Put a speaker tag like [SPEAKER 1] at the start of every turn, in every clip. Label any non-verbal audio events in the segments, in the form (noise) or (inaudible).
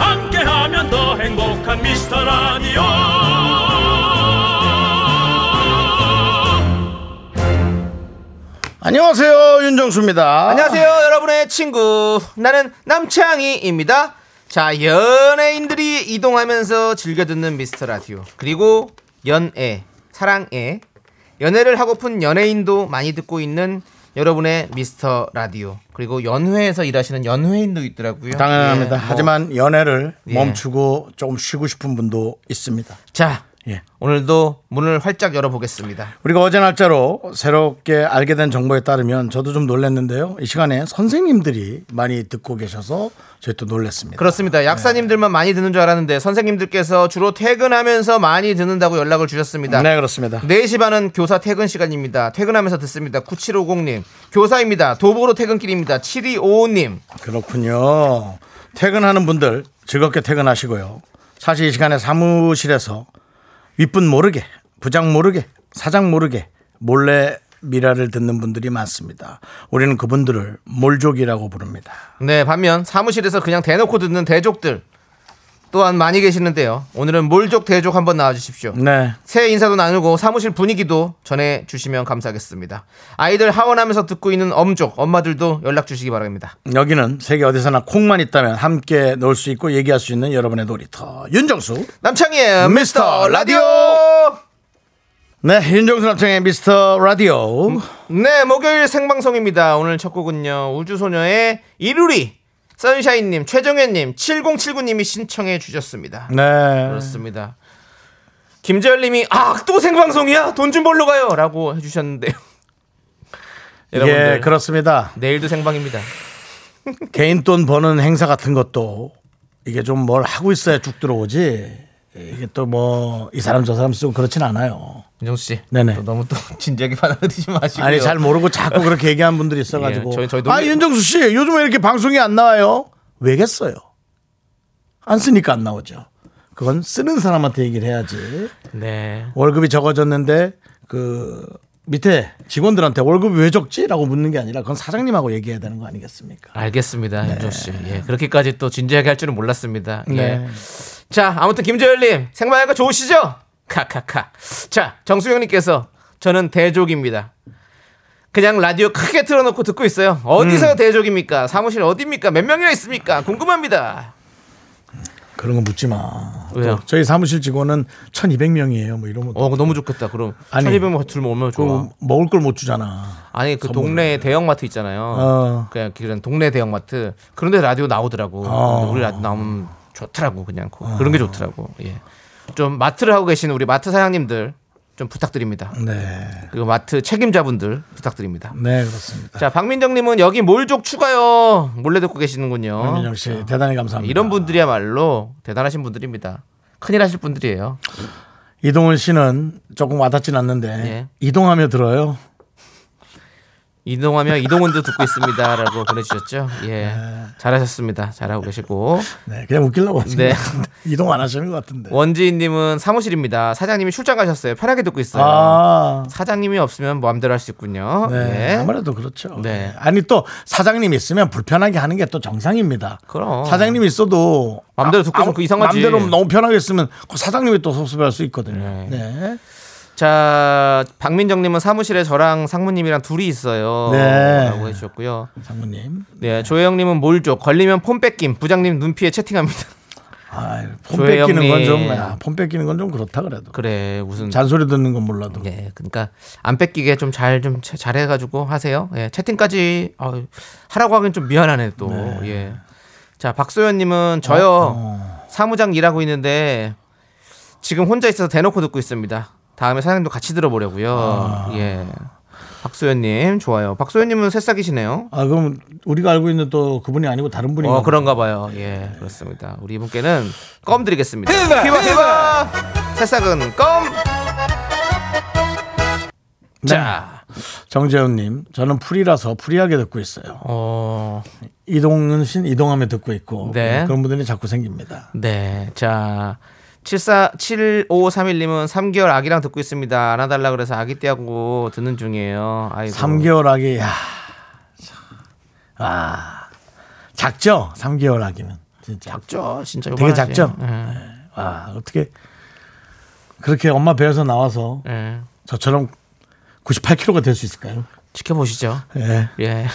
[SPEAKER 1] 함께하면 더 행복한 미스터 라디오
[SPEAKER 2] 안녕하세요 윤정수입니다.
[SPEAKER 3] 안녕하세요, 여러분의 친구. 나는 남창희입니다. 자, 연예인들이 이동하면서 즐겨 듣는 미스터 라디오. 그리고 연애, 사랑애. 연애를 하고픈 연예인도 많이 듣고 있는 여러분의 미스터 라디오. 그리고 연회에서 일하시는 연회인도 있더라고요.
[SPEAKER 2] 당연합니다.
[SPEAKER 3] 예, 뭐.
[SPEAKER 2] 하지만 연애를
[SPEAKER 3] 예.
[SPEAKER 2] 멈추고 조금 쉬고 싶은 분도 있습니다.
[SPEAKER 3] 자,
[SPEAKER 2] 예.
[SPEAKER 3] 오늘도 문을 활짝 열어보겠습니다.
[SPEAKER 2] 우리가 어제 날짜로 새롭게 알게 된 정보에 따르면 저도 좀 놀랐는데요. 이 시간에 선생님들이 많이 듣고 계셔서 저희 또 놀랐습니다.
[SPEAKER 3] 그렇습니다. 약사님들만 많이 듣는 줄 알았는데 선생님들께서 주로 퇴근하면서 많이 듣는다고 연락을 주셨습니다.
[SPEAKER 2] 네, 그렇습니다.
[SPEAKER 3] 4시 반은 교사 퇴근 시간입니다. 퇴근하면서 듣습니다. 9750님. 교사입니다. 도보로 퇴근길입니다. 7255님.
[SPEAKER 2] 그렇군요. 퇴근하는 분들 즐겁게 퇴근하시고요. 사실 이 시간에 사무실에서 윗분 모르게, 부장 모르게, 사장 모르게 몰래 미라를 듣는 분들이 많습니다. 우리는 그분들을 몰족이라고 부릅니다.
[SPEAKER 3] 네, 반면 사무실에서 그냥 대놓고 듣는 대족들 또한 많이 계시는데요. 오늘은 몰족 대족 한번 나와 주십시오.
[SPEAKER 2] 네.
[SPEAKER 3] 새해 인사도 나누고 사무실 분위기도 전해 주시면 감사하겠습니다. 아이들 하원하면서 듣고 있는 엄족 엄마들도 연락 주시기 바랍니다.
[SPEAKER 2] 여기는 세계 어디서나 콩만 있다면 함께 놀 수 있고 얘기할 수 있는 여러분의 놀이터. 윤정수.
[SPEAKER 3] 남창희의 미스터 라디오.
[SPEAKER 2] 네. 윤정수 남창의 미스터 라디오.
[SPEAKER 3] 네, 목요일 생방송입니다. 오늘 첫 곡은요. 우주소녀의 이루리 선샤인님, 최정현님, 7079님이 신청해 주셨습니다.
[SPEAKER 2] 네.
[SPEAKER 3] 그렇습니다. 김재열님이 아 또 생방송이야? 돈 좀 벌러 가요라고 해주셨는데요. (laughs)
[SPEAKER 2] 예,
[SPEAKER 3] 여러분들
[SPEAKER 2] 그렇습니다.
[SPEAKER 3] 내일도 생방입니다.
[SPEAKER 2] 개인 돈 버는 행사 같은 것도 이게 좀 뭘 하고 있어야 쭉 들어오지 이게 또 뭐 이 사람 저 사람 쓰고 그렇진 않아요.
[SPEAKER 3] 윤정수 씨,
[SPEAKER 2] 네네.
[SPEAKER 3] 또 너무 또 (laughs) 진지하게 받아들이지 마시고요.
[SPEAKER 2] 아니 잘 모르고 자꾸 그렇게 얘기하는 분들이 있어가지고
[SPEAKER 3] 예, 저희- 저희
[SPEAKER 2] 아
[SPEAKER 3] 놀래-
[SPEAKER 2] 윤정수 씨 요즘 왜 이렇게 방송이 안 나와요? 왜겠어요? 안 쓰니까 안 나오죠. 그건 쓰는 사람한테 얘기를 해야지.
[SPEAKER 3] 네.
[SPEAKER 2] 월급이 적어졌는데 그 밑에 직원들한테 월급이 왜 적지?라고 묻는 게 아니라 그건 사장님하고 얘기해야 되는 거 아니겠습니까?
[SPEAKER 3] 알겠습니다, 윤정 씨. 예, 그렇게까지 또 진지하게 할 줄은 몰랐습니다. 예.
[SPEAKER 2] 네.
[SPEAKER 3] 자, 아무튼 김재열님 생방향가 좋으시죠? 카카카. 자, 정수영님께서 저는 대족입니다. 그냥 라디오 크게 틀어놓고 듣고 있어요.
[SPEAKER 2] 음.
[SPEAKER 3] 어디서 대족입니까? 사무실 어디입니까? 몇 명이나 있습니까? 궁금합니다.
[SPEAKER 2] 그런 거 묻지 마.
[SPEAKER 3] 왜요?
[SPEAKER 2] 또 저희 사무실 직원은 1,200명이에요. 뭐 이러면
[SPEAKER 3] 어, 그거 너무 좋겠다. 그럼
[SPEAKER 2] 아니,
[SPEAKER 3] 1200원 들면 얼마나 좋아.
[SPEAKER 2] 또 먹을 걸 못 주잖아.
[SPEAKER 3] 아니 그 동네 대형마트 있잖아요.
[SPEAKER 2] 어.
[SPEAKER 3] 그냥 그런 동네 대형마트 그런데 라디오 나오더라고.
[SPEAKER 2] 어.
[SPEAKER 3] 우리 라디오 나오면 좋더라고 그냥 그- 그런 게
[SPEAKER 2] 아.
[SPEAKER 3] 좋더라고. 예. 좀 마트를 하고 계신 우리 마트 사장님들 좀 부탁드립니다.
[SPEAKER 2] 네.
[SPEAKER 3] 그리고 마트 책임자분들 부탁드립니다.
[SPEAKER 2] 네, 그렇습니다.
[SPEAKER 3] 자 박민정님은 여기 몰족 추가요 몰래 듣고 계시는군요.
[SPEAKER 2] 민정 아. 씨 대단히 감사합니다.
[SPEAKER 3] 어? 이런 분들이야말로 대단하신 분들입니다. 큰일 하실 분들이에요.
[SPEAKER 2] 이동훈 씨는 조금 와닿진 않는데
[SPEAKER 3] 예.
[SPEAKER 2] 이동하며 들어요.
[SPEAKER 3] 이동하며 이동훈도 듣고 있습니다라고 보내주셨죠. 예, 잘하셨습니다. 잘하고 계시고
[SPEAKER 2] 네, 그냥 웃기려고 하신
[SPEAKER 3] 네.
[SPEAKER 2] 것
[SPEAKER 3] (laughs)
[SPEAKER 2] 같은데. 이동 안 하시는 것 같은데.
[SPEAKER 3] 원지인님은 사무실입니다. 사장님이 출장 가셨어요. 편하게 듣고 있어요.
[SPEAKER 2] 아.
[SPEAKER 3] 사장님이 없으면 마음대로 할 수 있군요.
[SPEAKER 2] 네.
[SPEAKER 3] 네.
[SPEAKER 2] 아무래도 그렇죠.
[SPEAKER 3] 네.
[SPEAKER 2] 아니 또 사장님 있으면 불편하게 하는 게 또 정상입니다.
[SPEAKER 3] 그럼. 어.
[SPEAKER 2] 사장님 있어도
[SPEAKER 3] 마음대로 듣고 있으면
[SPEAKER 2] 아무-
[SPEAKER 3] 그 이상하지.
[SPEAKER 2] 마음대로 너무 편하게 쓰면 그 사장님이 또 섭섭해할 수 있거든요. 네.
[SPEAKER 3] 자, 박민정님은 사무실에 저랑 상무님이랑 둘이 있어요.
[SPEAKER 2] 네.
[SPEAKER 3] 라고 해주셨고요.
[SPEAKER 2] 장모님.
[SPEAKER 3] 네, 조혜영님은 몰족. 걸리면 폰 뺏김. 부장님 눈피에 채팅합니다. (laughs)
[SPEAKER 2] 아, 폰
[SPEAKER 3] 조혜영
[SPEAKER 2] 뺏기는
[SPEAKER 3] 님.
[SPEAKER 2] 건 좀 폰 뺏기는 건 좀 그렇다 그래도.
[SPEAKER 3] 그래, 무슨.
[SPEAKER 2] 잔소리 듣는 건 몰라도.
[SPEAKER 3] 예, 그러니까 안 뺏기게 좀 잘 좀 잘해가지고 하세요. 예, 채팅까지 어, 하라고 하긴 좀 미안하네 또. 예. 자, 박소연님은 저요 사무장 일하고 있는데 지금 혼자 있어서 대놓고 듣고 있습니다. 다음에 사장님도 같이 들어보려고요. 예. 박소연님 좋아요. 박소연님은 새싹이시네요.
[SPEAKER 2] 아, 그럼 우리가 알고 있는 또 그분이 아니고 다른 분인가?
[SPEAKER 3] 어
[SPEAKER 2] 보다.
[SPEAKER 3] 그런가 봐요. 예 그렇습니다. 우리 이분께는 껌 드리겠습니다. 휘바 휘바 새싹은 껌. 자,
[SPEAKER 2] 네. 정재훈님, 저는 풀이라서 풀이하게 듣고 있어요.
[SPEAKER 3] 어,
[SPEAKER 2] 이동은 신 이동하며 듣고 있고
[SPEAKER 3] 네.
[SPEAKER 2] 네, 그런 분들이 자꾸 생깁니다.
[SPEAKER 3] 네. 자, 74 7531님은 3개월 아기랑 듣고 있습니다. 안아달라 그래서 아기 떼하고 듣는 중이에요. 아이고.
[SPEAKER 2] 3개월 아기, 야, 참. 아 작죠? 3개월 아기는 진짜.
[SPEAKER 3] 작죠, 진짜.
[SPEAKER 2] 되게
[SPEAKER 3] 요만하지.
[SPEAKER 2] 작죠?
[SPEAKER 3] 예.
[SPEAKER 2] 아 어떻게 그렇게 엄마 배에서 나와서
[SPEAKER 3] 예.
[SPEAKER 2] 저처럼 98kg가 될 수 있을까요?
[SPEAKER 3] 지켜보시죠.
[SPEAKER 2] 예.
[SPEAKER 3] 예.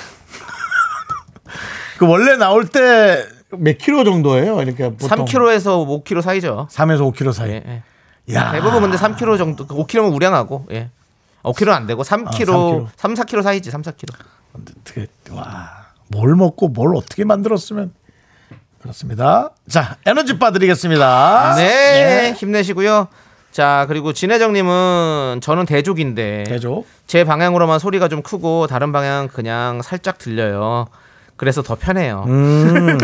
[SPEAKER 2] 그 원래 나올 때 몇 킬로 정도예요? 그러니까 보통
[SPEAKER 3] 3kg에서 5kg 사이죠.
[SPEAKER 2] 3에서 5kg 사이.
[SPEAKER 3] 예, 예.
[SPEAKER 2] 야.
[SPEAKER 3] 대부분 근데 3kg 정도, 5kg면 우량하고, 예. 5kg는 안 되고 3kg,
[SPEAKER 2] 3kg.
[SPEAKER 3] 3, 4kg 사이지, 3, 4kg.
[SPEAKER 2] 어떻게 와. 뭘 먹고 뭘 어떻게 만들었으면 그렇습니다. 자, 에너지 바 드리겠습니다. 예.
[SPEAKER 3] 네, 힘내시고요. 자, 그리고 진혜정님은 저는 대족인데
[SPEAKER 2] 대족.
[SPEAKER 3] 제 방향으로만 소리가 좀 크고 다른 방향 그냥 살짝 들려요. 그래서 더 편해요.
[SPEAKER 2] 음.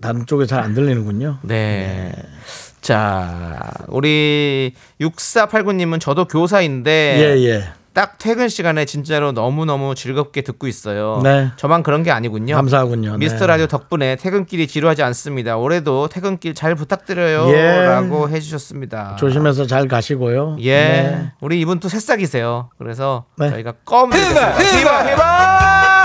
[SPEAKER 2] 다른 쪽에 잘 안 들리는군요.
[SPEAKER 3] 네. 자, 우리 6489님은 저도 교사인데
[SPEAKER 2] 예, 예.
[SPEAKER 3] 딱 퇴근 시간에 진짜로 너무너무 즐겁게 듣고 있어요.
[SPEAKER 2] 네.
[SPEAKER 3] 저만 그런 게 아니군요.
[SPEAKER 2] 감사하군요.
[SPEAKER 3] 미스터
[SPEAKER 2] 네.
[SPEAKER 3] 라디오 덕분에 퇴근길이 지루하지 않습니다. 올해도 퇴근길 잘 부탁드려요.
[SPEAKER 2] 예.
[SPEAKER 3] 라고 해주셨습니다.
[SPEAKER 2] 조심해서 잘 가시고요.
[SPEAKER 3] 예.
[SPEAKER 2] 네.
[SPEAKER 3] 우리 이분 또 새싹이세요. 그래서
[SPEAKER 2] 네.
[SPEAKER 3] 저희가 껌 히바 히바 히바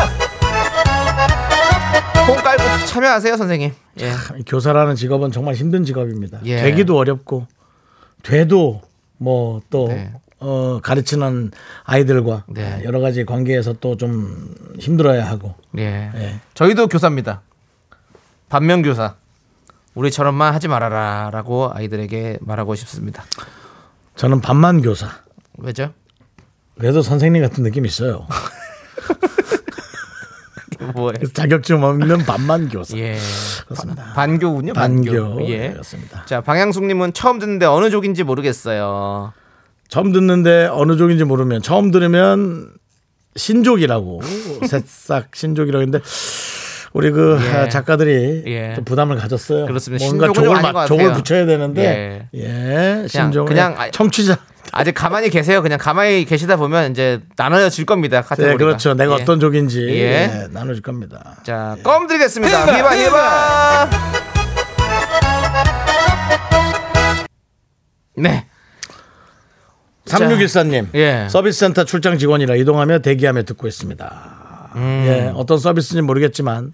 [SPEAKER 3] 콩 깔고 참여하세요, 선생님. 예.
[SPEAKER 2] 교사라는 직업은 정말 힘든 직업입니다.
[SPEAKER 3] 예.
[SPEAKER 2] 되기도 어렵고 돼도 뭐 또
[SPEAKER 3] 네.
[SPEAKER 2] 어, 가르치는 아이들과
[SPEAKER 3] 네.
[SPEAKER 2] 여러 가지 관계에서 또 좀 힘들어야 하고
[SPEAKER 3] 예.
[SPEAKER 2] 예.
[SPEAKER 3] 저희도 교사입니다. 반면 교사. 우리처럼만 하지 말아라라고 아이들에게 말하고 싶습니다.
[SPEAKER 2] 저는 반만 교사
[SPEAKER 3] 왜죠?
[SPEAKER 2] 그래도 선생님 같은 느낌이
[SPEAKER 3] (laughs)
[SPEAKER 2] 있어요.
[SPEAKER 3] 뭐예요?
[SPEAKER 2] 그래서 자격증 없는 반만 교사.
[SPEAKER 3] 예.
[SPEAKER 2] 그렇습니다.
[SPEAKER 3] (laughs) 반교군요. 반교. 예.
[SPEAKER 2] 반교였습니다.
[SPEAKER 3] 자, 방향숙님은 처음 듣는데 어느 족인지 모르겠어요.
[SPEAKER 2] 처음 듣는데 어느 종인지 모르면 처음 들으면
[SPEAKER 3] (laughs)
[SPEAKER 2] 신족이라고 새싹 신족이라고 했는데 우리 그
[SPEAKER 3] 예.
[SPEAKER 2] 아, 작가들이
[SPEAKER 3] 예.
[SPEAKER 2] 좀 부담을 가졌어요.
[SPEAKER 3] 그렇습니다.
[SPEAKER 2] 뭔가
[SPEAKER 3] 신족은 좀
[SPEAKER 2] 족을
[SPEAKER 3] 아닌 것
[SPEAKER 2] 막 족을
[SPEAKER 3] 같아요.
[SPEAKER 2] 붙여야 되는데 예, 신족
[SPEAKER 3] 그냥
[SPEAKER 2] 그냥
[SPEAKER 3] 아-
[SPEAKER 2] 청취자
[SPEAKER 3] 아직 가만히 계세요. 그냥 가만히 계시다 보면 이제 나눠질 겁니다.
[SPEAKER 2] 네,
[SPEAKER 3] 카테고리가.
[SPEAKER 2] 그렇죠. 내가
[SPEAKER 3] 예.
[SPEAKER 2] 어떤 족인지
[SPEAKER 3] 예.
[SPEAKER 2] 예, 나눠줄 겁니다.
[SPEAKER 3] 자, 껌 드리겠습니다. 히바 히바. 네.
[SPEAKER 2] 3614님
[SPEAKER 3] 예.
[SPEAKER 2] 서비스센터 출장 직원이라 이동하며 대기하며 듣고 있습니다.
[SPEAKER 3] 음.
[SPEAKER 2] 예, 어떤 서비스인지 모르겠지만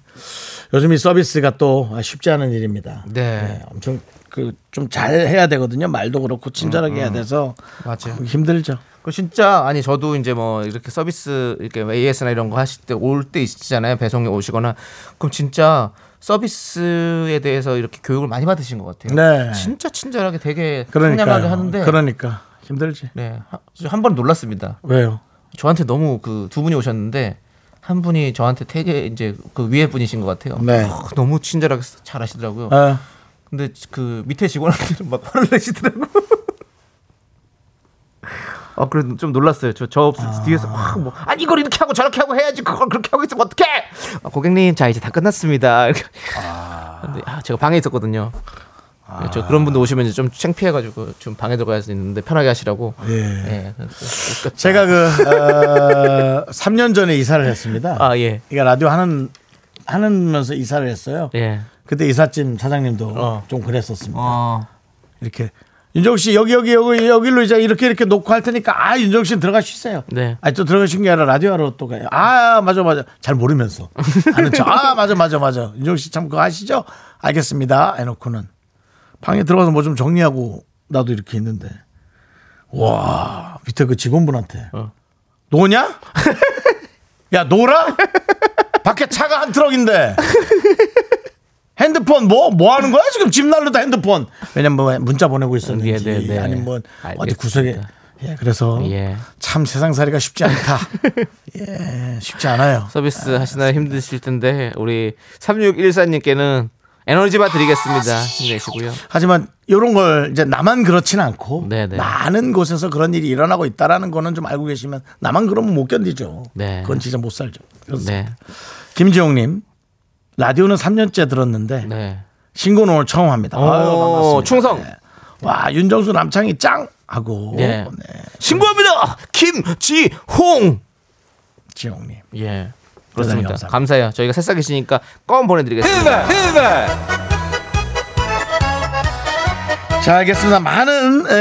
[SPEAKER 2] 요즘 이 서비스가 또 쉽지 않은 일입니다.
[SPEAKER 3] 네.
[SPEAKER 2] 예, 엄청 그 좀 잘 해야 되거든요. 말도 그렇고 친절하게 해야 돼서
[SPEAKER 3] 맞아요.
[SPEAKER 2] 음, 힘들죠.
[SPEAKER 3] 그 진짜 아니 저도 이제 뭐 이렇게 서비스 이렇게 뭐 AS나 이런 거 하실 때 올 때 있잖아요. 배송이 오시거나 그럼 진짜 서비스에 대해서 이렇게 교육을 많이 받으신 것 같아요.
[SPEAKER 2] 네.
[SPEAKER 3] 진짜 친절하게 되게 상냥하게
[SPEAKER 2] 그러니까
[SPEAKER 3] 하는데
[SPEAKER 2] 그러니까 힘들지.
[SPEAKER 3] 네. 한 번 놀랐습니다.
[SPEAKER 2] 왜요?
[SPEAKER 3] 저한테 너무 그 두 분이 오셨는데 한 분이 저한테 되게 이제 그 위에 분이신 것 같아요.
[SPEAKER 2] 네.
[SPEAKER 3] 어, 너무 친절하게 잘 하시더라고요.
[SPEAKER 2] 아,
[SPEAKER 3] 근데 그 밑에 직원한테는 막 화를 내시더라고. (laughs) 아 그래도 좀 놀랐어요. 저 저 뒤에서 막뭐 아니 이걸 이렇게 하고 저렇게 하고 해야지 그걸 그렇게 하고 있으면 어떡해? 아, 고객님 자 이제 다 끝났습니다. (laughs) 이렇게. 근데 아 제가 방에 있었거든요. 저 그런 분들 오시면 이제 좀 창피해가지고 좀 방에 들어가야 있는데 편하게 하시라고.
[SPEAKER 2] 예.
[SPEAKER 3] 예. 그래서 웃겼다.
[SPEAKER 2] 제가 그 어, 3년 전에 이사를 했습니다.
[SPEAKER 3] 아 예.
[SPEAKER 2] 그러니까 라디오 하는 하면서 이사를 했어요.
[SPEAKER 3] 예.
[SPEAKER 2] 그때 이삿짐 사장님도 좀 그랬었습니다.
[SPEAKER 3] 어.
[SPEAKER 2] 이렇게 윤정 씨 여기 여기 여기 여기로 이제 이렇게 이렇게 놓고 할 테니까 아 윤정 씨 들어가 쉬세요.
[SPEAKER 3] 네.
[SPEAKER 2] 아또 들어가신 게 아니라 라디오 하러 또 가요. 아 맞아 맞아 잘 모르면서 아는 척. 아 맞아 맞아 맞아 윤정 씨 참 그거 아시죠? 알겠습니다. 해놓고는 방에 들어가서 뭐 좀 정리하고 나도 이렇게 있는데 와 밑에 그 직원분한테 노냐? (laughs) 야 놀아? 밖에 차가 한 트럭인데 핸드폰 뭐 뭐 하는 거야 지금 집 날르다 핸드폰 왜냐면 뭐 문자 보내고 있었는지
[SPEAKER 3] 네, 네, 네.
[SPEAKER 2] 아니면 뭐 어디
[SPEAKER 3] 알겠습니다.
[SPEAKER 2] 구석에 예 그래서
[SPEAKER 3] 예.
[SPEAKER 2] 참 세상살이가 쉽지
[SPEAKER 3] (laughs)
[SPEAKER 2] 않다 예 쉽지 않아요
[SPEAKER 3] 서비스 하시나 힘드실 텐데 우리 3614님께는
[SPEAKER 2] 아,
[SPEAKER 3] 에너지바 드리겠습니다. 힘내시고요.
[SPEAKER 2] 하지만 이런 걸 이제 나만 그렇진 않고
[SPEAKER 3] 네, 네.
[SPEAKER 2] 많은 곳에서 그런 일이 일어나고 있다라는 거는 좀 알고 계시면 나만 그러면 못 견디죠
[SPEAKER 3] 네.
[SPEAKER 2] 그건 진짜 못 살죠 그래서
[SPEAKER 3] 네.
[SPEAKER 2] 김지용님 라디오는 3년째 들었는데
[SPEAKER 3] 네.
[SPEAKER 2] 신고는 오늘 처음 합니다. 아유,
[SPEAKER 3] 오,
[SPEAKER 2] 반갑습니다.
[SPEAKER 3] 충성.
[SPEAKER 2] 네. 와 윤정수 남창이 짱 하고
[SPEAKER 3] 예.
[SPEAKER 2] 네.
[SPEAKER 3] 신고합니다. 김지홍.
[SPEAKER 2] 지영님
[SPEAKER 3] 예.
[SPEAKER 2] 대단히 네,
[SPEAKER 3] 그렇습니다.
[SPEAKER 2] 감사합니다. 네.
[SPEAKER 3] 감사해요. 저희가 새싹이시니까 껌 보내드리겠습니다.
[SPEAKER 2] 자, 알겠습니다. 많은 에,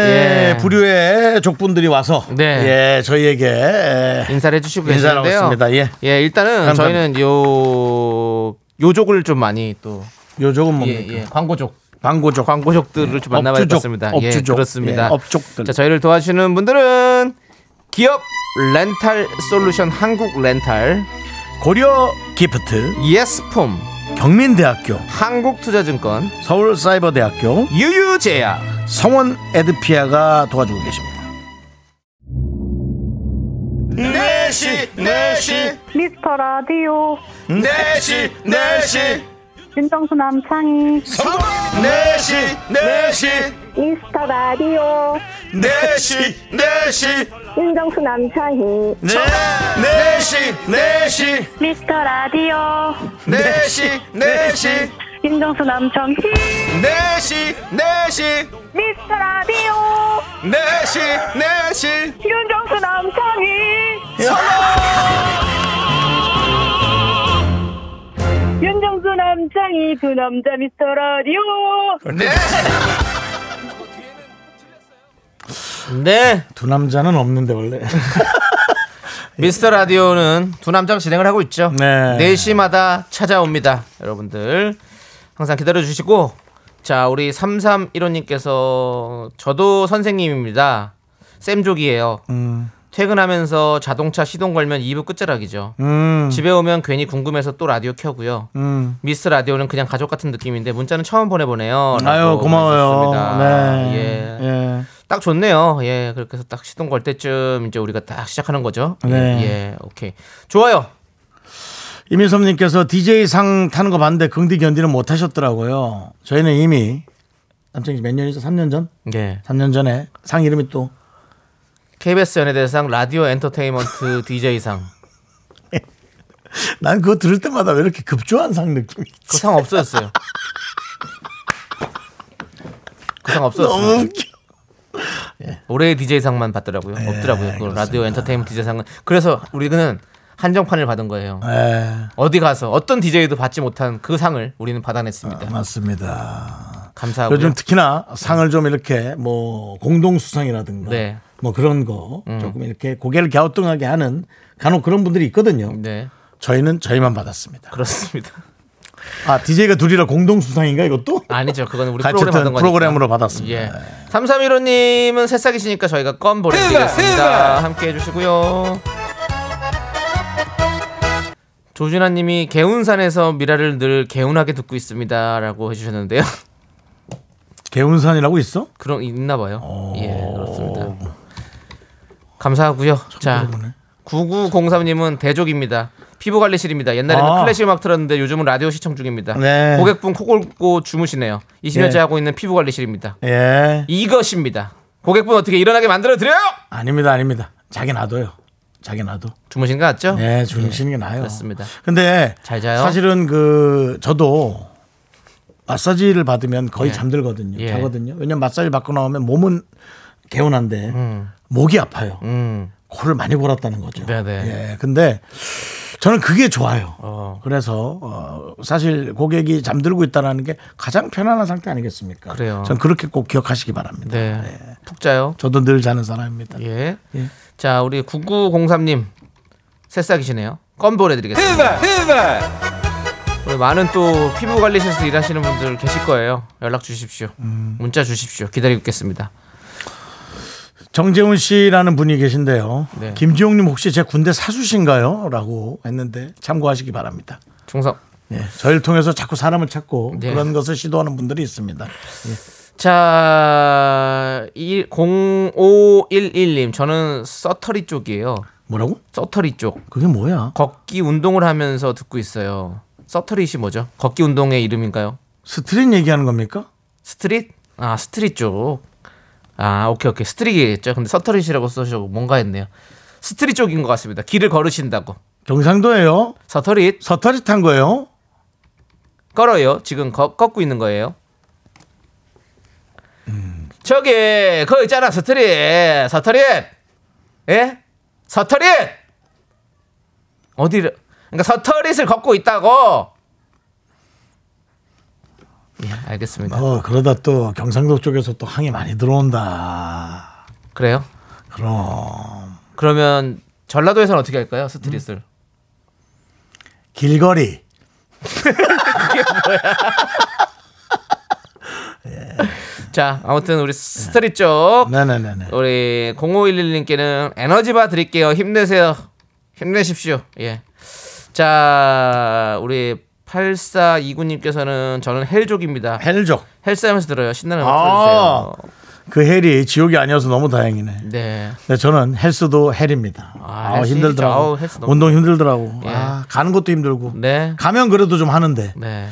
[SPEAKER 3] 예.
[SPEAKER 2] 부류의 족분들이 와서
[SPEAKER 3] 네.
[SPEAKER 2] 예, 저희에게 에,
[SPEAKER 3] 인사를 해주시고
[SPEAKER 2] 인사를
[SPEAKER 3] 계시는데요.
[SPEAKER 2] 하겠습니다. 예.
[SPEAKER 3] 일단은
[SPEAKER 2] 감사합니다.
[SPEAKER 3] 저희는 요 요족을 좀 많이 또
[SPEAKER 2] 요족은
[SPEAKER 3] 예,
[SPEAKER 2] 뭡니까?
[SPEAKER 3] 예. 광고족.
[SPEAKER 2] 광고족.
[SPEAKER 3] 광고족들을 좀
[SPEAKER 2] 예,
[SPEAKER 3] 만나봐야
[SPEAKER 2] 업주족,
[SPEAKER 3] 겠습니다 예,
[SPEAKER 2] 업주족,
[SPEAKER 3] 그렇습니다.
[SPEAKER 2] 예, 업족들.
[SPEAKER 3] 자, 저희를 도와주시는 분들은 기업 렌탈 솔루션 한국 렌탈,
[SPEAKER 2] 고려 기프트,
[SPEAKER 3] 예스폼,
[SPEAKER 2] 경민대학교,
[SPEAKER 3] 한국투자증권,
[SPEAKER 2] 서울사이버대학교,
[SPEAKER 3] 유유제야.
[SPEAKER 2] 성원 에드피아가 도와주고 계십니다. 네시 네시
[SPEAKER 4] 미스터 라디오
[SPEAKER 2] 네시 네시
[SPEAKER 4] 윤정수 남창희
[SPEAKER 2] 성원 네시 네시
[SPEAKER 4] 미스터 라디오
[SPEAKER 2] 네시 네시
[SPEAKER 4] 윤정수 남창희
[SPEAKER 2] 네. 네시 네시
[SPEAKER 4] 미스터 라디오
[SPEAKER 2] 네시 네시
[SPEAKER 4] 윤정수 남창희
[SPEAKER 2] 네시 네시
[SPEAKER 4] 미스터 라디오
[SPEAKER 2] 네시 네시
[SPEAKER 4] 윤정수 남창희 윤정수 남창희 두 남자 미스터 라디오
[SPEAKER 3] 네.
[SPEAKER 2] 두 남자는 없는데 원래
[SPEAKER 3] 미스터 라디오는 두 남자가 진행을 하고 있죠.
[SPEAKER 2] 네.
[SPEAKER 3] 4시마다 찾아옵니다. 여러분들. 항상 기다려 주시고 자, 우리 331호님께서 저도 선생님입니다. 쌤족이에요.
[SPEAKER 2] 음.
[SPEAKER 3] 퇴근하면서 자동차 시동 걸면 2부 끝자락이죠.
[SPEAKER 2] 음.
[SPEAKER 3] 집에 오면 괜히 궁금해서 또 라디오 켜고요.
[SPEAKER 2] 음.
[SPEAKER 3] 미스 라디오는 그냥 가족 같은 느낌인데 문자는 처음 보내보네요. 라고
[SPEAKER 2] 아유 고마워요
[SPEAKER 3] 보내주셨습니다.
[SPEAKER 2] 네
[SPEAKER 3] 예.
[SPEAKER 2] 예.
[SPEAKER 3] 딱 좋네요. 예, 그렇게 해서 딱 시동 걸 때쯤 이제 우리가 딱 시작하는 거죠. 예,
[SPEAKER 2] 네.
[SPEAKER 3] 예, 오케이. 좋아요.
[SPEAKER 2] 이민섭님께서 DJ 상 타는 거 봤는데 긍디 견디는 못 하셨더라고요 저희는 이미 남창이 몇 년이죠 3년 전
[SPEAKER 3] 예.
[SPEAKER 2] 3년 전에 상 이름이 또
[SPEAKER 3] KBS 연예대상 라디오
[SPEAKER 2] (laughs)
[SPEAKER 3] 엔터테인먼트 DJ상.
[SPEAKER 2] 난 그거 들을 때마다 왜 이렇게 급조한 상 느낌이
[SPEAKER 3] 그 상 없어졌어요. 그 상 없어졌어요.
[SPEAKER 2] 너무 웃겨 네,
[SPEAKER 3] 올해의 DJ상만 받더라고요. 없더라고요. 그 라디오 엔터테인먼트 DJ상은. 그래서 우리는 한정판을 받은 거예요.
[SPEAKER 2] 예,
[SPEAKER 3] 어디 가서 어떤 DJ도 받지 못한 그 상을 우리는 받아냈습니다.
[SPEAKER 2] 맞습니다 아.
[SPEAKER 3] 감사하고요.
[SPEAKER 2] 요즘 특히나 상을 좀 이렇게 뭐 공동 수상이라든가
[SPEAKER 3] 네. 음.
[SPEAKER 2] 뭐 그런 거 조금 이렇게 고개를 갸우뚱하게 하는 간혹 그런 분들이 있거든요.
[SPEAKER 3] 네.
[SPEAKER 2] 저희는 저희만 받았습니다. (laughs)
[SPEAKER 3] 그렇습니다.
[SPEAKER 2] 아 DJ가 둘이라 공동 수상인가 이것도?
[SPEAKER 3] 아니죠. 그건 우리
[SPEAKER 2] 같이
[SPEAKER 3] 프로그램
[SPEAKER 2] 어떤
[SPEAKER 3] 받은 거니까.
[SPEAKER 2] 프로그램으로 받았습니다.
[SPEAKER 3] 예. 3315님은 새싹이시니까 저희가 껌 보내드리겠습니다. 함께 해주시고요. 조준아님이 개운산에서 미라를 늘 개운하게 듣고 있습니다라고 해주셨는데요. (laughs)
[SPEAKER 2] 개운산이라고 있어?
[SPEAKER 3] 그런 있나
[SPEAKER 2] 어.
[SPEAKER 3] 봐요. 예, 그렇습니다. 감사하고요. 자, 9903님은 대족입니다. 피부 관리실입니다. 옛날에는
[SPEAKER 2] 아.
[SPEAKER 3] 클래식 음악 틀었는데 요즘은 라디오 시청 중입니다.
[SPEAKER 2] 네.
[SPEAKER 3] 고객분 코골고 주무시네요. 20년째
[SPEAKER 2] 예.
[SPEAKER 3] 하고 있는 피부 관리실입니다.
[SPEAKER 2] 예,
[SPEAKER 3] 이것입니다. 고객분 어떻게 일어나게 만들어 드려요?
[SPEAKER 2] 아닙니다, 아닙니다. 자기 놔둬요. 자기 놔둬.
[SPEAKER 3] 주무신 거 같죠?
[SPEAKER 2] 예, 주무시는 게 나아요.
[SPEAKER 3] 네, 그렇습니다.
[SPEAKER 2] 근데
[SPEAKER 3] 잘 자요.
[SPEAKER 2] 사실은 그 저도 마사지를 받으면 거의
[SPEAKER 3] 예.
[SPEAKER 2] 잠들거든요.
[SPEAKER 3] 예.
[SPEAKER 2] 자거든요. 왜냐면 마사지 받고 나오면 몸은 개운한데 목이 아파요.
[SPEAKER 3] 음.
[SPEAKER 2] 코를 많이 골았다는 거죠.
[SPEAKER 3] 네네.
[SPEAKER 2] 예. 근데 저는 그게 좋아요.
[SPEAKER 3] 어.
[SPEAKER 2] 그래서 어, 사실 고객이 잠들고 있다라는 게 가장 편안한 상태 아니겠습니까?
[SPEAKER 3] 그래요.
[SPEAKER 2] 전 그렇게 꼭 기억하시기 바랍니다.
[SPEAKER 3] 네. 푹 자요.
[SPEAKER 2] 저도 늘 자는 사람입니다.
[SPEAKER 3] 예. 자, 우리 9903님. 새싹이시네요. 껌 보내드리겠습니다. 우리 많은 또 피부 관리실에서 일하시는 분들 계실 거예요. 연락 주십시오. 문자 주십시오. 기다리고 있겠습니다.
[SPEAKER 2] 정재훈 씨라는 분이 계신데요.
[SPEAKER 3] 네.
[SPEAKER 2] 김지용님 혹시 제 군대 사수신가요? 라고 했는데 참고하시기 바랍니다.
[SPEAKER 3] 충성.
[SPEAKER 2] 예, 저희를 통해서 자꾸 사람을 찾고
[SPEAKER 3] 네.
[SPEAKER 2] 그런 것을 시도하는 분들이 있습니다.
[SPEAKER 3] 자, 1, 0511님. 저는 서터리 쪽이에요.
[SPEAKER 2] 뭐라고?
[SPEAKER 3] 서터리 쪽.
[SPEAKER 2] 그게 뭐야?
[SPEAKER 3] 걷기 운동을 하면서 듣고 있어요. 서터릿이 뭐죠? 걷기 운동의 이름인가요?
[SPEAKER 2] 스트릿 얘기하는 겁니까?
[SPEAKER 3] 스트릿? 아 스트릿 쪽. 아 오케이 오케이 스트릿이겠죠. 근데 서터릿이라고 써주고 뭔가 했네요. 스트릿 쪽인 것 같습니다. 길을 걸으신다고.
[SPEAKER 2] 경상도예요.
[SPEAKER 3] 서터릿
[SPEAKER 2] 서터리 탄 거예요.
[SPEAKER 3] 걸어요. 지금 걷- 걷고 있는 거예요. 저기 그 있잖아 스트릿 스트릿 예 스트릿 어디를 그러니까 스트릿을 걷고 있다고 예 알겠습니다
[SPEAKER 2] 어, 그러다 또 경상도 쪽에서 또 항이 많이 들어온다.
[SPEAKER 3] 그래요
[SPEAKER 2] 그럼
[SPEAKER 3] 그러면 전라도에서는 어떻게 할까요 스트릿을
[SPEAKER 2] 길거리.
[SPEAKER 3] 자 아무튼 우리 스트릿 쪽
[SPEAKER 2] 네네네네.
[SPEAKER 3] 어. 우리 0511님께는 에너지바 드릴게요. 힘내세요. 힘내십시오. 예. 자, 우리 8429님께서는 저는 헬족입니다.
[SPEAKER 2] 헬족.
[SPEAKER 3] 헬스하면서 들어요. 신나는 음악
[SPEAKER 2] 아.
[SPEAKER 3] 틀어주세요.
[SPEAKER 2] 그 헬이 지옥이 아니어서 너무 다행이네.
[SPEAKER 3] 네.
[SPEAKER 2] 네, 저는 헬스도 헬입니다.
[SPEAKER 3] 아,
[SPEAKER 2] 아,
[SPEAKER 3] 헬스
[SPEAKER 2] 힘들더라고.
[SPEAKER 3] 아우, 헬스 너무
[SPEAKER 2] 운동 힘들더라고.
[SPEAKER 3] 예.
[SPEAKER 2] 아, 가는 것도 힘들고.
[SPEAKER 3] 네.
[SPEAKER 2] 가면 그래도 좀 하는데.
[SPEAKER 3] 네.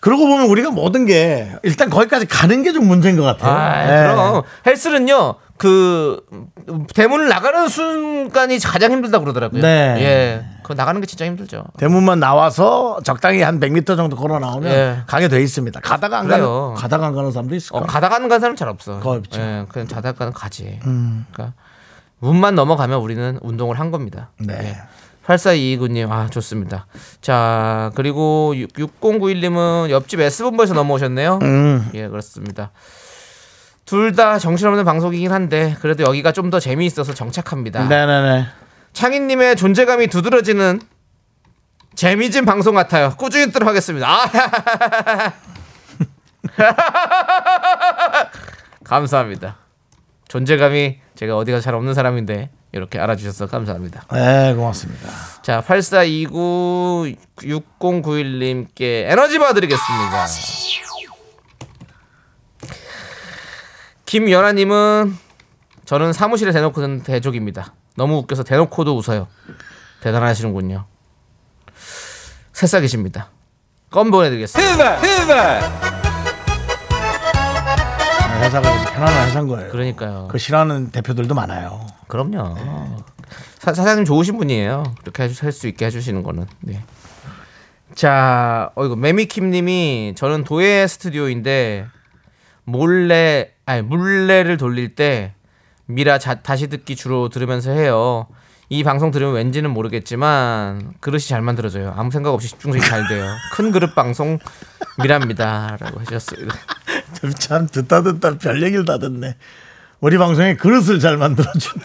[SPEAKER 2] 그러고 보면 우리가 모든 게 일단 거기까지 가는 게 좀 문제인 것 같아요.
[SPEAKER 3] 아,
[SPEAKER 2] 예.
[SPEAKER 3] 그럼 헬스는요. 그 음, 대문을 나가는 순간이 가장 힘들다 그러더라고요.
[SPEAKER 2] 네.
[SPEAKER 3] 예. 그 나가는 게 진짜 힘들죠.
[SPEAKER 2] 대문만 나와서 적당히 한 100m 정도 걸어 나오면
[SPEAKER 3] 예.
[SPEAKER 2] 가게 돼 있습니다. 가다가 안
[SPEAKER 3] 그래요.
[SPEAKER 2] 가는 가다가 안 가는 사람도 있을
[SPEAKER 3] 어,
[SPEAKER 2] 거예요.
[SPEAKER 3] 가다가는 간 사람 잘 없어.
[SPEAKER 2] 그러니까 거의 없죠. 음.
[SPEAKER 3] 예, 그냥 자다가는 가지. 그러니까 문만 넘어가면 우리는 운동을 한 겁니다.
[SPEAKER 2] 네.
[SPEAKER 3] 8429님, 아, 좋습니다. 자, 그리고 6- 6091님은 옆집 S본부에서 넘어오셨네요.
[SPEAKER 2] 음.
[SPEAKER 3] 예, 그렇습니다. 둘 다 정신없는 방송이긴 한데, 그래도 여기가 좀 더 재미있어서 정착합니다.
[SPEAKER 2] 네네네.
[SPEAKER 3] 창희님의 존재감이 두드러지는 재미진 방송 같아요. 꾸준히 뜨도록 하겠습니다. 아, (laughs) 감사합니다. 존재감이 제가 어디가 잘 없는 사람인데 이렇게 알아주셔서 감사합니다.
[SPEAKER 2] 네, 고맙습니다.
[SPEAKER 3] 자, 8429-6091님께 에너지 봐드리겠습니다. 김연아님은 저는 사무실에 대놓고는 대족입니다. 너무 웃겨서 대놓고도 웃어요. 대단하시는군요. 새싹이십니다. 껌 보내드리겠습니다.
[SPEAKER 2] 회사가 이제 편안한 회사인 거예요. 그
[SPEAKER 3] 그러니까요.
[SPEAKER 2] 싫어하는 대표들도 많아요.
[SPEAKER 3] 그럼요. 사, 장님 좋으신 분이에요. 그렇게 해주- 할수 있게 해주시는 거는. 네. 자, 어 이거 매미킴님이 저는 도예 스튜디오인데 몰래 아니 물레를 돌릴 때 미라 자- 다시 듣기 주로 들으면서 해요. 이 방송 들으면 왠지는 모르겠지만 그릇이 잘 만들어져요. 아무 생각 없이 집중적이 잘 돼요. 큰 그릇 방송 미라입니다라고 하셨습니다.
[SPEAKER 2] 참 듣다 듣다 별 얘기를 다 듣네. 우리 방송에 그릇을 잘 (laughs) 만들어주는.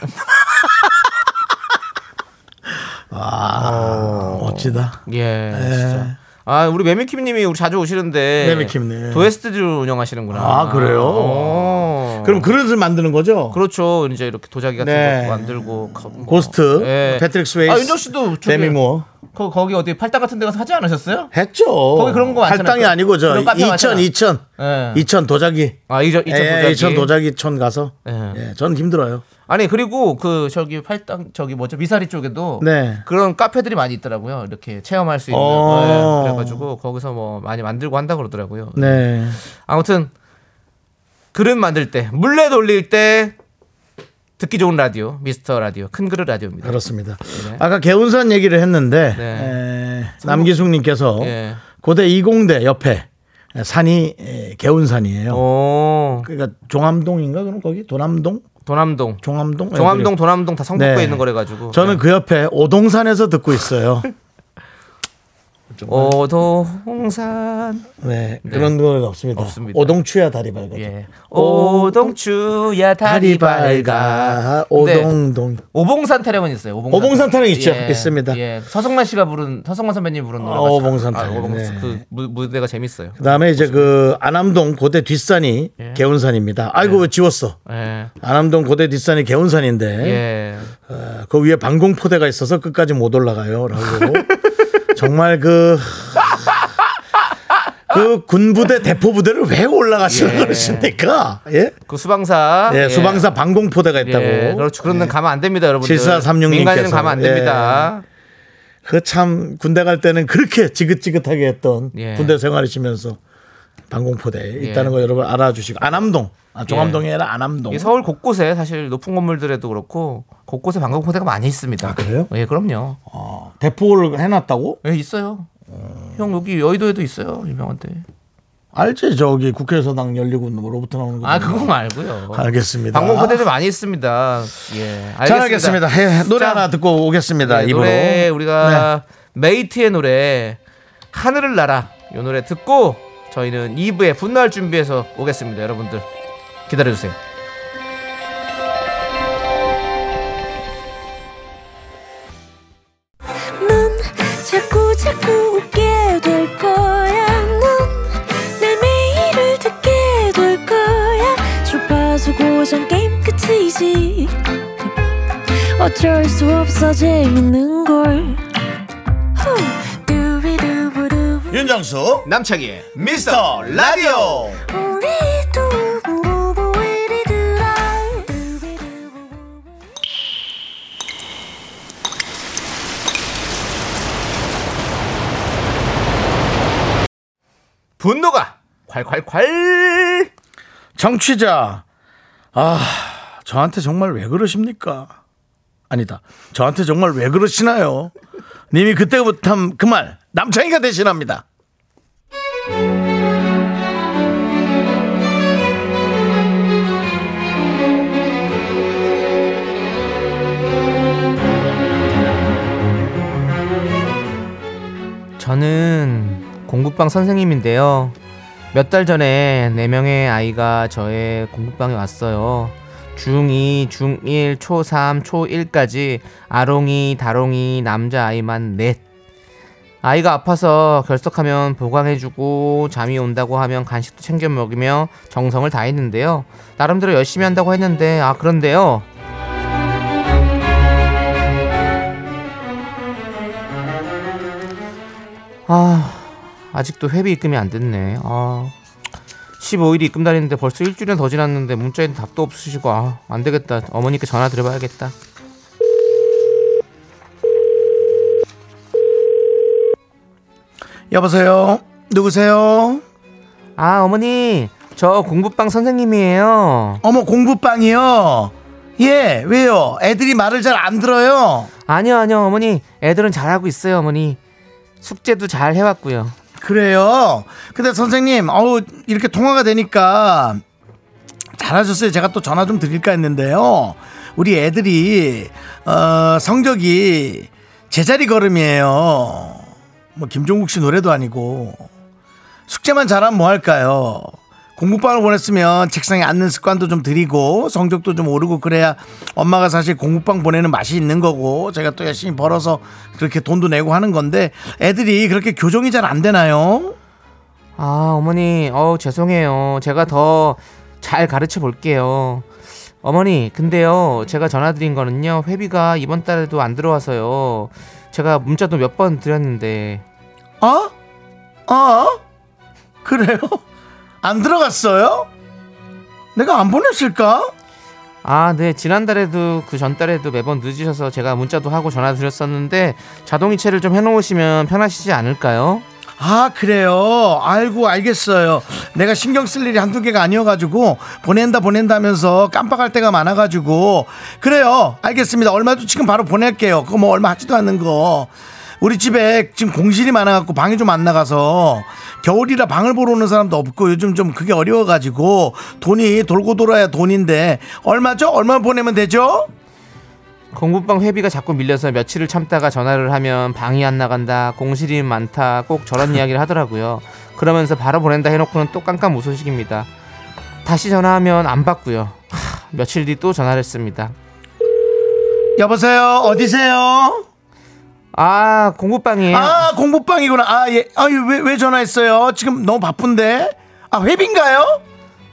[SPEAKER 3] 어.
[SPEAKER 2] 와, 멋지다.
[SPEAKER 3] 예, 진짜. 아, 우리 매미킴님이 우리 자주 오시는데
[SPEAKER 2] 네. 매미킴님.
[SPEAKER 3] 도예 스튜디오 운영하시는구나.
[SPEAKER 2] 아, 그래요?
[SPEAKER 3] 오.
[SPEAKER 2] 그럼 그릇을 만드는 거죠?
[SPEAKER 3] 그렇죠. 이제 이렇게 도자기 같은
[SPEAKER 2] 네.
[SPEAKER 3] 거 만들고 거- 뭐.
[SPEAKER 2] 고스트, 그
[SPEAKER 3] 예.
[SPEAKER 2] 패트릭 스웨이스,
[SPEAKER 3] 아, 윤정 씨도 저기-
[SPEAKER 2] 데미 무어.
[SPEAKER 3] 거, 거기 어디 팔당 같은 데 가서 하지 않으셨어요?
[SPEAKER 2] 했죠.
[SPEAKER 3] 거기 그런 거 많잖아요.
[SPEAKER 2] 할당이
[SPEAKER 3] 그-
[SPEAKER 2] 아니고 저
[SPEAKER 3] 그런 카페
[SPEAKER 2] 2000,
[SPEAKER 3] 많잖아.
[SPEAKER 2] 2000,
[SPEAKER 3] 예.
[SPEAKER 2] 2000 도자기.
[SPEAKER 3] 아, 이전 이전
[SPEAKER 2] 예,
[SPEAKER 3] 도자기.
[SPEAKER 2] 2000 도자기촌 가서.
[SPEAKER 3] 예.
[SPEAKER 2] 예, 저는 힘들어요.
[SPEAKER 3] 아니, 그리고 그 저기 팔당 저기 뭐죠? 미사리 쪽에도
[SPEAKER 2] 네.
[SPEAKER 3] 그런 카페들이 많이 있더라고요. 이렇게 체험할 수 있는.
[SPEAKER 2] 어.
[SPEAKER 3] 예, 그래 가지고 거기서 뭐 많이 만들고 한다 그러더라고요.
[SPEAKER 2] 네.
[SPEAKER 3] 아무튼 그릇 만들 때 물레 돌릴 때 듣기 좋은 라디오 미스터 라디오 큰 그릇 라디오입니다.
[SPEAKER 2] 그렇습니다. 아까 개운산 얘기를 했는데
[SPEAKER 3] 네.
[SPEAKER 2] 에, 남기숙님께서
[SPEAKER 3] 예.
[SPEAKER 2] 고대 20대 옆에 산이 에, 개운산이에요.
[SPEAKER 3] 오
[SPEAKER 2] 그러니까 종암동인가 그럼 거기 도남동,
[SPEAKER 3] 도남동
[SPEAKER 2] 종암동,
[SPEAKER 3] 종암동
[SPEAKER 2] 네,
[SPEAKER 3] 도남동 다 성북구에
[SPEAKER 2] 네.
[SPEAKER 3] 있는 거래 가지고
[SPEAKER 2] 그리고. 저는 그 옆에 오동산에서 듣고 있어요.
[SPEAKER 3] 네. 오동산
[SPEAKER 2] (laughs) 네, 그런 건 없습니다.
[SPEAKER 3] 없습니다.
[SPEAKER 2] 오동추야 다리 밝아.
[SPEAKER 3] 예 오동추야
[SPEAKER 2] 다리
[SPEAKER 3] 다리 밝아
[SPEAKER 2] 밝아
[SPEAKER 3] 네,
[SPEAKER 2] 오동동.
[SPEAKER 3] 오봉산 타령은 있어요. 오봉산,
[SPEAKER 2] 오봉산 타령 있죠. 있습니다.
[SPEAKER 3] 예. 서성만 씨가 부른 서성만 선배님 부른 노래가
[SPEAKER 2] 아, 오봉산
[SPEAKER 3] 아,
[SPEAKER 2] 타령.
[SPEAKER 3] 오봉산
[SPEAKER 2] 네.
[SPEAKER 3] 그 무- 무대가 재밌어요.
[SPEAKER 2] 그다음에 이제 그 안암동 고대 뒷산이 개운산입니다. 아이고 왜 지웠어.
[SPEAKER 3] 예.
[SPEAKER 2] 안암동 고대 뒷산이 개운산인데
[SPEAKER 3] 예.
[SPEAKER 2] 어, 그 위에 방공포대가 있어서 끝까지 못
[SPEAKER 3] (laughs)
[SPEAKER 2] 올라가요라고 정말 그. 그 군부대 대포부대를 왜 올라가시는
[SPEAKER 3] 예.
[SPEAKER 2] 그러십니까? 예?
[SPEAKER 3] 그 수방사
[SPEAKER 2] 예,
[SPEAKER 3] 예.
[SPEAKER 2] 수방사 방공포대가 있다고.
[SPEAKER 3] 예, 그렇죠. 그런 데는 가면 안 됩니다, 여러분들.
[SPEAKER 2] 7436
[SPEAKER 3] 민간인은
[SPEAKER 2] 님께서. 예.
[SPEAKER 3] 가면 안 됩니다.
[SPEAKER 2] 그 참 군대 갈 때는 그렇게 지긋지긋하게 했던
[SPEAKER 3] 예.
[SPEAKER 2] 군대 생활이시면서 방공포대에 있다는 거 여러분 알아주시고 안암동, 아, 종암동이 아니라 안암동.
[SPEAKER 3] 예. 이게 서울 곳곳에 사실 높은 건물들에도 그렇고 곳곳에 방공포대가 많이 있습니다.
[SPEAKER 2] 아, 그래요?
[SPEAKER 3] 예, 그럼요.
[SPEAKER 2] 어, 대포를 해놨다고?
[SPEAKER 3] 예, 있어요. 형 여기 여의도에도 있어요, 유명한데.
[SPEAKER 2] 알지 저기 국회에서 당 열리고 로부터 나오는 거.
[SPEAKER 3] 아 그거 말고요.
[SPEAKER 2] 음. 알겠습니다.
[SPEAKER 3] 방공 부대들 많이 있습니다. 예.
[SPEAKER 2] 잘 알겠습니다. 예, 노래 하나 듣고 오겠습니다.
[SPEAKER 3] 네,
[SPEAKER 2] 입으로.
[SPEAKER 3] 노래
[SPEAKER 2] 네.
[SPEAKER 3] 우리가 메이트의 노래 하늘을 날아 이 노래 듣고 저희는 2부에 분노할 준비해서 오겠습니다. 여러분들 기다려주세요.
[SPEAKER 5] 넌 자꾸 자꾸 웃게 될 거야. 넌내 매일을 듣게 될 거야. 주파수 고정 게임 끝이지. 어쩔 수 없어 재밌는 걸. 후. 두비두부두.
[SPEAKER 6] 윤정수
[SPEAKER 3] 남창희의
[SPEAKER 6] 미스터 라디오
[SPEAKER 5] 우리 두부부부 우리 두라. 두비두부부.
[SPEAKER 3] 분노가 콸콸콸
[SPEAKER 2] 네. 정취자, 아, 저한테 정말 왜 그러십니까? 아니다. 저한테 정말 왜 그러시나요? 님이 그때부터 한 그 말, 남창희가 대신합니다.
[SPEAKER 3] 저는 공부방 선생님인데요. 몇 달 전에 네 명의 아이가 저의 공부방에 왔어요. 중2, 중1, 초3, 초1까지 아롱이, 다롱이, 남자아이만 넷. 아이가 아파서 결석하면 보강해주고 잠이 온다고 하면 간식도 챙겨 먹이며 정성을 다했는데요. 나름대로 열심히 한다고 했는데 아 그런데요. 아 아직도 회비 입금이 안 됐네. 아 15일이 입금 달인데 벌써 일주일이 더 지났는데 문자에는 답도 없으시고 아, 안 되겠다. 어머니께 전화 드려봐야겠다.
[SPEAKER 2] 여보세요? 누구세요?
[SPEAKER 3] 아 어머니 저 공부방 선생님이에요.
[SPEAKER 2] 어머, 공부빵이요? 예, 왜요? 애들이 말을 잘 안 들어요?
[SPEAKER 3] 아니요 아니요 어머니 애들은 잘하고 있어요 어머니 숙제도 잘 해왔고요.
[SPEAKER 2] 그래요? 근데 선생님, 어우, 이렇게 통화가 되니까 잘하셨어요. 제가 또 전화 좀 드릴까 했는데요. 우리 애들이, 어, 성적이 제자리 걸음이에요. 뭐, 김종국 씨 노래도 아니고. 숙제만 잘하면 뭐 할까요? 공부방을 보냈으면 책상에 앉는 습관도 좀 들이고 성적도 좀 오르고 그래야 엄마가 사실 공부방 보내는 맛이 있는 거고 제가 또 열심히 벌어서 그렇게 돈도 내고 하는 건데 애들이 그렇게 교정이 잘 안 되나요?
[SPEAKER 3] 아 어머니 어 죄송해요 제가 더 잘 가르쳐 볼게요 어머니 근데요 제가 전화드린 거는요 회비가 이번 달에도 안 들어와서요 제가 문자도 몇 번 드렸는데
[SPEAKER 2] 어? 어? 그래요? 안 들어갔어요? 내가 안 보냈을까?
[SPEAKER 3] 아 네 지난달에도 그 전달에도 매번 늦으셔서 제가 문자도 하고 전화드렸었는데 자동이체를 좀 해놓으시면 편하시지 않을까요?
[SPEAKER 2] 아 그래요 알고 알겠어요 내가 신경 쓸 일이 한두 개가 아니어가지고 보낸다 보낸다 하면서 깜빡할 때가 많아가지고 그래요 알겠습니다 얼마도 지금 바로 보낼게요 그거 뭐 얼마 하지도 않는 거 우리 집에 지금 공실이 많아갖고 방이 좀 안 나가서 겨울이라 방을 보러 오는 사람도 없고 요즘 좀 그게 어려워가지고 돈이 돌고 돌아야 돈인데 얼마죠 얼마 보내면 되죠
[SPEAKER 3] 공부방 회비가 자꾸 밀려서 며칠을 참다가 전화를 하면 방이 안 나간다 공실이 많다 꼭 저런 이야기를 하더라고요 그러면서 바로 보낸다 해놓고는 또 깜깜 무소식입니다 다시 전화하면 안 받고요 하, 며칠 뒤 또 전화를 했습니다
[SPEAKER 2] 여보세요 어디세요
[SPEAKER 3] 아 공부방이에요
[SPEAKER 2] 아 공부방이구나. 아 예. 아왜왜 왜 전화했어요? 지금 너무 바쁜데. 아 회비인가요?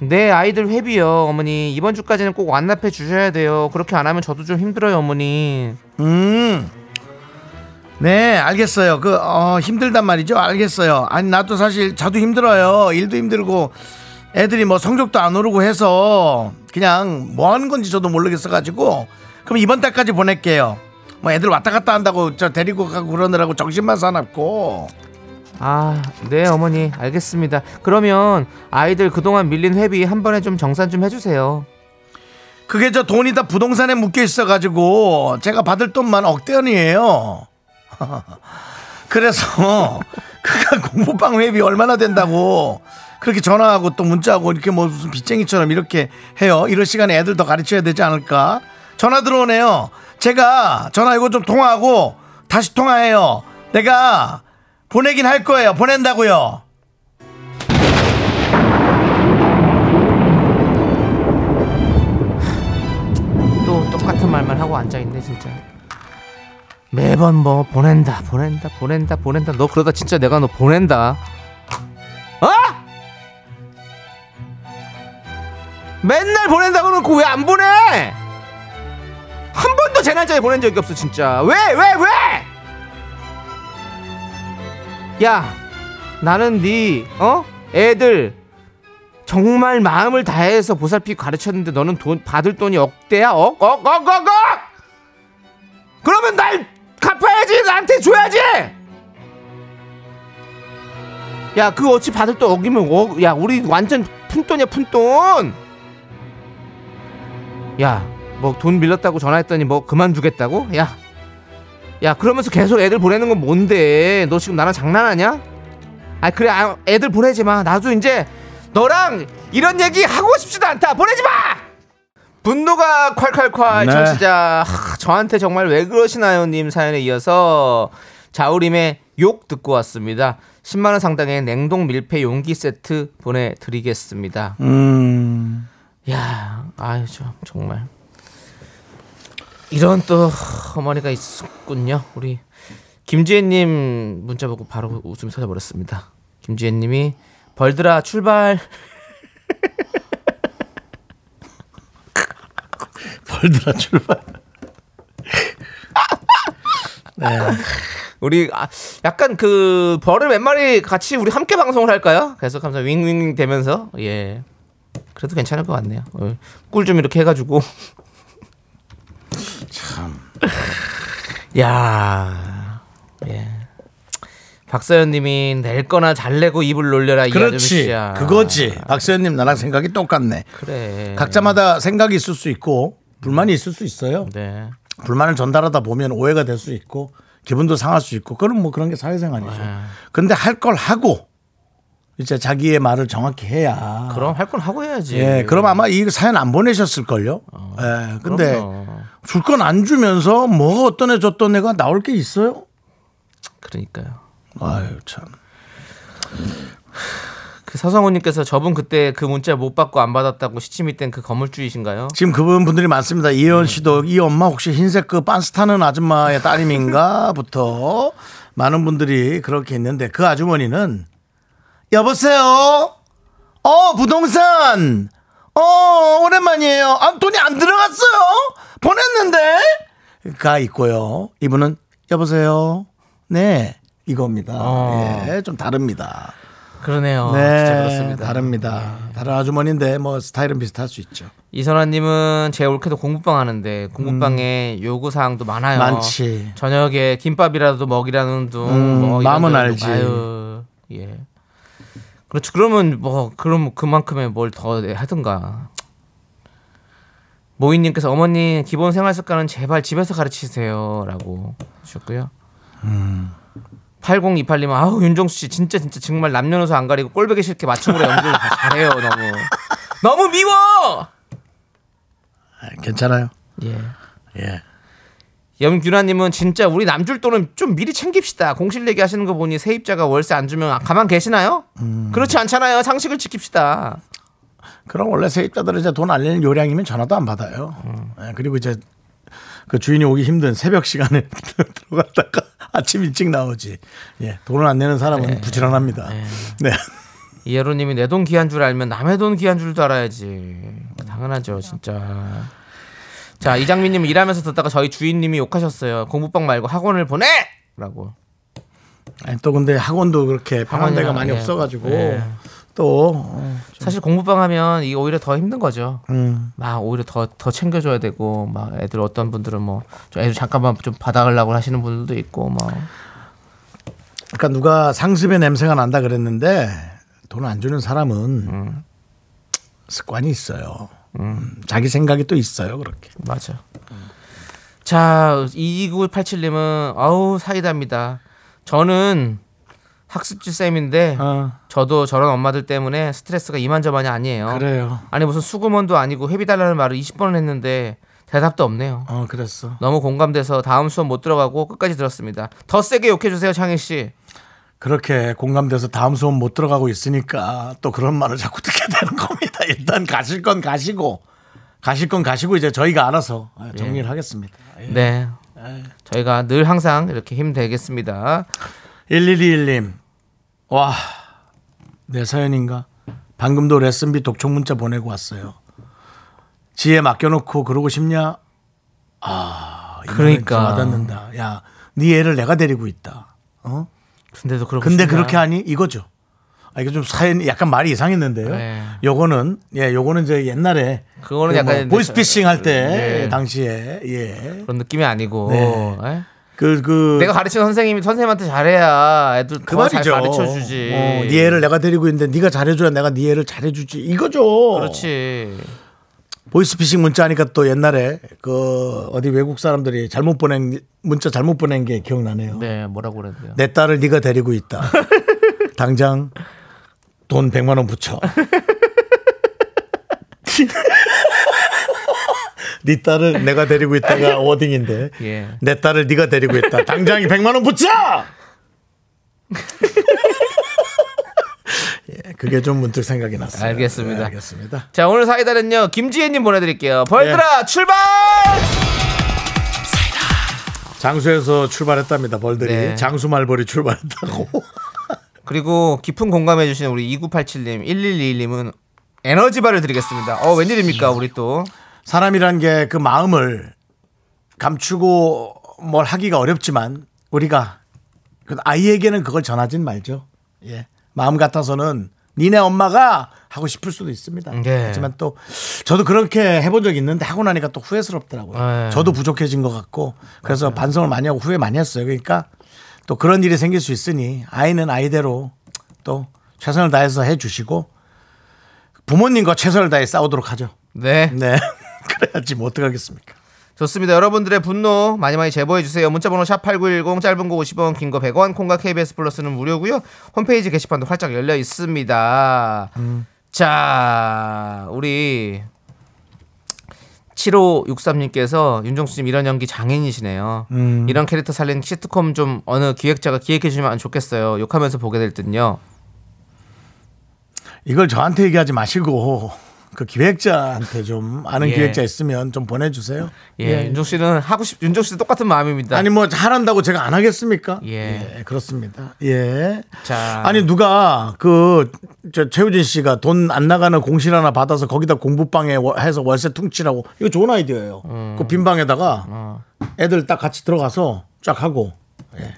[SPEAKER 3] 네 아이들 회비요 어머니 이번 주까지는 꼭 완납해 주셔야 돼요 그렇게 안 하면 저도 좀 힘들어요 어머니
[SPEAKER 2] 음. 네 알겠어요. 그 어, 힘들단 말이죠. 알겠어요. 아니 나도 사실 저도 힘들어요. 일도 힘들고 애들이 뭐 성적도 안 오르고 해서 그냥 뭐 하는 건지 저도 모르겠어 가지고 그럼 이번 달까지 보낼게요. 뭐 애들 왔다 갔다 한다고 저 데리고 가고 그러느라고 정신만 사납고
[SPEAKER 3] 아 네 어머니 알겠습니다 그러면 아이들 그동안 밀린 회비 한 번에 좀 정산 좀 해주세요
[SPEAKER 2] 그게 저 돈이 다 부동산에 묶여 있어가지고 제가 받을 돈만 억대 원이에요. (laughs) 그래서 그가 공부방 회비 얼마나 된다고 그렇게 전화하고 또 문자하고 이렇게 뭐 무슨 빚쟁이처럼 이렇게 해요. 이럴 시간에 애들 더 가르쳐야 되지 않을까? 전화 들어오네요. 제가 전화 이거 좀 통화하고 다시 통화해요. 내가 보내긴 할 거예요. 보낸다고요.
[SPEAKER 3] 또 똑같은 말만 하고 앉아 있네 진짜. 매번 뭐 보낸다 보낸다 보낸다 보낸다 너 그러다 진짜 내가 너 보낸다. 어? 맨날 보낸다고 그러고 왜 안 보내? 한 번도 제 날짜에 보낸 적이 없어 진짜. 왜 왜 왜, 야 나는 네 어? 애들 정말 마음을 다해서 보살피 가르쳤는데 너는 돈 받을 돈이 억대야 어? 억억억억억 그러면 날 갚아야지 나한테 줘야지 야 그 어찌 받을 돈 억이면 억, 야 우리 완전 푼돈이야 푼돈 야 뭐 돈 빌렸다고 전화했더니 뭐 그만두겠다고 야 야, 그러면서 계속 애들 보내는 건 뭔데 너 지금 나랑 장난하냐 아 그래 아, 애들 보내지 마 나도 이제 너랑 이런 얘기 하고 싶지도 않다 보내지 마 분노가 콸콸콸
[SPEAKER 2] 네.
[SPEAKER 3] 청취자 하, 저한테 정말 왜 그러시나요 님 사연에 이어서 자우림의 욕 듣고 왔습니다 10만원 상당의 냉동 밀폐 용기 세트 보내드리겠습니다
[SPEAKER 2] 음.
[SPEAKER 3] 야 아유 참 정말 이런 또 어머니가 있었군요 우리 김지혜님 문자 보고 바로 웃음이 터져버렸습니다 김지혜님이 벌들아 출발
[SPEAKER 2] 벌들아 출발. 네.
[SPEAKER 3] 우리 아, 약간 그 벌을 몇 마리 같이 우리 함께 방송을 할까요? 계속 하면서 윙윙 되면서 예 그래도 괜찮을 것 같네요 어, 꿀 좀 이렇게 해가지고
[SPEAKER 2] (laughs)
[SPEAKER 3] 참야예 박서연님이 낼 거나 잘 내고 입을 놀려라 이
[SPEAKER 2] 그렇지.
[SPEAKER 3] 아저씨야
[SPEAKER 2] 그거지. 박서연님 나랑 생각이 똑같네.
[SPEAKER 3] 그래
[SPEAKER 2] 각자마다 생각이 있을 수 있고 불만이 있을 수 있어요.
[SPEAKER 3] 네
[SPEAKER 2] 불만을 전달하다 보면 오해가 될 수 있고 기분도 상할 수 있고 그런 뭐 그런 게 사회생활이죠.
[SPEAKER 3] 네.
[SPEAKER 2] 근데 할 걸 하고 이제 자기의 말을 정확히 해야.
[SPEAKER 3] 그럼 할 건 하고 해야지
[SPEAKER 2] 아. 예, 그럼 아마 이 사연 안 보내셨을 걸요. 예, 근데
[SPEAKER 3] 어, 그럼요.
[SPEAKER 2] 줄 건 안 주면서 뭐가 어떤 애 줬던 애가 나올 게 있어요?
[SPEAKER 3] 그러니까요
[SPEAKER 2] 아유 참.
[SPEAKER 3] 그 서성호님께서 저분 그때 그 문자 못 받고 안 받았다고 시침이 땐 그 건물주이신가요?
[SPEAKER 2] 지금 그분 분들이 많습니다. 이현 씨도 이 엄마 혹시 흰색 그 빤스 타는 아줌마의 딸임인가부터 많은 분들이 그렇게 있는데 그 아주머니는 여보세요. 어 부동산. 어 오랜만이에요. 아 돈이 안 들어갔어요. 보냈는데. 가 있고요. 이분은 여보세요. 네 이겁니다.
[SPEAKER 3] 어.
[SPEAKER 2] 예, 좀 다릅니다.
[SPEAKER 3] 그러네요.
[SPEAKER 2] 네,
[SPEAKER 3] 아, 진짜 그렇습니다.
[SPEAKER 2] 다릅니다. 다른 아주머니인데 뭐 스타일은 비슷할 수 있죠.
[SPEAKER 3] 이선아님은 제 올케도 공부방 하는데 공부방에 요구 사항도
[SPEAKER 2] 음.
[SPEAKER 3] 많아요.
[SPEAKER 2] 많지.
[SPEAKER 3] 저녁에 김밥이라도 먹이라는 둥.
[SPEAKER 2] 음,
[SPEAKER 3] 뭐 이런
[SPEAKER 2] 마음은
[SPEAKER 3] 저런
[SPEAKER 2] 알지.
[SPEAKER 3] 둥. 아유, 예. 그렇죠. 그러면 뭐 그럼 그만큼의 뭘 더 하든가. 모인님께서 어머니 기본 생활 습관은 제발 집에서 가르치세요라고 하셨고요.
[SPEAKER 2] 음.
[SPEAKER 3] 8028님은 아우 윤종수 씨 진짜 진짜 정말 남녀노소 안 가리고 꼴보기 싫게 맞춤으로 연기를 잘해요 너무 너무 미워
[SPEAKER 2] 아, 괜찮아요.
[SPEAKER 3] 예.
[SPEAKER 2] 예.
[SPEAKER 3] 염규나님은 진짜 우리 남줄 돈은 좀 미리 챙깁시다. 공실 얘기하시는 거 보니 세입자가 월세 안 주면 가만 계시나요? 그렇지 않잖아요. 상식을 지킵시다.
[SPEAKER 2] 그럼 원래 세입자들은 이제 돈 알리는 요량이면 전화도 안 받아요. 예, 그리고 이제 그 주인이 오기 힘든 새벽 시간에 (laughs) 들어갔다가 (laughs) 아침 일찍 나오지. 예, 돈을 안 내는 사람은 부지런합니다. 네.
[SPEAKER 3] 이예로님이 내 돈 귀한 줄 알면 남의 돈 귀한 줄도 알아야지. 당연하죠, 진짜. 자 이장민님 일하면서 듣다가 저희 주인님이 욕하셨어요. 공부방 말고 학원을 보내라고.
[SPEAKER 2] 아니, 또 근데 학원도 그렇게 편한
[SPEAKER 3] 학원이나,
[SPEAKER 2] 데가 많이
[SPEAKER 3] 예.
[SPEAKER 2] 없어가지고
[SPEAKER 3] 예.
[SPEAKER 2] 또 어,
[SPEAKER 3] 사실 공부방 하면 이게 오히려 더 힘든 거죠.
[SPEAKER 2] 음,
[SPEAKER 3] 막 오히려 더 더 챙겨줘야 되고 막 애들 어떤 분들은 뭐좀 애들 잠깐만 좀 받아가려고 하시는 분들도 있고 뭐.
[SPEAKER 2] 그러니까 누가 상습의 냄새가 난다 그랬는데 돈 안 주는 사람은 습관이 있어요. 음, 자기 생각이 또 있어요. 그렇게.
[SPEAKER 3] 맞아. 자, 2987님은 아우 사이다입니다. 저는 학습지 쌤인데
[SPEAKER 2] 어,
[SPEAKER 3] 저도 저런 엄마들 때문에 스트레스가 이만저만이 아니에요.
[SPEAKER 2] 그래요.
[SPEAKER 3] 아니 무슨 수금원도 아니고 회비 달라는 말을 20번을 했는데 대답도 없네요.
[SPEAKER 2] 어, 그랬어.
[SPEAKER 3] 너무 공감돼서 다음 수업 못 들어가고 끝까지 들었습니다. 더 세게 욕해 주세요, 창희 씨.
[SPEAKER 2] 그렇게 공감돼서 다음 수업 못 들어가고 있으니까 또 그런 말을 자꾸 듣게 되는 겁니다. (laughs) 일단 가실 건 가시고 가실 건 가시고 이제 저희가 알아서
[SPEAKER 3] 예.
[SPEAKER 2] 정리를 하겠습니다.
[SPEAKER 3] 네. 저희가 늘 항상 이렇게 힘들겠습니다.
[SPEAKER 2] 1121님. 와. 내 사연인가? 방금도 레슨비 독촉 문자 보내고 왔어요. 지혜 맡겨 놓고 그러고 싶냐? 아, 이 말은
[SPEAKER 3] 그러니까.
[SPEAKER 2] 진짜 와닿는다. 야, 네 애를 내가 데리고 있다. 어?
[SPEAKER 3] 근데도 그렇고
[SPEAKER 2] 근데 그렇게 하니 이거죠. 아, 이거 좀 사연이 약간 말이 이상했는데요.
[SPEAKER 3] 네.
[SPEAKER 2] 요거는 예, 요거는 이제 옛날에
[SPEAKER 3] 그거는
[SPEAKER 2] 그
[SPEAKER 3] 약간
[SPEAKER 2] 뭐 보이스피싱 할 때
[SPEAKER 3] 네.
[SPEAKER 2] 당시에 예.
[SPEAKER 3] 그런 느낌이 아니고
[SPEAKER 2] 네.
[SPEAKER 3] 예?
[SPEAKER 2] 그 그
[SPEAKER 3] 내가 가르친 선생님이 선생님한테 잘해야 애들
[SPEAKER 2] 그
[SPEAKER 3] 더 잘
[SPEAKER 2] 말이죠.
[SPEAKER 3] 가르쳐 주지.
[SPEAKER 2] 어, 네 애를 내가 데리고 있는데 네가 잘해줘야 내가 네 애를 잘해주지. 이거죠.
[SPEAKER 3] 그렇지.
[SPEAKER 2] 보이스피싱 문자하니까 또 옛날에 그 어디 외국 사람들이 잘못 보낸 문자 잘못 보낸 게 기억나네요.
[SPEAKER 3] 네, 뭐라고 그랬는데요.
[SPEAKER 2] 내 딸을 네가 데리고
[SPEAKER 3] (laughs)
[SPEAKER 2] 있다. 당장 돈 100만 원
[SPEAKER 3] (laughs)
[SPEAKER 2] 붙여. 네 딸을 내가 데리고
[SPEAKER 3] (laughs)
[SPEAKER 2] 있다가 워딩인데
[SPEAKER 3] 예.
[SPEAKER 2] 내 딸을 네가 데리고 있다. 당장이 100만 원
[SPEAKER 3] (laughs)
[SPEAKER 2] 붙여. 예, 그게 좀 문득 생각이 났어요.
[SPEAKER 3] 알겠습니다.
[SPEAKER 2] 예, 알겠습니다.
[SPEAKER 3] 네. 자, 오늘 사이다는요. 김지혜님 보내드릴게요. 벌들아 출발!
[SPEAKER 2] 장수에서 출발했답니다. 벌들이
[SPEAKER 3] 네.
[SPEAKER 2] 장수 말벌이 출발했다고.
[SPEAKER 3] 그리고 깊은 공감해 주시는 우리 2987님, 1121님은 에너지바를 드리겠습니다. 어, 웬일입니까? 우리 또.
[SPEAKER 2] 사람이란 게 그 마음을 감추고 뭘 하기가 어렵지만 우리가 그 아이에게는 그걸 전하진 말죠. 예. 마음 같아서는 니네 엄마가 하고 싶을 수도 있습니다.
[SPEAKER 3] 네.
[SPEAKER 2] 하지만 또 저도 그렇게 해본 적이 있는데 하고 나니까 또 후회스럽더라고요.
[SPEAKER 3] 네.
[SPEAKER 2] 저도 부족해진 것 같고 그래서 반성을 많이 하고 후회 많이 했어요. 그러니까 또 그런 일이 생길 수 있으니 아이는 아이대로 또 최선을 다해서 해주시고 부모님과 최선을 다해 싸우도록 하죠.
[SPEAKER 3] 네.
[SPEAKER 2] 네. (laughs) 그래야지 뭐 어떡하겠습니까?
[SPEAKER 3] 좋습니다. 여러분들의 분노 많이 많이 제보해 주세요. 문자번호 샵 #8910 짧은 거 50원, 긴 거 100원, 콩과 KBS 플러스는 무료고요. 홈페이지 게시판도 활짝 열려 있습니다. 자, 우리 7563님께서 윤정수님 이런 연기 장인이시네요. 이런 캐릭터 살린 시트콤 좀 어느 기획자가 기획해 주시면 좋겠어요. 욕하면서 보게 될 듯요.
[SPEAKER 2] 이걸 저한테 얘기하지 마시고 그 기획자한테 좀 아는
[SPEAKER 3] 예.
[SPEAKER 2] 기획자 있으면 좀 보내주세요.
[SPEAKER 3] 예, 윤정 씨는 하고 싶 윤정 씨도 똑같은 마음입니다.
[SPEAKER 2] 아니 뭐 하란다고 제가 안 하겠습니까?
[SPEAKER 3] 네. 예.
[SPEAKER 2] 그렇습니다. 예.
[SPEAKER 3] 자.
[SPEAKER 2] 아니 누가 그 저 최우진 씨가 돈 안 나가는 공실 하나 받아서 거기다 공부방에 월- 해서 월세 퉁치라고 이거 좋은 아이디어예요.
[SPEAKER 3] 음.
[SPEAKER 2] 그 빈 방에다가
[SPEAKER 3] 어.
[SPEAKER 2] 애들 딱 같이 들어가서 쫙 하고. 예.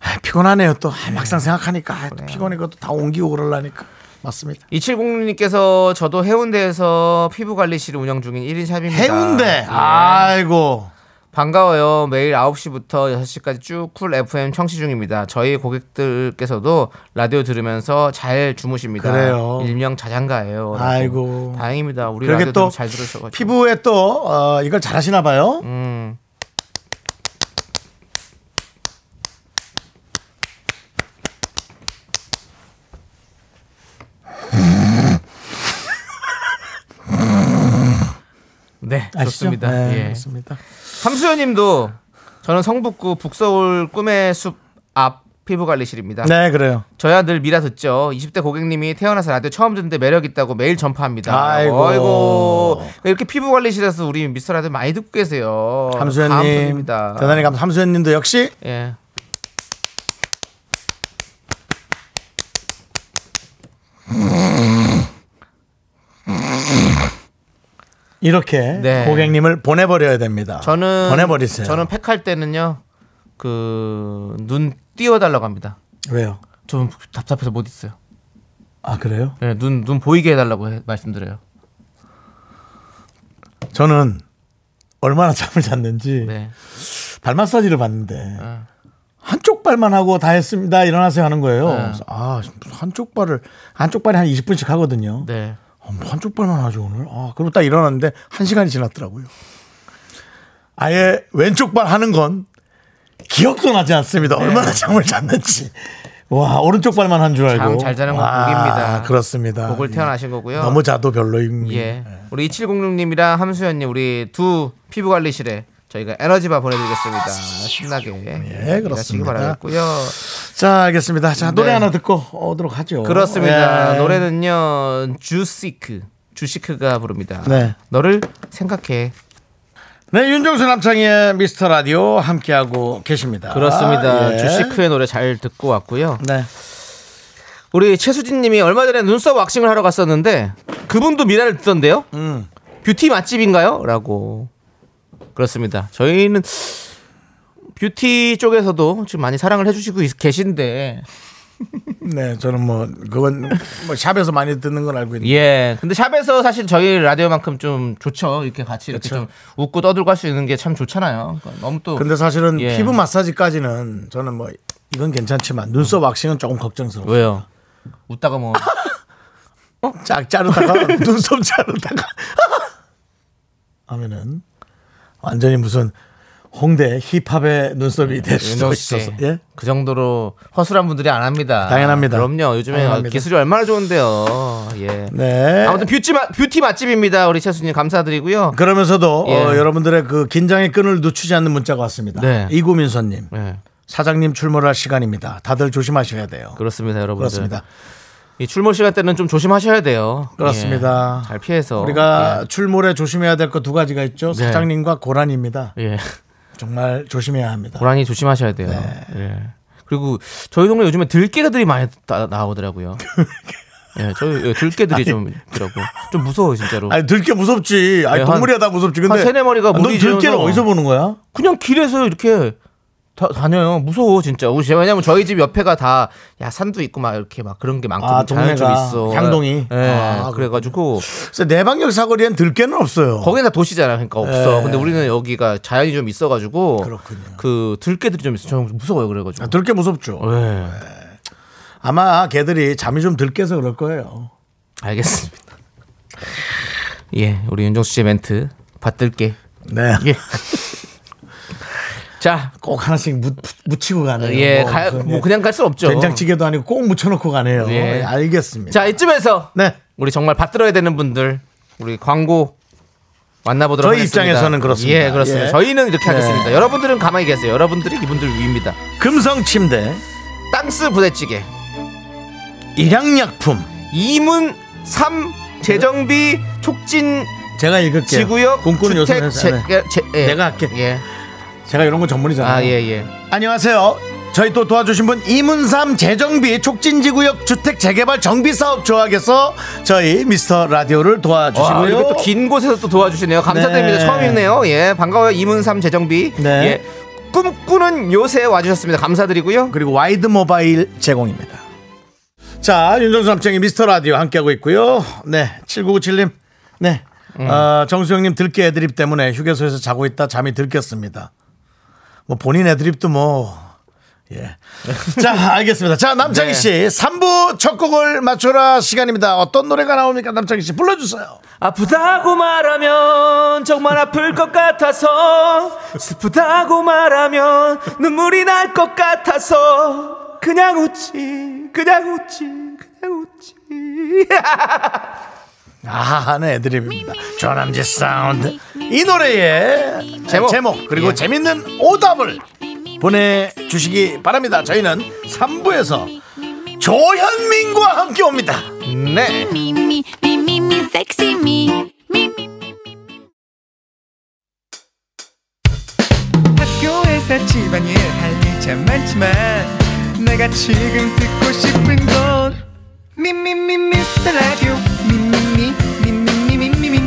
[SPEAKER 2] 아, 피곤하네요 또
[SPEAKER 3] 예.
[SPEAKER 2] 아, 막상 생각하니까 아, 또 피곤해 그것도 다 옮기고 그러려니까 맞습니다.
[SPEAKER 3] 2706님께서 저도 해운대에서 피부관리실 운영 중인 1인 샵입니다.
[SPEAKER 2] 해운대
[SPEAKER 3] 예.
[SPEAKER 2] 아이고
[SPEAKER 3] 반가워요. 매일 9시부터 6시까지 쭉 쿨 FM 청취 중입니다. 저희 고객들께서도 라디오 들으면서 잘 주무십니다.
[SPEAKER 2] 그래요.
[SPEAKER 3] 일명 자장가예요. 라고.
[SPEAKER 2] 아이고.
[SPEAKER 3] 다행입니다. 우리
[SPEAKER 2] 그렇게
[SPEAKER 3] 라디오
[SPEAKER 2] 또
[SPEAKER 3] 잘 들으셔가지고.
[SPEAKER 2] 피부에 또 어, 이걸 잘하시나 봐요.
[SPEAKER 3] 음. 네,
[SPEAKER 2] 아시죠?
[SPEAKER 3] 좋습니다.
[SPEAKER 2] 네,
[SPEAKER 3] 예.
[SPEAKER 2] 그렇습니다.
[SPEAKER 3] 함수연님도 저는 성북구 북서울 꿈의 숲 앞 피부관리실입니다.
[SPEAKER 2] 네 그래요.
[SPEAKER 3] 저야 늘 미라 듣죠. 20대 고객님이 태어나서 라디오 처음 듣는데 매력 있다고 매일 전파합니다.
[SPEAKER 2] 아이고.
[SPEAKER 3] 아이고. 이렇게 피부 관리실에서 우리 미스터 라디오 많이 듣고 계세요.
[SPEAKER 2] 함수현님
[SPEAKER 3] 감사드립니다.
[SPEAKER 2] 대단히 감사. 함수현님도 역시
[SPEAKER 3] 예.
[SPEAKER 2] 이렇게
[SPEAKER 3] 네.
[SPEAKER 2] 고객님을 보내버려야 됩니다.
[SPEAKER 3] 저는
[SPEAKER 2] 보내버리세요.
[SPEAKER 3] 저는 팩할 때는요. 그 눈 띄워 달라고 합니다.
[SPEAKER 2] 왜요?
[SPEAKER 3] 좀 답답해서 못 있어요.
[SPEAKER 2] 아 그래요?
[SPEAKER 3] 예, 눈, 눈 보이게 해달라고 해- 말씀드려요.
[SPEAKER 2] 저는 얼마나 잠을 잤는지
[SPEAKER 3] 네.
[SPEAKER 2] 발 마사지를 받는데 한쪽 발만 하고 다 했습니다. 일어나세요 하는 거예요.
[SPEAKER 3] 네.
[SPEAKER 2] 그래서 아 한쪽 발을 한쪽 발이 한 20분씩 하거든요.
[SPEAKER 3] 네.
[SPEAKER 2] 아, 뭐 한쪽 발만 하죠 오늘. 아 그리고 딱 일어났는데 한 시간이 지났더라고요. 아예 왼쪽 발 하는 건 기억도 나지 않습니다.
[SPEAKER 3] 네.
[SPEAKER 2] 얼마나 잠을 잤는지. 와 오른쪽 발만 한 줄 알고.
[SPEAKER 3] 잠잘 자는 건
[SPEAKER 2] 와,
[SPEAKER 3] 복입니다.
[SPEAKER 2] 그렇습니다.
[SPEAKER 3] 복을
[SPEAKER 2] 예.
[SPEAKER 3] 태어나신 거고요.
[SPEAKER 2] 너무 자도 별로입니다.
[SPEAKER 3] 예. 우리 2706님이랑 함수연님 우리 두 피부 관리실에 저희가 에너지바 보내드리겠습니다. 신나게
[SPEAKER 2] 예,
[SPEAKER 3] 일하시기
[SPEAKER 2] 그렇습니다.
[SPEAKER 3] 바라겠고요.
[SPEAKER 2] 자 알겠습니다. 자 노래
[SPEAKER 3] 네.
[SPEAKER 2] 하나 듣고 오도록
[SPEAKER 3] 어,
[SPEAKER 2] 하죠.
[SPEAKER 3] 그렇습니다.
[SPEAKER 2] 예.
[SPEAKER 3] 노래는요 주시크 주시크가 부릅니다.
[SPEAKER 2] 네.
[SPEAKER 3] 너를 생각해.
[SPEAKER 2] 네 윤종수 남창희의 미스터 라디오 함께하고 계십니다.
[SPEAKER 3] 그렇습니다.
[SPEAKER 2] 예.
[SPEAKER 3] 주시크의 노래 잘 듣고 왔고요.
[SPEAKER 2] 네.
[SPEAKER 3] 우리 최수진님이 얼마 전에 눈썹 왁싱을 하러 갔었는데 그분도 미라를 듣던데요.
[SPEAKER 2] 음.
[SPEAKER 3] 뷰티 맛집인가요?라고 그렇습니다. 저희는 뷰티 쪽에서도 지금 많이 사랑을 해주시고 있- 계신데
[SPEAKER 2] 네 저는 뭐 그건 뭐 샵에서 많이 듣는 건 알고 있는데.
[SPEAKER 3] 예. 근데 샵에서 사실 저희 라디오만큼 좀 좋죠. 이렇게 같이 이렇게 좀 웃고 떠들고 할 수 있는 게 참 좋잖아요. 그러니까 너무 또
[SPEAKER 2] 근데 사실은
[SPEAKER 3] 예.
[SPEAKER 2] 피부 마사지까지는 저는 뭐 이건 괜찮지만 눈썹 왁싱은 조금 걱정스러워. (laughs)
[SPEAKER 3] 왜요? 웃다가
[SPEAKER 2] 아,
[SPEAKER 3] 뭐
[SPEAKER 2] 쫙 자르다가
[SPEAKER 3] (laughs)
[SPEAKER 2] 눈썹 자르다가 (laughs) 하면은 완전히 무슨 홍대 힙합의 눈썹이 될 수도
[SPEAKER 3] 윤정 씨,
[SPEAKER 2] 있어서 예?
[SPEAKER 3] 그 정도로 허술한 분들이 안 합니다.
[SPEAKER 2] 당연합니다.
[SPEAKER 3] 그럼요. 요즘에
[SPEAKER 2] 당연합니다.
[SPEAKER 3] 기술이 얼마나 좋은데요. 예.
[SPEAKER 2] 네.
[SPEAKER 3] 아무튼 뷰티 맛 뷰티 맛집입니다. 우리 채수님 감사드리고요.
[SPEAKER 2] 그러면서도
[SPEAKER 3] 예.
[SPEAKER 2] 어, 여러분들의 그 긴장의 끈을 늦추지 않는 문자가 왔습니다.
[SPEAKER 3] 네.
[SPEAKER 2] 이구민서님
[SPEAKER 3] 예.
[SPEAKER 2] 사장님 출몰할 시간입니다. 다들 조심하셔야 돼요.
[SPEAKER 3] 그렇습니다, 여러분들.
[SPEAKER 2] 그렇습니다.
[SPEAKER 3] 이 출몰 시간 때는 좀 조심하셔야 돼요.
[SPEAKER 2] 그렇습니다.
[SPEAKER 3] 예. 잘 피해서
[SPEAKER 2] 우리가 출몰에 조심해야 될 거 두 가지가 있죠.
[SPEAKER 3] 예. 네.
[SPEAKER 2] 사장님과 고란입니다.
[SPEAKER 3] 예. 예.
[SPEAKER 2] 정말 조심해야 합니다.
[SPEAKER 3] 고라니 조심하셔야 돼요.
[SPEAKER 2] 네.
[SPEAKER 3] 예. 그리고 저희 동네 요즘에 들깨들이 많이
[SPEAKER 2] (laughs)
[SPEAKER 3] 나- 나오더라고요. 예, 저희 예, 들깨들이 좀 있더라고. 좀 무서워 진짜로.
[SPEAKER 2] 아니 들깨 무섭지. 아니
[SPEAKER 3] 네, 한-
[SPEAKER 2] 동물이야 다 무섭지. 근데 아,
[SPEAKER 3] 한 세네 마리가
[SPEAKER 2] 넌
[SPEAKER 3] 물이
[SPEAKER 2] 들깨를
[SPEAKER 3] 지어서-
[SPEAKER 2] 어디서 보는 거야?
[SPEAKER 3] 그냥 길에서 이렇게 다, 다녀요. 무서워 진짜. 우리 집- 왜냐면 저희 집 옆에가 다 야 산도 있고 막 이렇게 막 그런 게 많고
[SPEAKER 2] 아, 동네가
[SPEAKER 3] 자연 좀 있어.
[SPEAKER 2] 향동이?
[SPEAKER 3] 예.
[SPEAKER 2] 아,
[SPEAKER 3] 그래가지고
[SPEAKER 2] 그래서 내방역 사거리엔 들깨는 없어요.
[SPEAKER 3] 거기는 다 도시잖아. 그러니까 없어.
[SPEAKER 2] 예.
[SPEAKER 3] 근데 우리는 여기가 자연이 좀 있어가지고
[SPEAKER 2] 그렇군요.
[SPEAKER 3] 그 들깨들이 좀 있어. 저는 무서워요. 그래가지고.
[SPEAKER 2] 아, 들깨 무섭죠.
[SPEAKER 3] 예.
[SPEAKER 2] 아마 걔들이 잠이 좀 들깨서 그럴 거예요.
[SPEAKER 3] 알겠습니다. 예, 우리 윤정수 씨의 멘트 받들게.
[SPEAKER 2] 네.
[SPEAKER 3] 예. (laughs) 자,
[SPEAKER 2] 꼭 하나씩 묻, 히고 가네요.
[SPEAKER 3] 예,
[SPEAKER 2] 뭐
[SPEAKER 3] 가,
[SPEAKER 2] 무슨,
[SPEAKER 3] 뭐
[SPEAKER 2] 예.
[SPEAKER 3] 그냥 갈 수 없죠.
[SPEAKER 2] 된장찌개도 아니고 꼭 묻혀놓고 가네요.
[SPEAKER 3] 예.
[SPEAKER 2] 예, 알겠습니다.
[SPEAKER 3] 자, 이쯤에서
[SPEAKER 2] 네.
[SPEAKER 3] 우리 정말 받들어야 되는 분들 우리 광고 만나보도록
[SPEAKER 2] 저희
[SPEAKER 3] 하겠습니다.
[SPEAKER 2] 입장에서는 그렇습니다.
[SPEAKER 3] 예, 그렇습니다.
[SPEAKER 2] 예.
[SPEAKER 3] 저희는 이렇게
[SPEAKER 2] 네.
[SPEAKER 3] 하겠습니다. 여러분들은 가만히 계세요. 여러분들이 이분들 위입니다.
[SPEAKER 2] 금성 침대,
[SPEAKER 3] 땅스 부대찌개,
[SPEAKER 2] 일양약품.
[SPEAKER 3] 이문 삼 재정비 촉진
[SPEAKER 2] 제가 읽을게요.
[SPEAKER 3] 지구역
[SPEAKER 2] 꿈꾸는 요소
[SPEAKER 3] 주택
[SPEAKER 2] 회사. 네.
[SPEAKER 3] 재- 재- 예.
[SPEAKER 2] 내가 할게.
[SPEAKER 3] 예.
[SPEAKER 2] 제가 이런 거 전문이잖아요.
[SPEAKER 3] 아, 예, 예.
[SPEAKER 2] 안녕하세요. 저희 또 도와주신 분 이문삼 재정비 촉진지구역 주택 재개발 정비 사업 조합에서 저희 미스터 라디오를
[SPEAKER 3] 와,
[SPEAKER 2] 도와주시고요.
[SPEAKER 3] 그리고 아, 또 긴 곳에서 또 도와주시네요. 감사드립니다.
[SPEAKER 2] 네.
[SPEAKER 3] 처음이네요. 예, 반가워요. 이문삼 재정비.
[SPEAKER 2] 네.
[SPEAKER 3] 예. 꿈꾸는 요새 와주셨습니다. 감사드리고요.
[SPEAKER 2] 그리고 와이드 모바일 제공입니다. 자, 윤정수 남창의 미스터 라디오 함께하고 있고요. 네, 7997님. 네. 어, 정수영님 들깨 애드립 때문에 휴게소에서 자고 있다 잠이 들겠습니다. 뭐 본인 애드립도 뭐. 예. 자, 알겠습니다. 자, 남창희
[SPEAKER 3] 네.
[SPEAKER 2] 씨. 삼부첫 곡을 맞춰라 시간입니다. 어떤 노래가 나옵니까? 남창희 씨 불러주세요.
[SPEAKER 3] 아프다고 말하면 정말 아플 것 같아서 슬프다고 말하면 눈물이 날 것 같아서 그냥 웃지, 그냥 웃지, 그냥 (laughs) 웃지.
[SPEAKER 2] 아, 하는 애드립입니다. 조남지 사운드. 이 노래의 제목,
[SPEAKER 3] 제목.
[SPEAKER 2] 그리고
[SPEAKER 3] 예.
[SPEAKER 2] 재밌는 오답을 보내주시기 바랍니다. 저희는 3부에서 조현민과 함께 옵니다.
[SPEAKER 3] 네.
[SPEAKER 5] Me, me, me, me, me, sexy me. Me, me.
[SPEAKER 7] 학교에서 집안일 할 일 참 많지만 내가 지금 듣고 싶은 건 미미미 미스터 라디오 미미미 미미미 미미미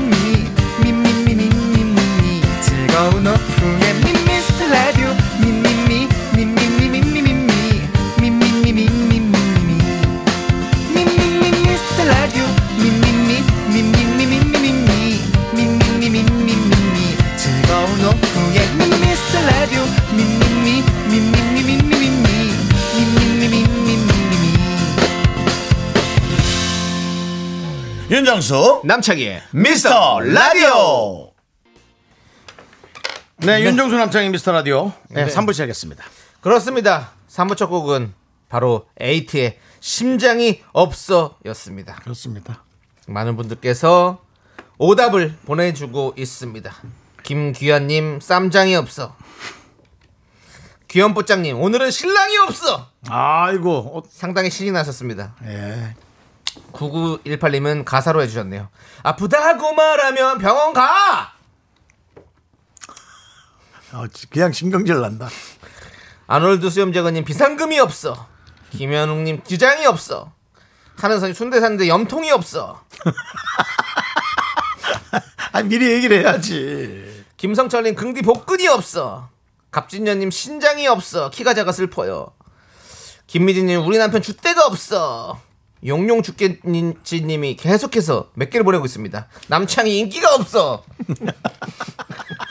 [SPEAKER 7] 미미미 미미미 즐거운 오후에 미스터 라디오 미미미 미미미 미미미 미미미 미미미
[SPEAKER 6] 윤정수
[SPEAKER 3] 남창희의
[SPEAKER 6] 미스터 라디오
[SPEAKER 2] 네, 윤정수 남창의 미스터 라디오. 네, 3부 시작했습니다.
[SPEAKER 3] 그렇습니다. 3부 첫 곡은 바로 에이트의 심장이 없어였습니다.
[SPEAKER 2] 그렇습니다.
[SPEAKER 3] 많은 분들께서 오답을 보내주고 있습니다. 김귀현님 쌈장이 없어. 귀염뽀짱님 오늘은 신랑이 없어.
[SPEAKER 2] 아이고, 어,
[SPEAKER 3] 상당히 신이 나셨습니다.
[SPEAKER 2] 예.
[SPEAKER 3] 9918님은 가사로 해주셨네요. 아프다고 말하면 병원 가.
[SPEAKER 2] 어, 그냥 신경질 난다.
[SPEAKER 3] 아놀드 수염제거님 비상금이 없어. 김현웅님 기장이 없어. 하는선이 순대사인데 염통이 없어.
[SPEAKER 2] 아, 미리 얘기를 해야지.
[SPEAKER 3] 김성철님 긍디 복근이 없어. 갑진년님 신장이 없어. 키가 작아 슬퍼요. 김미진님 우리 남편 줏대가 없어. 용용 죽겠지님이 계속해서 몇 개를 보내고 있습니다. 남창이 인기가 없어. (laughs)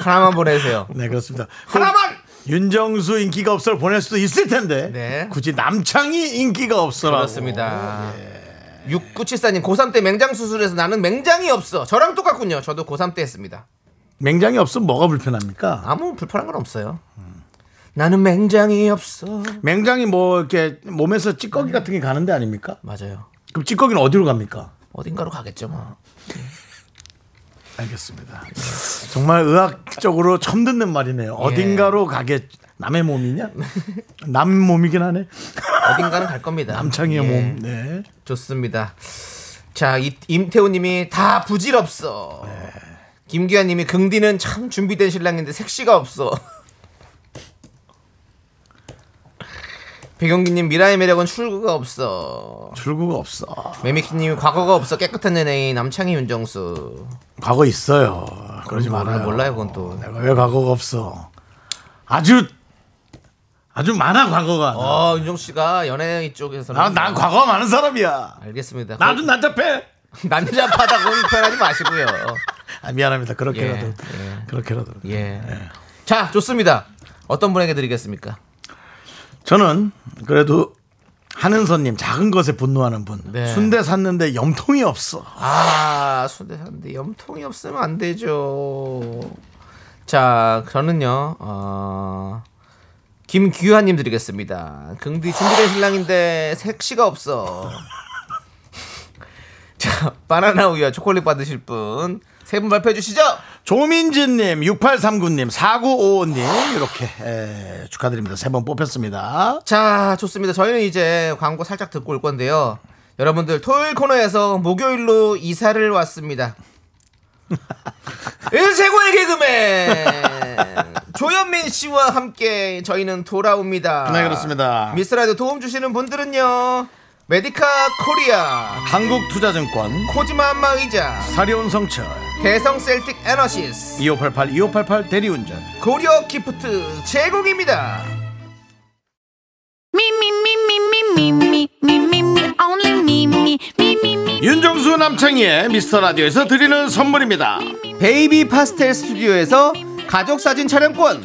[SPEAKER 3] 하나만 보내세요.
[SPEAKER 2] 네, 그렇습니다.
[SPEAKER 3] 하나만.
[SPEAKER 2] 윤정수 인기가 없어 보낼 수도 있을 텐데.
[SPEAKER 3] 네.
[SPEAKER 2] 굳이 남창이 인기가 없어라.
[SPEAKER 3] 그렇습니다. 6974님 고3 때 맹장 수술해서 나는 맹장이 없어. 저랑 똑같군요. 저도 고3 때 했습니다.
[SPEAKER 2] 맹장이 없으면 뭐가 불편합니까?
[SPEAKER 3] 아무 불편한 건 없어요. 나는 맹장이 없어.
[SPEAKER 2] 맹장이 뭐 이렇게 몸에서
[SPEAKER 3] 네.
[SPEAKER 2] 찌꺼기 같은 게 가는 데 아닙니까?
[SPEAKER 3] 맞아요.
[SPEAKER 2] 그럼 찌꺼기는 어디로 갑니까?
[SPEAKER 3] 어딘가로 가겠죠 뭐.
[SPEAKER 2] 알겠습니다. 정말 의학적으로 처음 듣는 말이네요.
[SPEAKER 3] 예.
[SPEAKER 2] 어딘가로 가게 남의
[SPEAKER 3] (laughs)
[SPEAKER 2] 몸이냐? 남 몸이긴 하네.
[SPEAKER 3] 어딘가는 갈 겁니다.
[SPEAKER 2] 남창희의
[SPEAKER 3] 예,
[SPEAKER 2] 몸. 네.
[SPEAKER 3] 좋습니다. 자, 이- 임태호님이 다 부질없어. 김기환님이 긍디는 참 준비된 신랑인데 색시가 없어. (laughs) 백용기님 미라의 매력은 출구가 없어.
[SPEAKER 2] 출구가 없어.
[SPEAKER 3] 매미키님 과거가 없어 깨끗한 연예인 남창희 윤정수.
[SPEAKER 2] 과거 있어요. 그러지
[SPEAKER 3] 몰라-
[SPEAKER 2] 말아요.
[SPEAKER 3] 몰라요 그건 또.
[SPEAKER 2] 내가 왜 과거가 없어? 아주 아주 많아 과거가.
[SPEAKER 3] 어 윤정수 씨가 연예 이쪽에서는.
[SPEAKER 2] 난, 난 과거가 많은 사람이야.
[SPEAKER 3] 알겠습니다.
[SPEAKER 2] 나도 난잡해.
[SPEAKER 3] (laughs) 남자파다고 표현하지 마시고요.
[SPEAKER 2] 아, 미안합니다. 그렇게라도
[SPEAKER 3] 예,
[SPEAKER 2] 그렇게라도.
[SPEAKER 3] 예. 자 좋습니다. 어떤 분에게 드리겠습니까?
[SPEAKER 2] 저는 그래도 한은서님 작은 것에 분노하는 분.
[SPEAKER 3] 네.
[SPEAKER 2] 순대 샀는데 염통이 없어.
[SPEAKER 3] 아, 순대사인데 염통이 없으면 안 되죠. 자, 저는요, 어, 김규환님 드리겠습니다. 긍디 준비된 신랑인데 색시가 없어. (laughs) 자, 바나나 우유와 초콜릿 받으실 분, 세 분 발표해 주시죠!
[SPEAKER 2] 조민진님, 6839님, 4955님 이렇게 에, 축하드립니다. 세 번 뽑혔습니다.
[SPEAKER 3] 자, 좋습니다. 저희는 이제 광고 살짝 듣고 올 건데요. 여러분들, 토요일 코너에서 목요일로
[SPEAKER 2] (laughs)
[SPEAKER 3] 이사를 왔습니다. 최고의 개그맨! 조현민 씨와 함께 저희는 돌아옵니다.
[SPEAKER 2] 네, 그렇습니다.
[SPEAKER 3] 미스라디오 도움 주시는 분들은요. 메디카 코리아,
[SPEAKER 2] 한국투자증권
[SPEAKER 3] 코지마 안마 의자,
[SPEAKER 2] 사리온 성철
[SPEAKER 3] 대성 셀틱 에너시스,
[SPEAKER 2] 2588 2588 대리운전
[SPEAKER 3] 고려 기프트 제공입니다.
[SPEAKER 5] me, me, me, me, me, me, me, me, me, only me, me, me, me, me.
[SPEAKER 2] 윤정수 남창희의 미스터 라디오에서 드리는 선물입니다.
[SPEAKER 3] 베이비 파스텔 스튜디오에서 가족 사진 촬영권,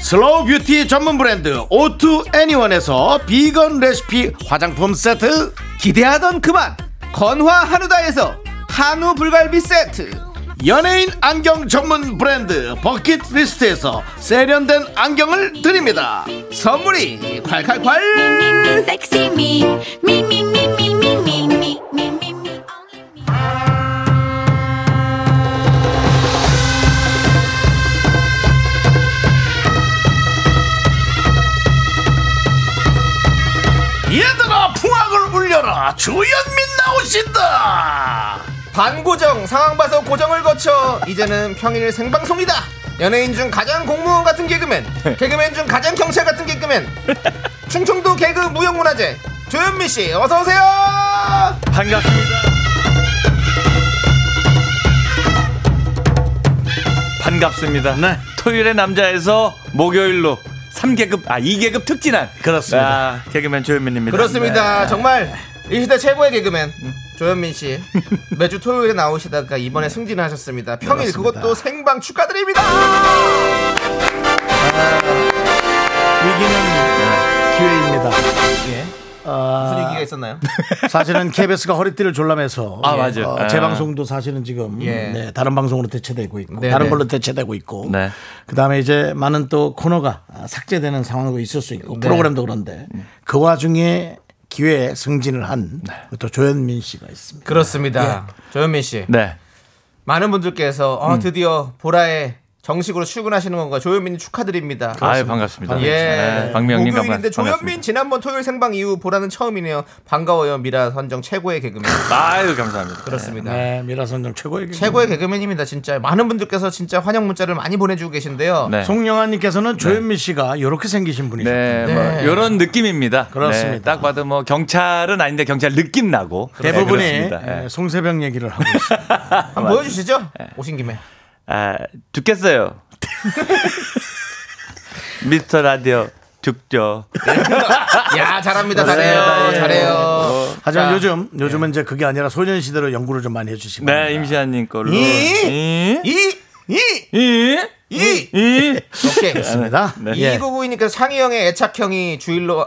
[SPEAKER 2] 슬로우 뷰티 전문 브랜드 오투 애니원에서 비건 레시피 화장품 세트
[SPEAKER 3] 기대하던 그만 건화 한우다에서 한우 불갈비 세트
[SPEAKER 2] 연예인 안경 전문 브랜드 버킷리스트에서 세련된 안경을 드립니다.
[SPEAKER 3] 선물이 콸콸콸
[SPEAKER 5] Sexy me, me, me, me, me, me, me, me, me, me, me, only me.
[SPEAKER 2] 얘들아 풍악을 울려라 조현민 나오신다.
[SPEAKER 3] 반고정 상황 봐서 고정을 거쳐 이제는 평일 생방송이다 연예인 중 가장 공무원 같은 개그맨 개그맨 중 가장 경찰 같은 개그맨 충청도 개그 무형문화재 조현민씨 어서오세요
[SPEAKER 8] 반갑습니다. 반갑습니다.
[SPEAKER 2] 네.
[SPEAKER 8] 토요일의 남자에서 목요일로 3계급, 아, 2계급 특진한.
[SPEAKER 2] 그렇습니다.
[SPEAKER 8] 아, 개그맨 조현민입니다.
[SPEAKER 3] 네. 그렇습니다 정말 이 시대 최고의 개그맨 조현민 씨 매주 토요일에 나오시다가 이번에 승진하셨습니다. 평일 그것도 생방 축하드립니다.
[SPEAKER 2] 위기는 기회입니다.
[SPEAKER 3] 예. 무슨
[SPEAKER 2] 아,
[SPEAKER 3] 얘기가 있었나요?
[SPEAKER 2] 사실은 KBS가 허리띠를 졸라매서 어,
[SPEAKER 9] 아, 맞아요. 아.
[SPEAKER 2] 재방송도 사실은 지금
[SPEAKER 3] 예.
[SPEAKER 2] 네, 다른 방송으로 대체되고 있고
[SPEAKER 3] 네,
[SPEAKER 2] 다른
[SPEAKER 3] 네.
[SPEAKER 2] 걸로 대체되고 있고
[SPEAKER 9] 네.
[SPEAKER 2] 그다음에 이제 많은 또 코너가 삭제되는 상황도 있을 수 있고 프로그램도
[SPEAKER 9] 네.
[SPEAKER 2] 그런데 그 와중에 기회에 승진을 한
[SPEAKER 9] 네.
[SPEAKER 2] 또 조현민 씨가 있습니다.
[SPEAKER 3] 그렇습니다. 조현민 씨
[SPEAKER 9] 네. 음.
[SPEAKER 3] 많은 분들께서 어, 드디어 보라에 정식으로 출근하시는 건가 조현민 축하드립니다.
[SPEAKER 9] 아유 반갑습니다.
[SPEAKER 3] 예,
[SPEAKER 9] 네, 박명님 감-
[SPEAKER 3] 목요일인데
[SPEAKER 9] 반갑습니다.
[SPEAKER 3] 조현민 지난번 토요일 생방 이후 보라는 처음이네요. 반가워요 미라 선정 최고의 개그맨
[SPEAKER 9] (laughs) 아유 감사합니다.
[SPEAKER 3] 그렇습니다.
[SPEAKER 2] 네, 미라 선정 최고의 개그맨.
[SPEAKER 3] 최고의 개그맨입니다 진짜 많은 분들께서 진짜 환영 문자를 많이 보내주고 계신데요.
[SPEAKER 9] 네.
[SPEAKER 2] 송영아님께서는 조현민 씨가 이렇게 생기신 분이죠.
[SPEAKER 9] 네,
[SPEAKER 3] 네.
[SPEAKER 9] 뭐 이런 느낌입니다.
[SPEAKER 2] 그렇습니다.
[SPEAKER 9] 네, 딱 봐도 뭐 경찰은 아닌데 경찰 느낌 나고
[SPEAKER 2] 대부분이
[SPEAKER 9] 네, 그렇습니다.
[SPEAKER 2] 예,
[SPEAKER 9] 예.
[SPEAKER 2] 송세병 얘기를 하고
[SPEAKER 9] (laughs)
[SPEAKER 2] 있어요.
[SPEAKER 3] 한번 보여주시죠
[SPEAKER 9] 네.
[SPEAKER 3] 오신 김에.
[SPEAKER 9] 아, 죽겠어요. 미스터 라디오 죽죠.
[SPEAKER 3] 야 잘합니다
[SPEAKER 9] 그렇습니다.
[SPEAKER 3] 잘해요
[SPEAKER 9] 예.
[SPEAKER 3] 잘해요.
[SPEAKER 2] 하지만
[SPEAKER 3] 자,
[SPEAKER 2] 요즘 요즘은 이제 그게 아니라 소년시대로 연구를 좀 많이 해주시고
[SPEAKER 9] 네, 임시한님 걸로. 이, 이,
[SPEAKER 3] 이
[SPEAKER 9] 이, 네.
[SPEAKER 3] 이!
[SPEAKER 9] 이.
[SPEAKER 3] 오케이.
[SPEAKER 9] 네.
[SPEAKER 2] 있습니다. 예.
[SPEAKER 3] 이구구이니까 창희 형의 애착형이 주일로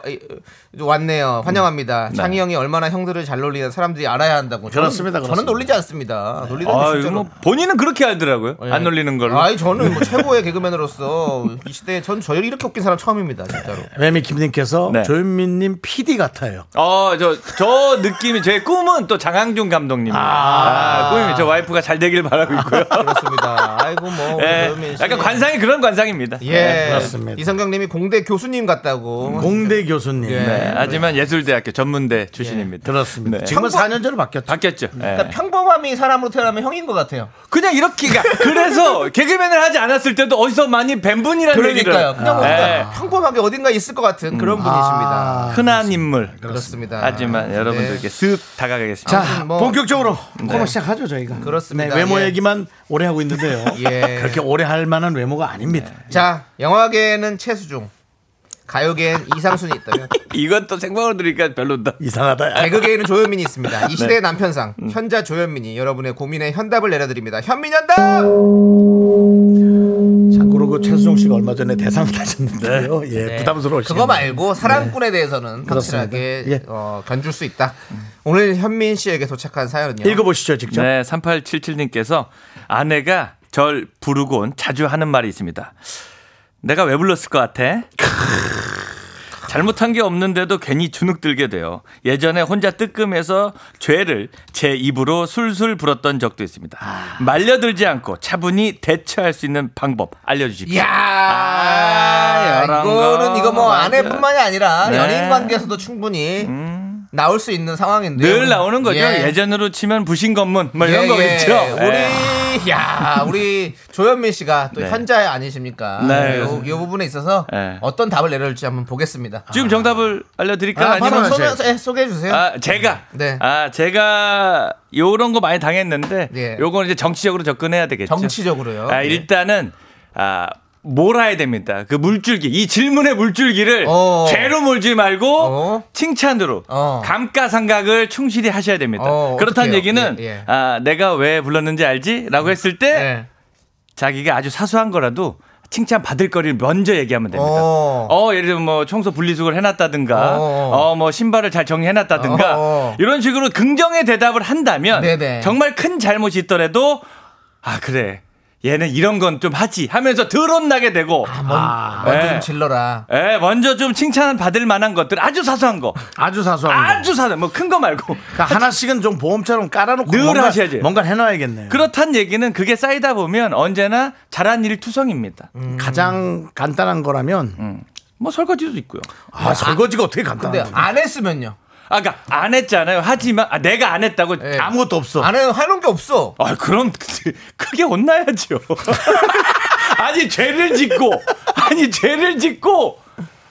[SPEAKER 3] 왔네요. 환영합니다. 창희 형이 얼마나 형들을 잘 놀리는 사람들이 알아야 한다고. 저는-
[SPEAKER 2] 그렇습니다,
[SPEAKER 3] 저는
[SPEAKER 2] 그렇습니다.
[SPEAKER 3] 놀리지 않습니다. 놀리다
[SPEAKER 9] 아,
[SPEAKER 3] 어, 진짜로. 어, 예.
[SPEAKER 9] 이거 뭐 본인은 그렇게 알더라고요. 안 놀리는 걸로.
[SPEAKER 3] 아이 저는 뭐 최고의 개그맨으로서 이 시대에 전 저를 이렇게 웃긴 사람 처음입니다 진짜로.
[SPEAKER 2] 매미킴님께서
[SPEAKER 9] 네.
[SPEAKER 2] E 조현민님 PD 같아요.
[SPEAKER 9] 어, 저, 저 느낌이, 제 꿈은 또 장항준 감독님. 아, 꿈이 저 와이프가 잘 되길 바라고 있고요.
[SPEAKER 3] 그렇습니다. 아이고 뭐 우리
[SPEAKER 9] 예,
[SPEAKER 3] 조현민 씨.
[SPEAKER 9] 약간 관상이 그런 관상입니다.
[SPEAKER 3] 예.
[SPEAKER 2] 그렇습니다.
[SPEAKER 3] 이성경님이 공대 교수님 같다고.
[SPEAKER 2] 공대 교수님.
[SPEAKER 3] 예.
[SPEAKER 9] 네, 하지만 예술대학교 전문대 출신입니다.
[SPEAKER 2] 그렇습니다.
[SPEAKER 9] 네.
[SPEAKER 2] 지금은 4년 전에 바뀌었죠.
[SPEAKER 9] 바뀌었죠. 예.
[SPEAKER 3] 그러니까 평범함이 사람으로 태어나면 형인 것 같아요.
[SPEAKER 9] 그냥 이렇게 그러니까 그래서 개그맨을 하지 않았을 때도 어디서 많이 뵌 분이라는
[SPEAKER 3] 그러니까요.
[SPEAKER 9] 얘기를
[SPEAKER 3] 그냥 뭔가 평범하게 어딘가 있을 것 같은 그런 분이십니다.
[SPEAKER 9] 예, 흔한 인물.
[SPEAKER 3] 아, 그렇습니다. 네.
[SPEAKER 9] 하지만 여러분들께 쓱 다가가겠습니다.
[SPEAKER 2] 자,
[SPEAKER 3] 뭐-
[SPEAKER 2] 본격적으로 코너 시작하죠, 저희가.
[SPEAKER 3] 그렇습니다.
[SPEAKER 2] 네, 외모
[SPEAKER 3] 예.
[SPEAKER 2] 얘기만 오래 하고 있는데요.
[SPEAKER 3] (laughs) 예. 네.
[SPEAKER 2] 그렇게 오래 할 만한 외모가 아닙니다.
[SPEAKER 3] 자, 영화계에는 최수종, 가요계엔 이상순이 있다면
[SPEAKER 9] (laughs) 이건 또 생방으로 들으니까 별로다.
[SPEAKER 2] 이상하다.
[SPEAKER 3] 개그계에는 조현민이
[SPEAKER 9] 네.
[SPEAKER 3] 있습니다. 이 시대의 남편상
[SPEAKER 9] 음.
[SPEAKER 3] 현자 조현민이 여러분의 고민에 현답을 내려드립니다. 현민 현답.
[SPEAKER 2] 참고로 그 최수종 씨가 얼마 전에 대상을 타셨는데요. 예, 부담스러우시죠.
[SPEAKER 3] 네. 그거 말고 사랑꾼에 대해서는
[SPEAKER 2] 네.
[SPEAKER 3] 확실하게
[SPEAKER 2] 그렇습니다. 예.
[SPEAKER 3] 어, 견줄 수 있다. 오늘 현민 씨에게 도착한 사연은요.
[SPEAKER 2] 읽어보시죠,
[SPEAKER 3] 그렇죠.
[SPEAKER 2] 직접.
[SPEAKER 9] 네, 3877님께서 아내가 절 부르곤 자주 하는 말이 있습니다. 내가 왜 불렀을 것 같아? (laughs) 잘못한 게 없는데도 괜히 주눅 들게 돼요. 예전에 혼자 뜨끔해서 죄를 제 입으로 술술 불었던 적도 있습니다.
[SPEAKER 3] 아.
[SPEAKER 9] 말려들지 않고 차분히 대처할 수 있는 방법 알려주십시오.
[SPEAKER 3] 야,
[SPEAKER 9] 이런
[SPEAKER 3] 이거는
[SPEAKER 9] 아, 거.
[SPEAKER 3] 이거 뭐
[SPEAKER 9] 맞아.
[SPEAKER 3] 아내뿐만이 아니라
[SPEAKER 9] 네. 음.
[SPEAKER 3] 연인 관계에서도 충분히 나올 수 있는 상황인데요.
[SPEAKER 9] 늘 나오는 거죠. 예. 전으로 치면 부신검문 뭐 이런
[SPEAKER 3] 네, 예,
[SPEAKER 9] 거
[SPEAKER 3] 예.
[SPEAKER 9] 있죠. 예.
[SPEAKER 3] 우리 야 우리 조현민 씨가 또
[SPEAKER 9] 네.
[SPEAKER 3] 현자 아니십니까?
[SPEAKER 9] 네,
[SPEAKER 3] 요,
[SPEAKER 9] 그렇습니다.
[SPEAKER 3] 요 부분에 있어서
[SPEAKER 9] 네.
[SPEAKER 3] 어떤 답을 내려올지 한번 보겠습니다.
[SPEAKER 9] 지금 정답을 알려드릴까요?
[SPEAKER 2] 아,
[SPEAKER 9] 아니면
[SPEAKER 2] 바로
[SPEAKER 3] 바로
[SPEAKER 2] 하세요.
[SPEAKER 3] 소개, 예, 소개해 주세요.
[SPEAKER 9] 아, 제가.
[SPEAKER 3] 네.
[SPEAKER 9] 아, 제가 요런 거 많이 당했는데
[SPEAKER 3] 예.
[SPEAKER 9] 요건 이제 정치적으로 접근해야 되겠죠.
[SPEAKER 3] 정치적으로요.
[SPEAKER 9] 아,
[SPEAKER 3] 예.
[SPEAKER 9] 일단은 아, 몰아야 됩니다. 그 물줄기, 이 질문의 물줄기를
[SPEAKER 3] 어.
[SPEAKER 9] 죄로 몰지 말고
[SPEAKER 3] 어.
[SPEAKER 9] 칭찬으로
[SPEAKER 3] 어.
[SPEAKER 9] 감가상각을 충실히 하셔야 됩니다.
[SPEAKER 3] 어,
[SPEAKER 9] 그렇다는
[SPEAKER 3] 어떡해요?
[SPEAKER 9] 얘기는
[SPEAKER 3] 예, 예.
[SPEAKER 9] 아, 내가 왜 불렀는지 알지?라고 했을
[SPEAKER 3] 예.
[SPEAKER 9] 때 자기가 아주 사소한 거라도 칭찬 받을 거리를 먼저 얘기하면 됩니다.
[SPEAKER 3] 어.
[SPEAKER 9] 어, 예를 들면 뭐 청소 분리수거를 해놨다든가,
[SPEAKER 3] 어.
[SPEAKER 9] 어, 뭐 신발을 잘 정리해놨다든가,
[SPEAKER 3] 어.
[SPEAKER 9] 이런 식으로 긍정의 대답을 한다면
[SPEAKER 3] 네네.
[SPEAKER 9] 정말 큰 잘못이 있더라도 아 그래 얘는 이런 건 좀 하지 하면서 드러나게 되고.
[SPEAKER 3] 먼, 먼저
[SPEAKER 9] 예.
[SPEAKER 3] 좀 질러라.
[SPEAKER 9] 예, 먼저 좀 칭찬 받을 만한 것들 아주 사소한
[SPEAKER 3] (laughs)
[SPEAKER 9] 거,
[SPEAKER 2] 아주 사소한 거.
[SPEAKER 9] 아주 사소한 뭐 큰 거 말고
[SPEAKER 2] 그러니까 하나씩은 좀 보험처럼 깔아놓고
[SPEAKER 9] 늘
[SPEAKER 2] 뭔가,
[SPEAKER 9] 하셔야지.
[SPEAKER 2] 뭔가 해놔야겠네요.
[SPEAKER 9] 그렇단 얘기는 그게 쌓이다 보면 언제나 잘한 일 투성입니다.
[SPEAKER 3] 음.
[SPEAKER 2] 가장 간단한 거라면
[SPEAKER 9] 뭐 설거지도 있고요.
[SPEAKER 2] 아, 설거지가 어떻게 간단한데
[SPEAKER 3] 네. 근데
[SPEAKER 9] 아,
[SPEAKER 3] 아, 안 했으면요.
[SPEAKER 9] 아까 그러니까 안 했잖아요. 하지만 아, 내가 안 했다고
[SPEAKER 3] 예.
[SPEAKER 2] 아무것도 없어.
[SPEAKER 3] 안 해는 해놓은 게 없어.
[SPEAKER 9] 아, 그럼 크게 (laughs) 혼나야죠. 아니 죄를 짓고 아니 죄를 짓고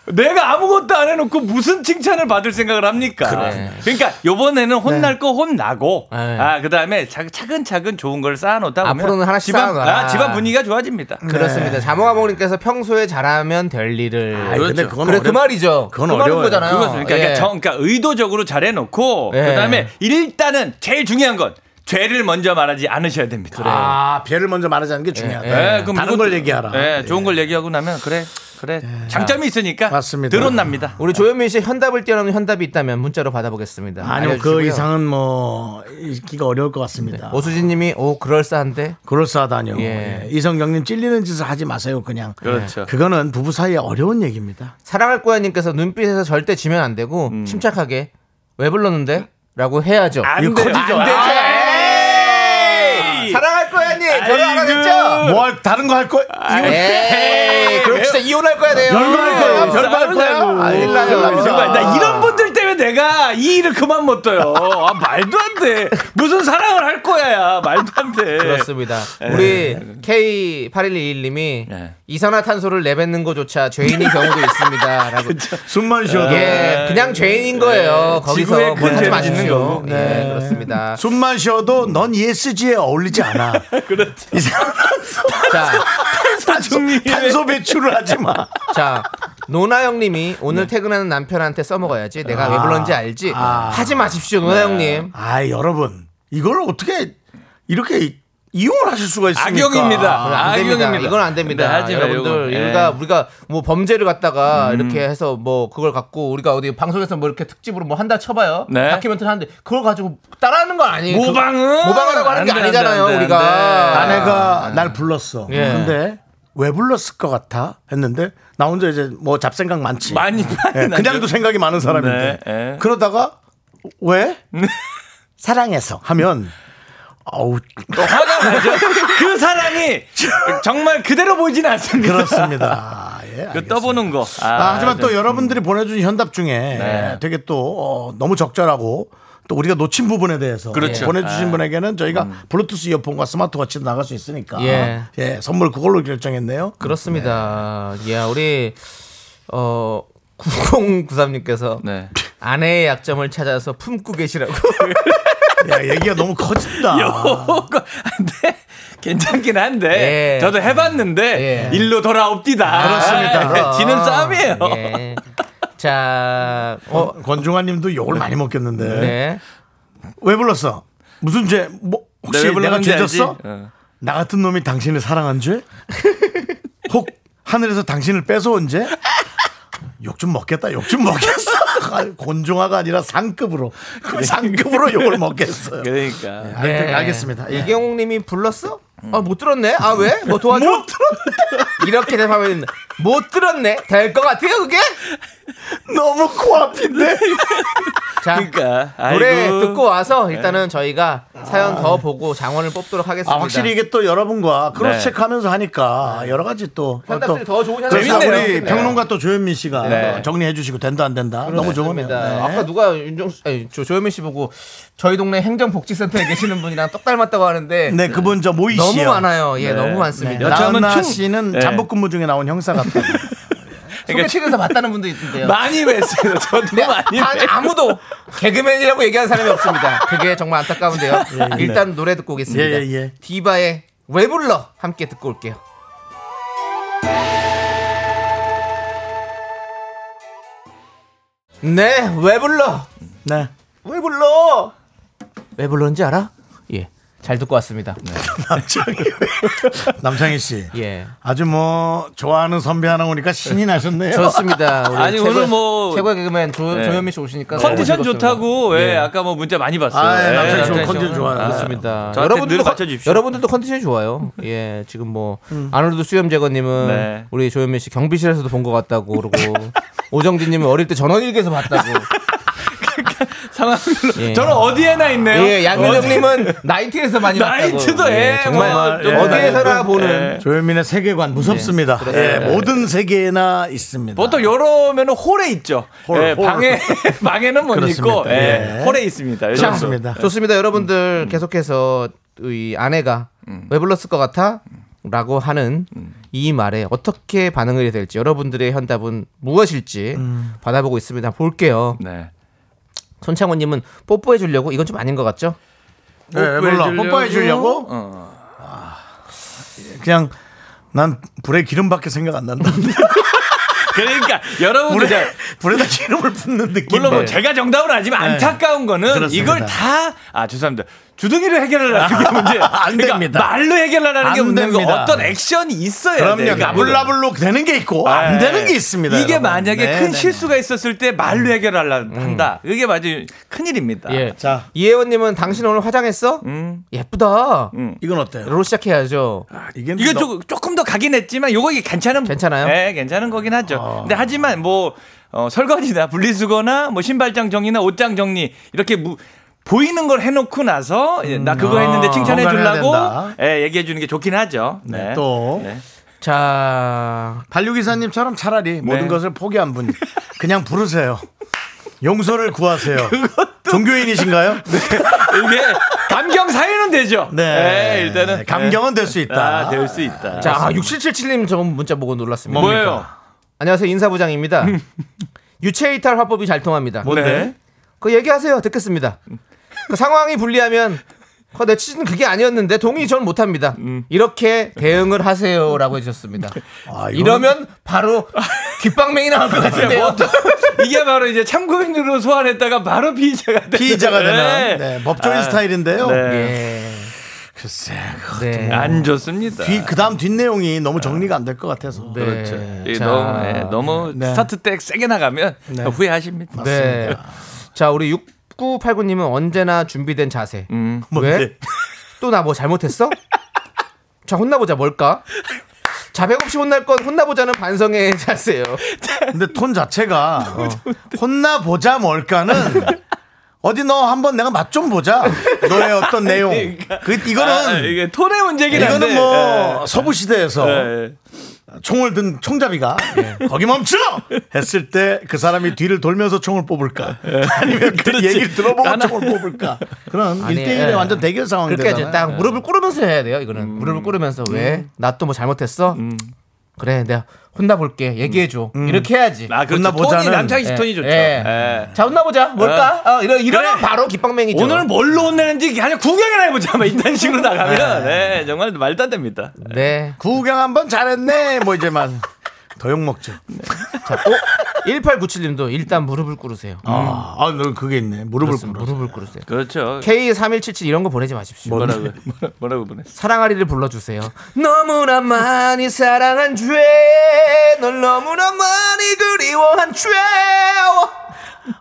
[SPEAKER 9] 내가 아무것도 안 해놓고 무슨 칭찬을 받을 생각을 합니까?
[SPEAKER 3] 그러네.
[SPEAKER 9] 그러니까 요번에는 혼날 거 혼나고,
[SPEAKER 3] 네.
[SPEAKER 9] 아 그다음에 차- 차근차근 좋은 걸 쌓아놓다 보면
[SPEAKER 3] 앞으로는 하나씩
[SPEAKER 9] 집안,
[SPEAKER 3] 쌓아놔라. 음,
[SPEAKER 9] 아, 집안 분위기가 좋아집니다.
[SPEAKER 3] 그렇습니다. 자몽아몽님께서 평소에 잘하면 될 일을.
[SPEAKER 2] 근데
[SPEAKER 3] 그래,
[SPEAKER 2] 그건
[SPEAKER 3] 그래
[SPEAKER 2] 어렵-
[SPEAKER 3] 그 말이죠.
[SPEAKER 2] 그건
[SPEAKER 3] 그 말인
[SPEAKER 2] 어려워요.
[SPEAKER 3] 거잖아요.
[SPEAKER 9] 그렇죠. 그렇습니까? 그러니까,
[SPEAKER 3] 예.
[SPEAKER 9] 정- 그러니까 의도적으로 잘해놓고,
[SPEAKER 3] 예.
[SPEAKER 9] 그다음에 일단은 제일 중요한 건 죄를 먼저 말하지 않으셔야 됩니다.
[SPEAKER 2] 아, 배를 먼저 말하자는 게 중요하다.
[SPEAKER 9] 예, 그럼
[SPEAKER 2] 다른
[SPEAKER 9] 그것도-
[SPEAKER 2] 걸 얘기하라.
[SPEAKER 9] 예, 좋은 걸 얘기하고 나면 그래, 그래. 장점이 있으니까
[SPEAKER 2] 맞습니다.
[SPEAKER 9] 드러납니다.
[SPEAKER 3] 우리 조현민 씨 현답을 뛰어넘는 현답이 있다면 문자로 받아보겠습니다.
[SPEAKER 2] 아니면 그
[SPEAKER 3] 알려주시고요.
[SPEAKER 2] 이상은 뭐 읽기가 어려울 것 같습니다.
[SPEAKER 3] 오수진님이 오 그럴싸한데
[SPEAKER 2] 그럴싸하다뇨.
[SPEAKER 3] 예.
[SPEAKER 2] 예. 이성경님 찔리는 짓을 하지 마세요. 그냥. 예.
[SPEAKER 9] 그렇죠.
[SPEAKER 2] 그거는 부부 사이에 어려운 얘기입니다.
[SPEAKER 3] 사랑할 거야님께서 눈빛에서 절대 지면 안 되고 침착하게 왜 불렀는데? 라고 해야죠.
[SPEAKER 9] 음. 안
[SPEAKER 2] 이거
[SPEAKER 9] 되죠.
[SPEAKER 2] 커지죠.
[SPEAKER 9] 안 되죠. 에이.
[SPEAKER 3] 사랑할 거야님 결혼 안
[SPEAKER 9] 아이고.
[SPEAKER 3] 했죠?
[SPEAKER 2] 뭐 할- 다른 거 할 거야?
[SPEAKER 3] 아, 에이 그럼 진짜 이혼할 거야 돼요.
[SPEAKER 2] 별거할 거야.
[SPEAKER 3] 예.
[SPEAKER 2] 별거할 거야.
[SPEAKER 3] 아, 일나
[SPEAKER 9] 아, 정말
[SPEAKER 3] 요
[SPEAKER 9] 나 이런 분들 때문에 내가 이 일을 그만 못 떠요. 아, 말도 안 돼. 무슨 사랑을 할 거야야. 말도 안 돼.
[SPEAKER 3] 그렇습니다. 우리 K8121님이
[SPEAKER 9] 네.
[SPEAKER 3] 이산화탄소를 내뱉는 것조차
[SPEAKER 9] (laughs)
[SPEAKER 3] 죄인인 경우도 있습니다. 라고.
[SPEAKER 2] 숨만 쉬어도.
[SPEAKER 3] 예, 그냥 죄인인 거예요. 거기서
[SPEAKER 9] 네. 지구에 큰
[SPEAKER 3] 뭐하지
[SPEAKER 9] 죄를
[SPEAKER 3] 마십시오.
[SPEAKER 9] 짓는 거고.
[SPEAKER 3] 네,
[SPEAKER 9] (laughs)
[SPEAKER 3] 그렇습니다.
[SPEAKER 2] 숨만 쉬어도 넌 예스지에 어울리지 않아.
[SPEAKER 9] 그렇죠. (laughs)
[SPEAKER 3] 자,
[SPEAKER 2] 탄소 배출을 하지 마.
[SPEAKER 3] 자. 노나영님이
[SPEAKER 9] 네.
[SPEAKER 3] 오늘 퇴근하는 남편한테 써먹어야지 내가 왜 불렀는지 알지
[SPEAKER 2] 아.
[SPEAKER 3] 하지 마십시오
[SPEAKER 9] 네.
[SPEAKER 3] 노나영님
[SPEAKER 2] 아 여러분 이걸 어떻게 이렇게 이용을 하실 수가 있습니까?
[SPEAKER 9] 악용입니다.
[SPEAKER 3] 안
[SPEAKER 9] 아,
[SPEAKER 3] 됩니다.
[SPEAKER 9] 이건
[SPEAKER 3] 이건 안 됩니다.
[SPEAKER 9] 네, 음. 하지 마요,
[SPEAKER 3] 여러분들
[SPEAKER 9] 이건.
[SPEAKER 3] 우리가
[SPEAKER 9] 예.
[SPEAKER 3] 우리가 뭐 범죄를 갖다가 이렇게 해서 뭐 그걸 갖고 우리가 어디 방송에서 뭐 이렇게 특집으로 뭐 한다 쳐봐요.
[SPEAKER 9] 네.
[SPEAKER 3] 다큐멘터리 하는데 그걸 가지고 따라하는 거 아니에요.
[SPEAKER 9] 모방은
[SPEAKER 3] 그- 모방하라고 하는 게
[SPEAKER 9] 안 돼, 안 돼,
[SPEAKER 3] 아니잖아요.
[SPEAKER 9] 안 돼, 안
[SPEAKER 3] 우리가
[SPEAKER 9] 돼.
[SPEAKER 2] 아내가 날 불렀어.
[SPEAKER 3] 예.
[SPEAKER 2] 근데 왜 불렀을 것 같아 했는데 나 혼자 이제 뭐 잡생각 많지.
[SPEAKER 9] 많이 많이
[SPEAKER 2] 예,
[SPEAKER 9] 나죠.
[SPEAKER 2] 그냥도 생각이 많은 사람인데
[SPEAKER 9] 네, 예.
[SPEAKER 2] 그러다가 왜 사랑해서 하면 어우
[SPEAKER 9] 화가 나죠. 그 사랑이 정말 그대로 보이진 않습니다.
[SPEAKER 2] 그렇습니다. 예,
[SPEAKER 9] (laughs) 그
[SPEAKER 2] 알겠습니다.
[SPEAKER 9] 떠보는 거. 네.
[SPEAKER 2] 아, 하지만 또
[SPEAKER 9] 좀-
[SPEAKER 2] 여러분들이 보내준 현답 중에
[SPEAKER 9] 네.
[SPEAKER 2] 되게 또 어, 너무 적절하고 또 우리가 놓친 부분에 대해서 예,
[SPEAKER 9] 그렇죠. 음.
[SPEAKER 2] 보내주신 분에게는 저희가 블루투스 이어폰과 스마트워치도 나갈 수 있으니까
[SPEAKER 3] 예.
[SPEAKER 2] 예, 선물 그걸로 결정했네요.
[SPEAKER 9] 그렇죠.
[SPEAKER 3] 그렇습니다.
[SPEAKER 9] 네.
[SPEAKER 3] 야 우리 어 (laughs) 9093님께서
[SPEAKER 9] 네.
[SPEAKER 3] 아내의 약점을 찾아서 품고 계시라고.
[SPEAKER 2] 야, 얘기가 너무 커진다.
[SPEAKER 9] 요거 근데 (laughs) 괜찮긴 한데
[SPEAKER 3] 예.
[SPEAKER 9] 저도 해봤는데
[SPEAKER 3] 예.
[SPEAKER 9] 일로 돌아옵디다. 예.
[SPEAKER 2] 그렇습니다.
[SPEAKER 9] 지는 싸움이에요.
[SPEAKER 3] 어, 예. 자, 어,
[SPEAKER 2] 권중환님도 욕을 많이 먹겠는데
[SPEAKER 3] 네.
[SPEAKER 2] 왜 불렀어? 무슨 죄? 뭐 혹시
[SPEAKER 9] 내가 네, 왜
[SPEAKER 2] 내가
[SPEAKER 9] 불렀는지
[SPEAKER 2] 죄졌어?
[SPEAKER 9] 알지? 어.
[SPEAKER 2] 나 같은 놈이 당신을 사랑한
[SPEAKER 9] (laughs)
[SPEAKER 2] 죄? 혹 하늘에서 당신을 뺏어온 죄? 욕 좀 먹겠다. 욕 좀 먹겠어. (laughs) 아, 곤중화가 아니라 상급으로 그
[SPEAKER 9] 네.
[SPEAKER 2] 상급으로 욕을 먹겠어요.
[SPEAKER 9] 그러니까.
[SPEAKER 2] 하여튼 아, 알겠습니다.
[SPEAKER 9] 네.
[SPEAKER 2] 예. 음.
[SPEAKER 3] 이경욱 님이 불렀어? 아, 못 들었네? 아, 왜? 뭐 도와줘? 못 들었네. 이렇게 대답하면, 못 들었네? 될 것 같아요, 그게?
[SPEAKER 2] 너무 코앞인데.
[SPEAKER 3] 자,
[SPEAKER 9] 그러니까.
[SPEAKER 3] 노래
[SPEAKER 9] 아이고. 네.
[SPEAKER 3] 듣고 와서 일단은 저희가 사연 더 보고 장원을 뽑도록 하겠습니다.
[SPEAKER 2] 아, 확실히 이게 또 여러분과 크로스
[SPEAKER 9] 네.
[SPEAKER 2] 체크하면서 하니까 여러 가지 또
[SPEAKER 3] 현답들이 더 좋은 현답
[SPEAKER 2] 그래서
[SPEAKER 9] 재밌네요.
[SPEAKER 2] 우리
[SPEAKER 9] 네.
[SPEAKER 2] 평론가 또 조현민 씨가
[SPEAKER 9] 네.
[SPEAKER 2] 정리해 주시고 된다 안 된다. 너무 좋으네요.
[SPEAKER 3] 그렇습니다.
[SPEAKER 2] 네.
[SPEAKER 3] 아까 누가 윤정수, 아니, 저 조현민 씨 보고 저희 동네 행정복지센터에 계시는 분이랑 똑 닮았다고 하는데
[SPEAKER 2] 네, 그분 저 모이
[SPEAKER 3] 너무
[SPEAKER 2] 씨요. 네.
[SPEAKER 3] 많아요. 예, 너무 많습니다.
[SPEAKER 9] 여자- 여차하면
[SPEAKER 2] 나은아
[SPEAKER 9] 충-
[SPEAKER 2] 씨는
[SPEAKER 9] 네.
[SPEAKER 2] 잠복근무 중에 나온 형사 같다.
[SPEAKER 3] 소개팅에서 봤다는 분도 있던데요.
[SPEAKER 9] 많이 뵀어요.
[SPEAKER 2] (laughs)
[SPEAKER 9] 저도
[SPEAKER 3] 네,
[SPEAKER 9] 많이
[SPEAKER 3] 단
[SPEAKER 9] 뵀어요.
[SPEAKER 3] 아무도 개그맨이라고 얘기한 사람이 없습니다. 그게 정말 안타까운데요. 일단 노래 듣고 오겠습니다.
[SPEAKER 2] 예, 예, 예.
[SPEAKER 3] 디바의 왜 불러 함께 듣고 올게요. 네, 왜 불러?
[SPEAKER 2] 네.
[SPEAKER 3] 왜 불러? 왜 불렀는지 알아? 예, 잘 듣고 왔습니다.
[SPEAKER 2] 남창희. 남창희
[SPEAKER 9] (laughs)
[SPEAKER 2] 씨.
[SPEAKER 3] 예.
[SPEAKER 2] 아주 뭐 좋아하는 선배 하나 오니까 신이 나셨네요.
[SPEAKER 3] 좋습니다. 우리
[SPEAKER 9] 아니,
[SPEAKER 3] 최고의-
[SPEAKER 9] 오늘 뭐-
[SPEAKER 3] 최고의 개그맨 조,
[SPEAKER 9] 네.
[SPEAKER 3] 조현민 씨 오시니까
[SPEAKER 9] 컨디션
[SPEAKER 3] 너무 즐겁습니다.
[SPEAKER 9] 좋다고 예, 아까 뭐 문자 많이 봤어요.
[SPEAKER 2] 네. 아, 예,
[SPEAKER 9] 예,
[SPEAKER 2] 남창희 씨
[SPEAKER 9] 남창희
[SPEAKER 2] 오늘
[SPEAKER 9] 씨
[SPEAKER 2] 컨디션
[SPEAKER 9] 오늘.
[SPEAKER 2] 좋아요.
[SPEAKER 9] 아,
[SPEAKER 3] 좋습니다.
[SPEAKER 9] 저한테
[SPEAKER 3] 여러분들도
[SPEAKER 9] 늘
[SPEAKER 3] 컨-
[SPEAKER 9] 맞춰주십시오. 음.
[SPEAKER 3] 여러분들도 컨디션이 좋아요. 예, 지금 뭐 아놀드 수염 제거님은
[SPEAKER 9] 네.
[SPEAKER 3] 우리 조현민 씨 경비실에서도 본 것 같다고
[SPEAKER 9] (laughs)
[SPEAKER 3] 그러고 오정진님은 어릴 때 전원일기에서 봤다고.
[SPEAKER 9] 상황별로
[SPEAKER 3] 예.
[SPEAKER 9] 저는 어디에나 있네요.
[SPEAKER 3] 예, 양민정님은 나이트에서 많이 봤다고.
[SPEAKER 9] 나이트도 예,
[SPEAKER 3] 정말
[SPEAKER 9] 뭐, 좀
[SPEAKER 3] 어디에서나
[SPEAKER 9] 나이트.
[SPEAKER 3] 보는.
[SPEAKER 9] 예.
[SPEAKER 2] 네. 조현민의 세계관 무섭습니다. 예, 모든 세계에나 있습니다.
[SPEAKER 9] (laughs) 네. 보통 요러면은 홀에 있죠.
[SPEAKER 2] 홀,
[SPEAKER 9] 예,
[SPEAKER 2] 홀. (laughs)
[SPEAKER 9] 방에 방에는 못
[SPEAKER 2] 그렇습니다.
[SPEAKER 9] 있고 예,
[SPEAKER 2] 예.
[SPEAKER 9] 홀에 있습니다.
[SPEAKER 2] 자,
[SPEAKER 9] 요즘은.
[SPEAKER 2] 좋습니다.
[SPEAKER 3] 좋습니다. 여러분들
[SPEAKER 9] 음.
[SPEAKER 3] 계속해서 이 아내가 왜 불렀을 것 같아? 라고 하는 이 말에 어떻게 반응을 해야 될지 여러분들의 현답은 무엇일지
[SPEAKER 9] 음.
[SPEAKER 3] 받아보고 있습니다. 볼게요.
[SPEAKER 9] 네.
[SPEAKER 3] 손창호님은 뽀뽀해 주려고 이건 좀 아닌 것 같죠?
[SPEAKER 2] 네, 몰라. 뽀뽀해 주려고?
[SPEAKER 9] 어.
[SPEAKER 2] 아, 그냥 난 불에 기름밖에 생각 안
[SPEAKER 9] (laughs)
[SPEAKER 2] 난다.
[SPEAKER 9] 그러니까
[SPEAKER 2] 불에,
[SPEAKER 9] 여러분들 이제
[SPEAKER 2] 불에다 기름을 붓는 느낌. 네.
[SPEAKER 9] 물론 뭐 제가 정답을 아니지만 안타까운 거는
[SPEAKER 2] 그렇습니다.
[SPEAKER 9] 이걸 다 아 죄송합니다 주둥이로 해결하라는 게
[SPEAKER 2] (laughs)
[SPEAKER 9] 문제 그러니까
[SPEAKER 2] 안 됩니다.
[SPEAKER 9] 말로 해결하라는 게
[SPEAKER 2] 안
[SPEAKER 9] 문제인 거
[SPEAKER 2] 됩니다.
[SPEAKER 9] 어떤 액션이 있어야
[SPEAKER 2] 그럼요.
[SPEAKER 9] 돼
[SPEAKER 2] 나불나불로 되는 게 있고 안 되는 게 있습니다.
[SPEAKER 9] 네. 이게
[SPEAKER 2] 여러분.
[SPEAKER 9] 만약에
[SPEAKER 2] 네, 음.
[SPEAKER 9] 큰
[SPEAKER 2] 네, 네.
[SPEAKER 9] 실수가 있었을 때 말로 해결하려 한다 이게 아주 큰일입니다
[SPEAKER 3] 예.
[SPEAKER 2] 자.
[SPEAKER 3] 이혜원님은 당신 오늘 화장했어?
[SPEAKER 9] 음.
[SPEAKER 3] 예쁘다.
[SPEAKER 2] 이건 어때요?
[SPEAKER 3] 로 시작해야죠.
[SPEAKER 2] 이게
[SPEAKER 9] 이게
[SPEAKER 2] 너-
[SPEAKER 9] 조, 조금 더 가긴 했지만 요거 이게 괜찮은
[SPEAKER 3] 괜찮아요?
[SPEAKER 9] 네, 괜찮은 거긴 하죠.
[SPEAKER 2] 아.
[SPEAKER 9] 근데 하지만 뭐 어, 설거지나 분리수거나 뭐 신발장 정리나 옷장 정리 이렇게 무- 보이는 걸 해놓고 나서 예, 나 그거
[SPEAKER 3] 아,
[SPEAKER 9] 했는데 칭찬해
[SPEAKER 2] 뭔가를 해야
[SPEAKER 9] 주려고
[SPEAKER 2] 음, 된다.
[SPEAKER 9] 예, 얘기해 주는 게 좋긴 하죠.
[SPEAKER 2] 네, 또.
[SPEAKER 9] 네.
[SPEAKER 3] 자,
[SPEAKER 2] 반려기사님처럼 차라리 모든 것을 포기한 분이 그냥 부르세요. 용서를 구하세요.
[SPEAKER 9] (laughs)
[SPEAKER 2] 종교인이신가요?
[SPEAKER 9] 네. 이게 감경 사유는 되죠. 예, 일단은
[SPEAKER 2] 네.
[SPEAKER 9] 예. 네. 아,
[SPEAKER 2] 감경은 될 수 있다.
[SPEAKER 9] 될 수 있다.
[SPEAKER 3] 자, 6777님 저 문자 보고 놀랐습니다.
[SPEAKER 9] 뭐예요? 음.
[SPEAKER 3] 안녕하세요. 인사부장입니다. 유체 이탈 화법이 잘 통합니다.
[SPEAKER 9] 뭔데?
[SPEAKER 3] 그 얘기하세요. 듣겠습니다. 그 상황이 불리하면 그내 취지는 그게 아니었는데 동의 전 못합니다.
[SPEAKER 9] 음.
[SPEAKER 3] 이렇게 대응을 하세요라고 해주셨습니다.
[SPEAKER 2] 아, 이건-
[SPEAKER 3] 이러면 바로 귓방맹이 나올
[SPEAKER 9] (laughs)
[SPEAKER 3] 것 같은데요.
[SPEAKER 9] 네. 이게 바로 이제 참고인으로 소환했다가 바로 피의자가 되는
[SPEAKER 2] 피의자가 되는
[SPEAKER 9] 네.
[SPEAKER 2] 네, 법조인
[SPEAKER 9] 아,
[SPEAKER 2] 스타일인데요.
[SPEAKER 9] 네.
[SPEAKER 3] 예.
[SPEAKER 2] 글쎄,
[SPEAKER 3] 네.
[SPEAKER 9] 안 좋습니다.
[SPEAKER 2] 뒤, 그 다음 뒷내용이 너무 정리가 안 될 것 같아서.
[SPEAKER 3] 네.
[SPEAKER 9] 그렇죠. 이게
[SPEAKER 3] 자,
[SPEAKER 9] 너무, 예, 너무
[SPEAKER 2] 네.
[SPEAKER 9] 스타트 때 세게 나가면 아, 후회하십니다.
[SPEAKER 3] 네. 자, 우리 6989님은 언제나 준비된 자세. 왜?
[SPEAKER 2] (laughs) 뭔데?
[SPEAKER 3] 또 나 뭐 잘못했어? (laughs) 자, 혼나보자. 뭘까? 자백 없이 혼날 건 혼나보자는 반성의 (laughs) 자세요.
[SPEAKER 2] 근데 톤
[SPEAKER 9] (laughs)
[SPEAKER 2] 자체가 어, 혼나 보자 뭘까는 어디 너 한번 내가 맛 좀 보자 너의 어떤
[SPEAKER 9] (laughs)
[SPEAKER 2] 내용 그 이거는
[SPEAKER 9] 아, 이게 네. 톤의 문제긴 한데.
[SPEAKER 2] 이거는 뭐 서부 시대에서
[SPEAKER 9] 예,
[SPEAKER 2] 총을 든 총잡이가
[SPEAKER 3] 예.
[SPEAKER 2] 거기 멈춰 했을 때 그 사람이 뒤를 돌면서 총을 뽑을까
[SPEAKER 3] 예.
[SPEAKER 2] 아니면 그 얘기를 들어보고 총을 뽑을까 그런
[SPEAKER 3] 아니,
[SPEAKER 2] 일대일의
[SPEAKER 3] 예.
[SPEAKER 2] 완전 대결 상황
[SPEAKER 3] 그렇게 해야지.
[SPEAKER 2] 되잖아요.
[SPEAKER 3] 딱 무릎을 꿇으면서 해야 돼요. 이거는 무릎을 꿇으면서 왜? 네. 음. 나 또 뭐 잘못했어? 그래, 내가 혼나볼게. 얘기해줘. 이렇게 해야지.
[SPEAKER 9] 예. 아, 그렇죠.
[SPEAKER 2] 혼나 보자는.
[SPEAKER 9] 톤이 남창희 씨 톤이 좋죠.
[SPEAKER 3] 예.
[SPEAKER 9] 예.
[SPEAKER 3] 자, 혼나보자. 뭘까? 어, 이러, 이러면
[SPEAKER 9] 그래.
[SPEAKER 3] 바로 깃방맹이죠.
[SPEAKER 9] 오늘 뭘로 혼내는지 그냥 구경이나 해보자. 막 이딴 식으로 나가면 예, 정말 말도 안 됩니다.
[SPEAKER 3] 네.
[SPEAKER 2] 구경 한번 잘했네 뭐 이제 막 더 욕 먹죠.
[SPEAKER 3] 음. 자, 어? 1897님도 일단 무릎을 꿇으세요.
[SPEAKER 2] 아, 아, 너 그게 있네. 무릎을
[SPEAKER 3] 그렇습니다.
[SPEAKER 2] 꿇어.
[SPEAKER 3] 무릎을 꿇으세요.
[SPEAKER 9] 그렇죠.
[SPEAKER 3] K3177 이런 거 보내지 마십시오.
[SPEAKER 9] 뭐라고 뭐라고 보냈어?
[SPEAKER 3] 사랑아리를 불러주세요. 너무나 많이 사랑한 죄, 예, 널 너무나 많이 그리워한 죄.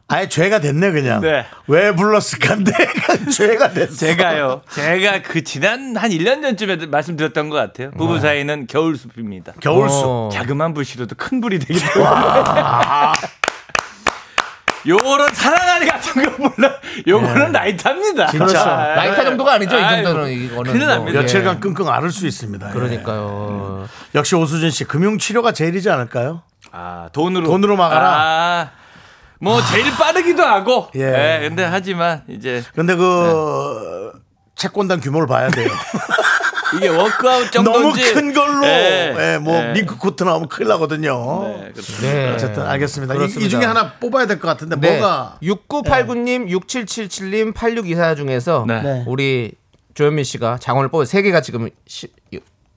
[SPEAKER 2] 아예 죄가 됐네 그냥.
[SPEAKER 9] 네.
[SPEAKER 2] 왜 불렀을까? (laughs) 내가 죄가 됐어.
[SPEAKER 9] 제가요. 제가 그 지난 한 1년 전쯤에 말씀드렸던 것 같아요. 부부 사이는 겨울 숲입니다.
[SPEAKER 2] 겨울수.
[SPEAKER 3] 어.
[SPEAKER 9] 자그만 불씨로도 큰 불이 되기 때문에. 요거는 사랑하니 같은 거 몰라. 요거는 라이트합니다.
[SPEAKER 2] 네. 진짜.
[SPEAKER 9] 아,
[SPEAKER 3] 라이터 정도가 아니죠. 이
[SPEAKER 9] 아이고,
[SPEAKER 3] 정도는 이거는.
[SPEAKER 9] 큰일
[SPEAKER 3] 뭐,
[SPEAKER 9] 납니다.
[SPEAKER 2] 며칠간 끙끙 앓을 수 있습니다. 예.
[SPEAKER 3] 그러니까요.
[SPEAKER 2] 역시 오수진 씨 금융 치료가 제일이지 않을까요?
[SPEAKER 9] 아, 돈으로.
[SPEAKER 2] 돈으로 막아라.
[SPEAKER 9] 아, 뭐 제일 빠르기도 하고.
[SPEAKER 2] 예.
[SPEAKER 9] 예. 근데 하지만 이제
[SPEAKER 2] 근데 그
[SPEAKER 3] 네.
[SPEAKER 2] 채권단 규모를 봐야
[SPEAKER 3] (laughs)
[SPEAKER 2] 돼요.
[SPEAKER 9] 이게 워크아웃
[SPEAKER 3] 그
[SPEAKER 2] 너무
[SPEAKER 9] 정도인지.
[SPEAKER 2] 큰 걸로
[SPEAKER 9] 예.
[SPEAKER 2] 예, 뭐
[SPEAKER 9] 예.
[SPEAKER 2] 링크 코트 나오면 큰일 나거든요.
[SPEAKER 9] 네, 그렇죠.
[SPEAKER 3] 네.
[SPEAKER 2] 어쨌든 알겠습니다. 이- 이,
[SPEAKER 3] 그렇습니다.
[SPEAKER 2] 중에 하나 뽑아야 될 것 같은데
[SPEAKER 3] 네.
[SPEAKER 2] 뭐가
[SPEAKER 3] 6989님, 6777님, 8624 중에서
[SPEAKER 9] 네.
[SPEAKER 2] 네.
[SPEAKER 3] 우리 조현민 씨가 장원을 뽑은 세 개가 지금 시-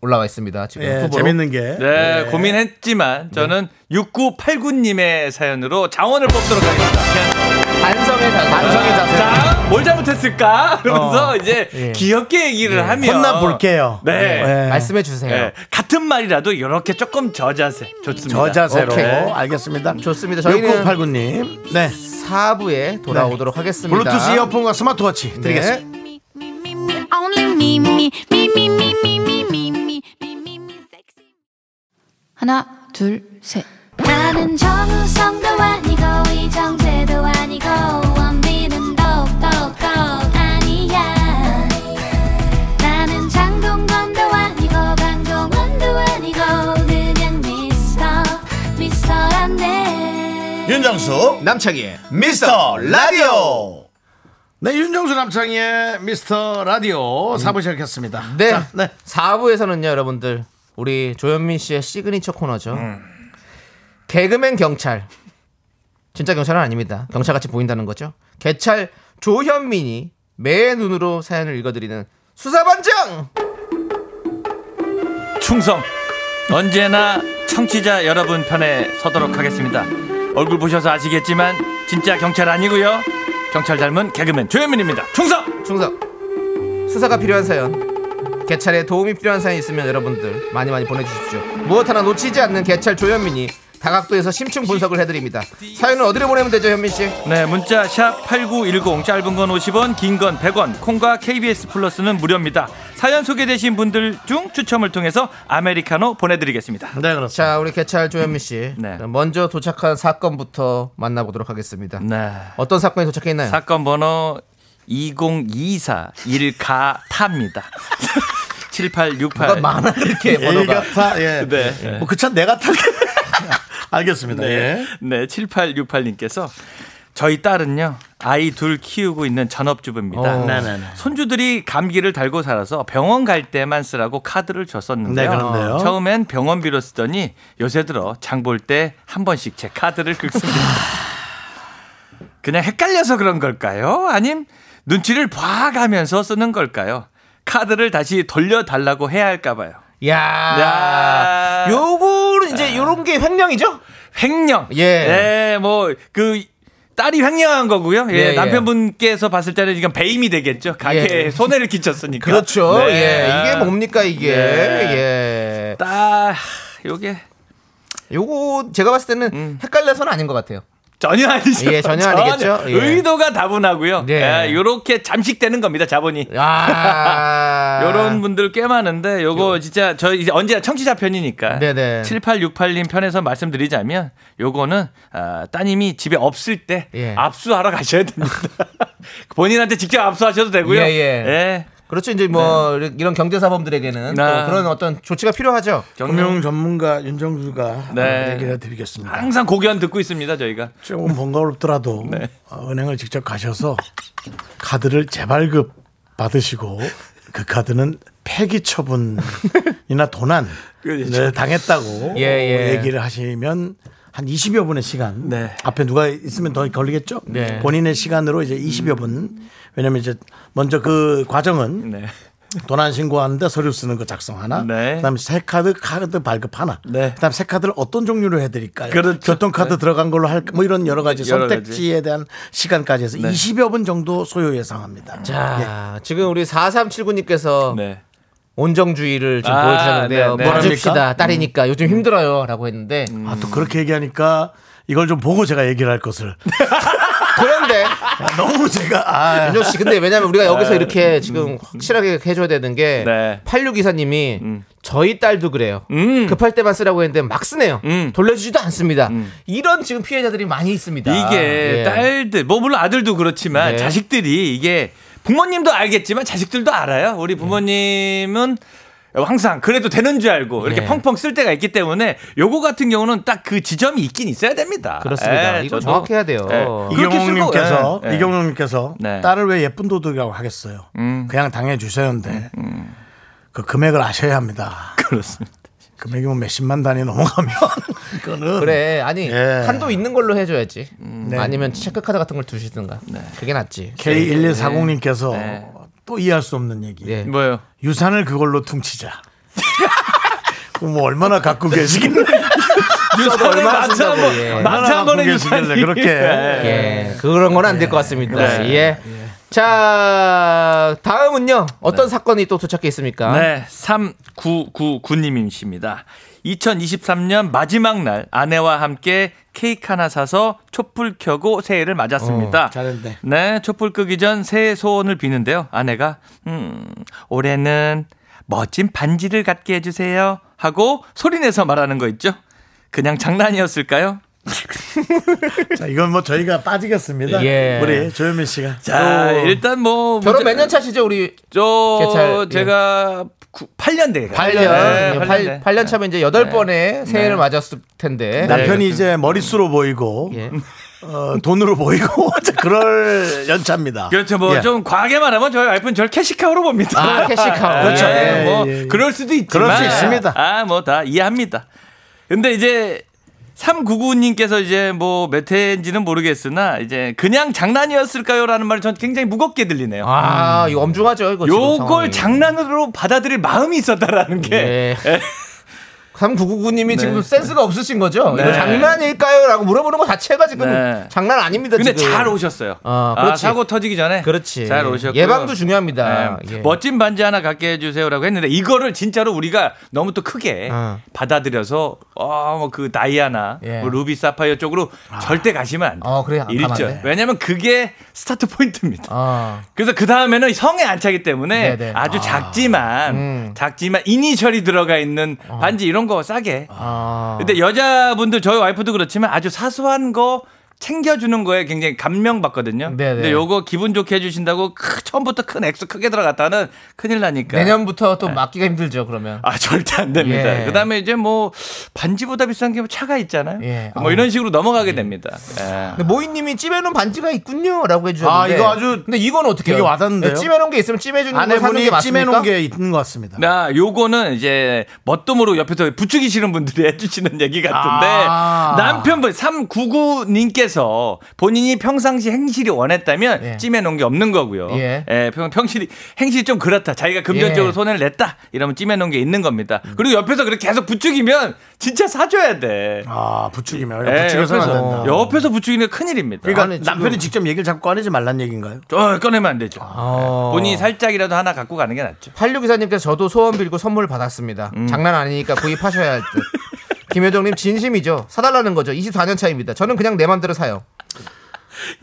[SPEAKER 3] 올라와 있습니다. 지금
[SPEAKER 2] 예,
[SPEAKER 3] 후보로.
[SPEAKER 2] 재밌는 게
[SPEAKER 9] 네, 고민했지만 저는 6989님의 사연으로 장원을 뽑도록 하겠습니다.
[SPEAKER 3] 반성의 자세. 반성의 자세.
[SPEAKER 9] 자, 뭘 잘못했을까? 그러면서 이제
[SPEAKER 3] 예.
[SPEAKER 9] 귀엽게 얘기를 하면
[SPEAKER 2] 어. 혼나 볼게요.
[SPEAKER 9] 네.
[SPEAKER 3] 말씀해 주세요.
[SPEAKER 9] 예, 같은 말이라도 이렇게 조금 저자세 좋습니다.
[SPEAKER 2] 저 자세로
[SPEAKER 3] 오케이.
[SPEAKER 2] 알겠습니다.
[SPEAKER 3] 좋습니다. 저희는
[SPEAKER 2] 6989님. 네.
[SPEAKER 3] 4부에 돌아오도록 하겠습니다.
[SPEAKER 2] 블루투스 이어폰과 스마트워치 드리겠습니다.
[SPEAKER 3] 네.
[SPEAKER 5] me, me, me, only me, me, me, me, me, me, me, me, me, me, me, me, sexy.
[SPEAKER 10] 하나, 둘, 셋.
[SPEAKER 5] 나는 정우성도 아니고 이정재도 아니고 원빈은 더욱더 아니야 나는 장동건도 아니고 강동원도 아니고 그냥 미스터 미스터란데
[SPEAKER 6] 윤정수
[SPEAKER 3] 남창희의
[SPEAKER 6] 미스터 라디오
[SPEAKER 2] 네, 윤정수 남창희의 미스터 라디오 4부 시작했습니다.
[SPEAKER 3] 네.
[SPEAKER 2] 자, 네.
[SPEAKER 3] 4부에서는요, 여러분들 우리 조현민 씨의 시그니처 코너죠.
[SPEAKER 2] 음.
[SPEAKER 3] 개그맨 경찰. 진짜 경찰은 아닙니다. 경찰같이 보인다는 거죠. 개찰 조현민이 매 눈으로 사연을 읽어드리는 수사반장!
[SPEAKER 9] 충성 언제나 청취자 여러분 편에 서도록 하겠습니다 얼굴 보셔서 아시겠지만 진짜 경찰 아니고요 경찰 닮은 개그맨 조현민입니다 충성
[SPEAKER 3] 충성! 수사가 필요한 사연. 개찰에 도움이 필요한 사연이 있으면 여러분들 많이 많이 보내주십시오. 무엇 하나 놓치지 않는 개찰 조현민이 다각도에서 심층 분석을 해드립니다. 사연은 어디로 보내면 되죠, 현민 씨?
[SPEAKER 9] 네 문자 샵 8910 짧은 건 50원 긴 건 100원 콩과 KBS 플러스는 무료입니다 사연 소개되신 분들 중 추첨을 통해서 아메리카노 보내드리겠습니다
[SPEAKER 2] 네, 그렇습니다.
[SPEAKER 3] 자, 우리 개찰 조현민 씨.
[SPEAKER 9] 네.
[SPEAKER 3] 그럼 먼저 도착한 사건부터 만나보도록 하겠습니다.
[SPEAKER 9] 네
[SPEAKER 3] 어떤 사건이 도착했나요?
[SPEAKER 9] 사건 번호 2024 1가 타입니다 (laughs) 7868
[SPEAKER 3] 많아
[SPEAKER 2] (laughs)
[SPEAKER 3] 이렇게
[SPEAKER 2] 예,
[SPEAKER 3] 번호가.
[SPEAKER 2] 같아. 예.
[SPEAKER 3] (laughs)
[SPEAKER 9] 네.
[SPEAKER 2] 뭐그 차 내가 탈. (laughs) 알겠습니다. 예.
[SPEAKER 9] 네, 7868님께서 저희 딸은요 아이 둘 키우고 있는 전업주부입니다.
[SPEAKER 3] 어.
[SPEAKER 2] 네네네.
[SPEAKER 9] 손주들이 감기를 달고 살아서 병원 갈 때만 쓰라고 카드를 줬었는데요.
[SPEAKER 2] 네, 그런데요.
[SPEAKER 9] 처음엔 병원비로 쓰더니 요새 들어 장 볼 때 한 번씩 제
[SPEAKER 2] (laughs)
[SPEAKER 9] 카드를 긁습니다. 그냥 헷갈려서 그런 걸까요? 아님 눈치를 봐가면서 쓰는 걸까요? 카드를 다시 돌려달라고 해야 할까 봐요. 아.
[SPEAKER 3] 야.
[SPEAKER 9] 야.
[SPEAKER 3] 요거는 이제 요런 게 횡령이죠?
[SPEAKER 9] 횡령.
[SPEAKER 3] 예.
[SPEAKER 9] 예, 뭐, 그, 딸이 횡령한 거고요. 예,
[SPEAKER 3] 예, 예.
[SPEAKER 9] 남편분께서 봤을 때는 지금 배임이 되겠죠. 가게에
[SPEAKER 3] 예.
[SPEAKER 9] (laughs) 손해를 끼쳤으니까.
[SPEAKER 3] 그렇죠.
[SPEAKER 9] 네.
[SPEAKER 3] 예. 이게 뭡니까 이게.
[SPEAKER 9] 네.
[SPEAKER 3] 예.
[SPEAKER 9] 딸, 요게
[SPEAKER 3] 요거 제가 봤을 때는 헷갈려서는 아닌 것 같아요.
[SPEAKER 9] (laughs) 전혀 아니죠.
[SPEAKER 3] 예, 전혀 아니겠죠. 예.
[SPEAKER 9] 의도가 다분하고요.
[SPEAKER 3] 네.
[SPEAKER 9] 예, 요렇게 잠식되는 겁니다, 자본이.
[SPEAKER 3] 아.
[SPEAKER 9] (laughs) 요런 분들 꽤 많은데 요거 진짜 저 이제 언제나 청취자 편이니까
[SPEAKER 3] 네네.
[SPEAKER 9] 7868님 편에서 말씀드리자면 요거는 아, 따님이 집에 없을 때
[SPEAKER 3] 예.
[SPEAKER 9] 압수하러 가셔야 됩니다. (laughs) 본인한테 직접 압수하셔도 되고요.
[SPEAKER 3] 예, 예. 그렇죠. 이제 뭐 이런 경제 사범들에게는 또
[SPEAKER 9] 아.
[SPEAKER 3] 그런 어떤 조치가 필요하죠.
[SPEAKER 9] 경-
[SPEAKER 2] 금융 전문가 윤정수가
[SPEAKER 9] 네.
[SPEAKER 2] 얘기를 해드리겠습니다.
[SPEAKER 9] 항상 고견 듣고 있습니다, 저희가.
[SPEAKER 2] 조금
[SPEAKER 9] (laughs)
[SPEAKER 2] 번거롭더라도
[SPEAKER 9] 네.
[SPEAKER 2] 어, 은행을 직접 가셔서 카드를 재발급 받으시고 그 카드는 폐기
[SPEAKER 9] (laughs)
[SPEAKER 2] 처분이나 도난을 네,
[SPEAKER 9] 그렇죠.
[SPEAKER 2] 당했다고
[SPEAKER 3] 예, 예.
[SPEAKER 2] 얘기를 하시면 한 20여 분의 시간
[SPEAKER 9] 네.
[SPEAKER 2] 앞에 누가 있으면 더 걸리겠죠?
[SPEAKER 3] 네.
[SPEAKER 2] 본인의 시간으로 이제
[SPEAKER 9] 음.
[SPEAKER 2] 20여 분 왜냐면 이제 먼저 그 과정은
[SPEAKER 9] 네.
[SPEAKER 2] 도난 신고하는데 서류 쓰는 거 작성 하나.
[SPEAKER 9] 네.
[SPEAKER 2] 그다음에 새 카드 카드 발급 하나.
[SPEAKER 9] 네.
[SPEAKER 2] 그다음 새 카드를 어떤 종류로 해드릴까요?
[SPEAKER 9] 그렇죠.
[SPEAKER 2] 교통 카드 들어간 걸로 할까? 뭐 이런 여러 가지
[SPEAKER 9] 여러 네.
[SPEAKER 2] 선택지에 대한 시간까지 해서 20여 분 정도 소요 예상합니다.
[SPEAKER 3] 자, 지금 우리 4379님께서
[SPEAKER 9] 네.
[SPEAKER 3] 온정주의를 지금
[SPEAKER 9] 아,
[SPEAKER 3] 보여주셨는데요.
[SPEAKER 9] 네, 음. 네.
[SPEAKER 3] 봐줍시다.
[SPEAKER 2] 뭐랍니까?
[SPEAKER 3] 딸이니까 요즘 힘들어요라고 했는데
[SPEAKER 2] 아, 또 그렇게 얘기하니까 이걸 좀 보고 제가 얘기를 할 것을
[SPEAKER 9] 네.
[SPEAKER 3] 아, 그런데
[SPEAKER 2] 너무 제가 아,
[SPEAKER 3] 윤정 씨, 근데 왜냐면 우리가 여기서 이렇게 지금 확실하게 해줘야 되는 게
[SPEAKER 9] 아. 음. 네. 음.
[SPEAKER 3] 86기사님이 저희 딸도 그래요. 급할 때만 쓰라고 했는데 막 쓰네요.
[SPEAKER 9] 음.
[SPEAKER 3] 돌려주지도 않습니다. 이런 지금 피해자들이 많이 있습니다.
[SPEAKER 9] 이게
[SPEAKER 3] 예.
[SPEAKER 9] 딸들, 뭐 물론 아들도 그렇지만
[SPEAKER 3] 네.
[SPEAKER 9] 자식들이 이게 부모님도 알겠지만 자식들도 알아요. 우리
[SPEAKER 3] 네.
[SPEAKER 9] 부모님은 항상 그래도 되는 줄 알고 이렇게
[SPEAKER 3] 네.
[SPEAKER 9] 펑펑 쓸 때가 있기 때문에 요거 같은 경우는 딱 그 지점이 있긴 있어야 됩니다.
[SPEAKER 3] 그렇습니다.
[SPEAKER 9] 예,
[SPEAKER 3] 이거
[SPEAKER 9] 저도.
[SPEAKER 3] 정확해야 돼요.
[SPEAKER 9] 예. (laughs) 그렇게 쓰고,
[SPEAKER 2] 이경옥님께서
[SPEAKER 9] 예, 예.
[SPEAKER 2] 이경옥님께서
[SPEAKER 9] 네. 음.
[SPEAKER 2] 딸을 왜 예쁜 도둑이라고 하겠어요? 그냥 당해 주셔야는데 그 금액을 아셔야 합니다.
[SPEAKER 9] 그렇습니다.
[SPEAKER 2] 금액이 뭐 몇십만 단위
[SPEAKER 9] (laughs)
[SPEAKER 2] 넘어가면
[SPEAKER 9] 네.
[SPEAKER 2] (laughs) 그거는
[SPEAKER 3] 그래 아니
[SPEAKER 2] 예.
[SPEAKER 3] 한도 있는 걸로 해줘야지.
[SPEAKER 2] 네.
[SPEAKER 3] 아니면 체크카드 같은 걸 두시든가. 그게 낫지.
[SPEAKER 2] K1140님께서
[SPEAKER 9] 네.
[SPEAKER 2] 또 이해할 수 없는 얘기.
[SPEAKER 3] 예.
[SPEAKER 2] (laughs)
[SPEAKER 9] 뭐요?
[SPEAKER 2] 유산을 그걸로 퉁치자. (laughs) 그럼 뭐 얼마나 갖고 계시길래
[SPEAKER 9] 유산을
[SPEAKER 3] 얼마나
[SPEAKER 9] 마트
[SPEAKER 3] 쓴다고,
[SPEAKER 9] 한
[SPEAKER 2] 뭐
[SPEAKER 9] 번,
[SPEAKER 3] 예.
[SPEAKER 9] 마트 한
[SPEAKER 2] 얼마나
[SPEAKER 9] 번에
[SPEAKER 2] 갖고
[SPEAKER 9] 유산이
[SPEAKER 2] 계시길래 그렇게.
[SPEAKER 9] (laughs) 네.
[SPEAKER 3] 예, 그런 건 안 될 것 같습니다. 예. 자, 다음은요. 어떤 사건이 또 도착해 있습니까?
[SPEAKER 9] 네, 3999님이십니다. 2023년 마지막 날 아내와 함께 케이크 하나 사서 촛불 켜고 새해를 맞았습니다.
[SPEAKER 3] 어,
[SPEAKER 2] 잘했네.
[SPEAKER 9] 네, 촛불 끄기 전 새해 소원을 비는데요. 아내가 음, 올해는 멋진 반지를 갖게 해 주세요 하고 소리내서 말하는 거 있죠? 그냥 장난이었을까요?
[SPEAKER 2] 자, 이건 뭐 저희가 빠지겠습니다.
[SPEAKER 3] 예.
[SPEAKER 2] 우리 조현민 씨가
[SPEAKER 9] 자,
[SPEAKER 3] 어.
[SPEAKER 9] 일단 뭐
[SPEAKER 3] 결혼
[SPEAKER 9] 문제-
[SPEAKER 3] 몇 년 차시죠, 우리?
[SPEAKER 9] 저
[SPEAKER 3] 개찰, 예.
[SPEAKER 9] 제가 8년 돼요.
[SPEAKER 3] 8년.
[SPEAKER 9] 네, 8년 돼.
[SPEAKER 3] 8, 년
[SPEAKER 9] 네.
[SPEAKER 3] 차면 이제 8번의 새해를 맞았을 텐데.
[SPEAKER 2] (laughs) 남편이 이제 머릿수로 보이고
[SPEAKER 3] 예.
[SPEAKER 2] 어, 돈으로 보이고 (laughs) 그럴 연차입니다.
[SPEAKER 9] 그렇죠. 뭐
[SPEAKER 2] 예.
[SPEAKER 9] 좀 과하게 말하면 저희 와이프는 저를 캐시카우로 봅니다.
[SPEAKER 2] 아, 캐시카우.
[SPEAKER 9] (laughs) 그렇죠.
[SPEAKER 2] 예,
[SPEAKER 9] 뭐
[SPEAKER 2] 예, 예.
[SPEAKER 9] 그럴 수도 있지만
[SPEAKER 2] 그럴 수 있습니다.
[SPEAKER 9] 아, 뭐 다 이해합니다. 근데 이제 399님께서 이제 뭐 몇 회인지는 모르겠으나 이제 그냥 장난이었을까요라는 말이 전 굉장히 무겁게 들리네요.
[SPEAKER 3] 아, 이거 엄중하죠, 이거. 지금 상황이.
[SPEAKER 9] 요걸 장난으로 받아들일 마음이 있었다라는 게.
[SPEAKER 3] 예. 3999님이 지금 센스가 없으신 거죠?
[SPEAKER 9] 네.
[SPEAKER 3] 이거 장난일까요? 라고 물어보는 거 자체가 지금
[SPEAKER 9] 네.
[SPEAKER 3] 장난 아닙니다.
[SPEAKER 9] 근데
[SPEAKER 3] 지금.
[SPEAKER 9] 잘 오셨어요.
[SPEAKER 3] 아,
[SPEAKER 9] 아,
[SPEAKER 3] 그렇지.
[SPEAKER 9] 사고 터지기 전에
[SPEAKER 3] 그렇지.
[SPEAKER 9] 잘 오셨고
[SPEAKER 3] 예방도 중요합니다. 예.
[SPEAKER 9] 아, 멋진 반지 하나 갖게 해주세요라고 했는데 이거를 진짜로 우리가 너무 또 크게
[SPEAKER 3] 어.
[SPEAKER 9] 받아들여서 어뭐그 다이아나
[SPEAKER 3] 예. 아.
[SPEAKER 9] 뭐 루비 사파이어 쪽으로 절대 가시면 안 돼.
[SPEAKER 3] 어, 그래. 깜깜한데.
[SPEAKER 9] 일절. 왜냐면 그게 스타트 포인트입니다.
[SPEAKER 3] 아,
[SPEAKER 9] 그래서 그 다음에는 성에 안 차기 때문에
[SPEAKER 3] 네네.
[SPEAKER 9] 아주 작지만
[SPEAKER 3] 음.
[SPEAKER 9] 작지만 이니셜이 들어가 있는 반지 이런 거 싸게
[SPEAKER 3] 아.
[SPEAKER 9] 근데 여자분들 저희 와이프도 그렇지만 아주 사소한 거 챙겨주는 거에 굉장히 감명받거든요.
[SPEAKER 3] 네네.
[SPEAKER 9] 근데 요거 기분 좋게 해주신다고 크- 처음부터 큰 액수 크게 들어갔다는 큰일
[SPEAKER 3] 그러니까.
[SPEAKER 9] 나니까.
[SPEAKER 3] 내년부터 또 막기가 힘들죠, 그러면.
[SPEAKER 9] 아 절대 안 됩니다.
[SPEAKER 3] 예.
[SPEAKER 9] 그다음에 이제 뭐 반지보다 비싼 게뭐 차가 있잖아요.
[SPEAKER 3] 예.
[SPEAKER 9] 뭐
[SPEAKER 3] 아.
[SPEAKER 9] 이런 식으로 넘어가게 됩니다. 예.
[SPEAKER 3] 근데 모이님이 찜해놓은 반지가 있군요라고 해주셨는데
[SPEAKER 2] 아, 이거 아주
[SPEAKER 3] 근데 이건 어떻게
[SPEAKER 2] 되게
[SPEAKER 3] 해요? 네,
[SPEAKER 2] 와닿는데요?
[SPEAKER 3] 찜해놓은 게 있으면 찜해주는 거뭐 사는 게
[SPEAKER 2] 아내분이
[SPEAKER 3] 맞습니까?
[SPEAKER 2] 찜해놓은 게 있는 것 같습니다.
[SPEAKER 9] 나 요거는 이제 멋돔으로 옆에서 부추기 시는 분들이 (laughs) 해주시는 얘기 같은데
[SPEAKER 3] 아.
[SPEAKER 9] 남편분 399님께서 본인이 평상시 행실이 원했다면
[SPEAKER 3] 예.
[SPEAKER 9] 찜해놓은 게 없는 거고요.
[SPEAKER 3] 예.
[SPEAKER 9] 예. 평, 평실이 행실이 좀 그렇다. 자기가 금전적으로
[SPEAKER 3] 예.
[SPEAKER 9] 손해를 냈다. 이러면 찜해놓은 게 있는 겁니다. 그리고 옆에서 그렇게 계속 부추기면 진짜 사줘야 돼.
[SPEAKER 2] 아 부추기면
[SPEAKER 9] 예,
[SPEAKER 2] 부추겨서는 안
[SPEAKER 9] 옆에서,
[SPEAKER 2] 된다.
[SPEAKER 9] 옆에서 부추기는 큰일입니다.
[SPEAKER 2] 그러니까
[SPEAKER 3] 아니, 지금-
[SPEAKER 2] 남편이 직접 얘기를 자꾸 꺼내지 말란 얘기인가요?
[SPEAKER 9] 어, 꺼내면 안 되죠.
[SPEAKER 2] 아.
[SPEAKER 3] 어.
[SPEAKER 9] 본인이 살짝이라도 하나 갖고 가는 게 낫죠.
[SPEAKER 3] 86기사님께서 저도 소원 빌고 선물 받았습니다.
[SPEAKER 2] 음.
[SPEAKER 3] 장난 아니니까 구입하셔야 할
[SPEAKER 2] (laughs)
[SPEAKER 3] 듯. 김효정님 진심이죠. 사달라는 거죠. 24년 차입니다. 저는 그냥 내 맘대로 사요.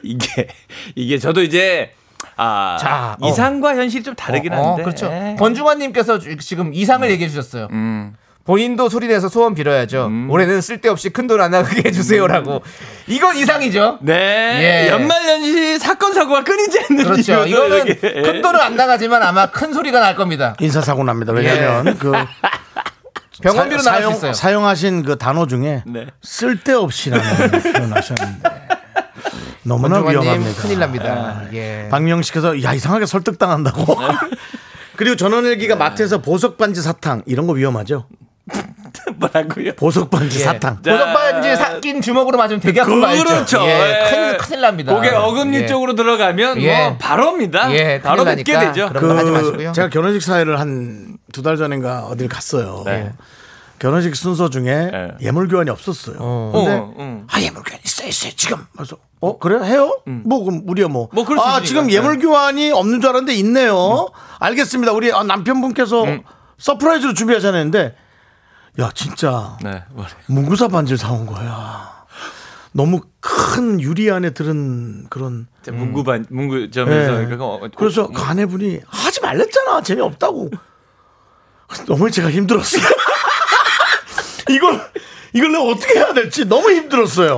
[SPEAKER 9] 이게 이게 저도 이제 아
[SPEAKER 3] 자, 어.
[SPEAKER 9] 이상과 현실이 좀 다르긴
[SPEAKER 3] 어, 어,
[SPEAKER 9] 한데
[SPEAKER 3] 그렇죠.
[SPEAKER 2] 네.
[SPEAKER 9] 예.
[SPEAKER 3] 권중환님께서 주- 지금
[SPEAKER 2] 음.
[SPEAKER 3] 이상을 얘기해 주셨어요. 본인도 소리내서 소원 빌어야죠.
[SPEAKER 2] 음.
[SPEAKER 3] 올해는 쓸데없이 큰 돈 안 나가게 (laughs) 해주세요라고. 이건 이상이죠.
[SPEAKER 9] 네
[SPEAKER 3] 예.
[SPEAKER 9] 연말연시 사건 사고가 끊이지 않는
[SPEAKER 3] 그렇죠.
[SPEAKER 9] 이유도
[SPEAKER 3] 이거는
[SPEAKER 9] 이렇게, 예.
[SPEAKER 3] 큰 돈은 안 나가지만 아마 큰 소리가 날 겁니다.
[SPEAKER 2] 인사사고 납니다.
[SPEAKER 3] 예.
[SPEAKER 2] 왜냐하면 그
[SPEAKER 3] 병원비로
[SPEAKER 2] 사-
[SPEAKER 3] 나갈 수
[SPEAKER 2] 사용-
[SPEAKER 3] 있어요.
[SPEAKER 2] 사용하신 그 단어 중에
[SPEAKER 9] 네.
[SPEAKER 2] (laughs) 쓸데없이라는 표현하셨는데 너무나
[SPEAKER 3] 권중환님
[SPEAKER 2] 위험합니다. 아, 네.
[SPEAKER 3] 큰일 납니다. 예.
[SPEAKER 2] 박명식께서 야 이상하게 설득당한다고. (laughs) 그리고 전원일기가 마트에서 보석 반지 사탕 이런 거 위험하죠?
[SPEAKER 9] 뭐라고요?
[SPEAKER 2] 보석 반지
[SPEAKER 3] 예.
[SPEAKER 2] 사탕. 아.
[SPEAKER 3] 보석 반지 삭낀 주먹으로 맞으면 되게 아픈 거 알죠?
[SPEAKER 9] 그렇죠.
[SPEAKER 3] 예,
[SPEAKER 9] 예.
[SPEAKER 3] 큰일, 큰일 납니다.
[SPEAKER 9] 고개 어금니
[SPEAKER 3] 예.
[SPEAKER 9] 쪽으로 들어가면
[SPEAKER 3] 예.
[SPEAKER 9] 뭐 바로입니다.
[SPEAKER 3] 예, 큰일
[SPEAKER 9] 바로 눕게
[SPEAKER 3] 나니까
[SPEAKER 9] 되죠.
[SPEAKER 3] 그럼-
[SPEAKER 2] 그
[SPEAKER 3] 하지 마시고요.
[SPEAKER 2] 제가 결혼식 사회를 한 두 달 전인가 어딜 갔어요. 네. 결혼식 순서 중에
[SPEAKER 9] 네.
[SPEAKER 2] 예물 교환이 없었어요.
[SPEAKER 9] 어,
[SPEAKER 2] 근데
[SPEAKER 9] 음.
[SPEAKER 2] 아 예물 교환 있어 있어 지금. 그래서 어 그래 해요? 뭐 그럼 우리야 뭐.
[SPEAKER 9] 뭐 그럴 수
[SPEAKER 2] 아
[SPEAKER 9] 있으니까. 음.
[SPEAKER 2] 지금 예물 교환이 없는 줄 알았는데 있네요. 알겠습니다. 우리 아, 남편분께서 서프라이즈로 준비하셨는데 야 진짜
[SPEAKER 9] 네, 뭐래요?
[SPEAKER 2] 문구사 반지를 사온 거야. 너무 큰 유리 안에 들은 그런.
[SPEAKER 9] 음. 문구반 문구점에서
[SPEAKER 2] 예.
[SPEAKER 9] 그거 어-
[SPEAKER 2] 그래서 그 아내분이 하지 말랬잖아 재미없다고. 그래서 너무 제가 힘들었어요. (laughs) 이걸 이걸 내가 어떻게 해야 될지 너무 힘들었어요.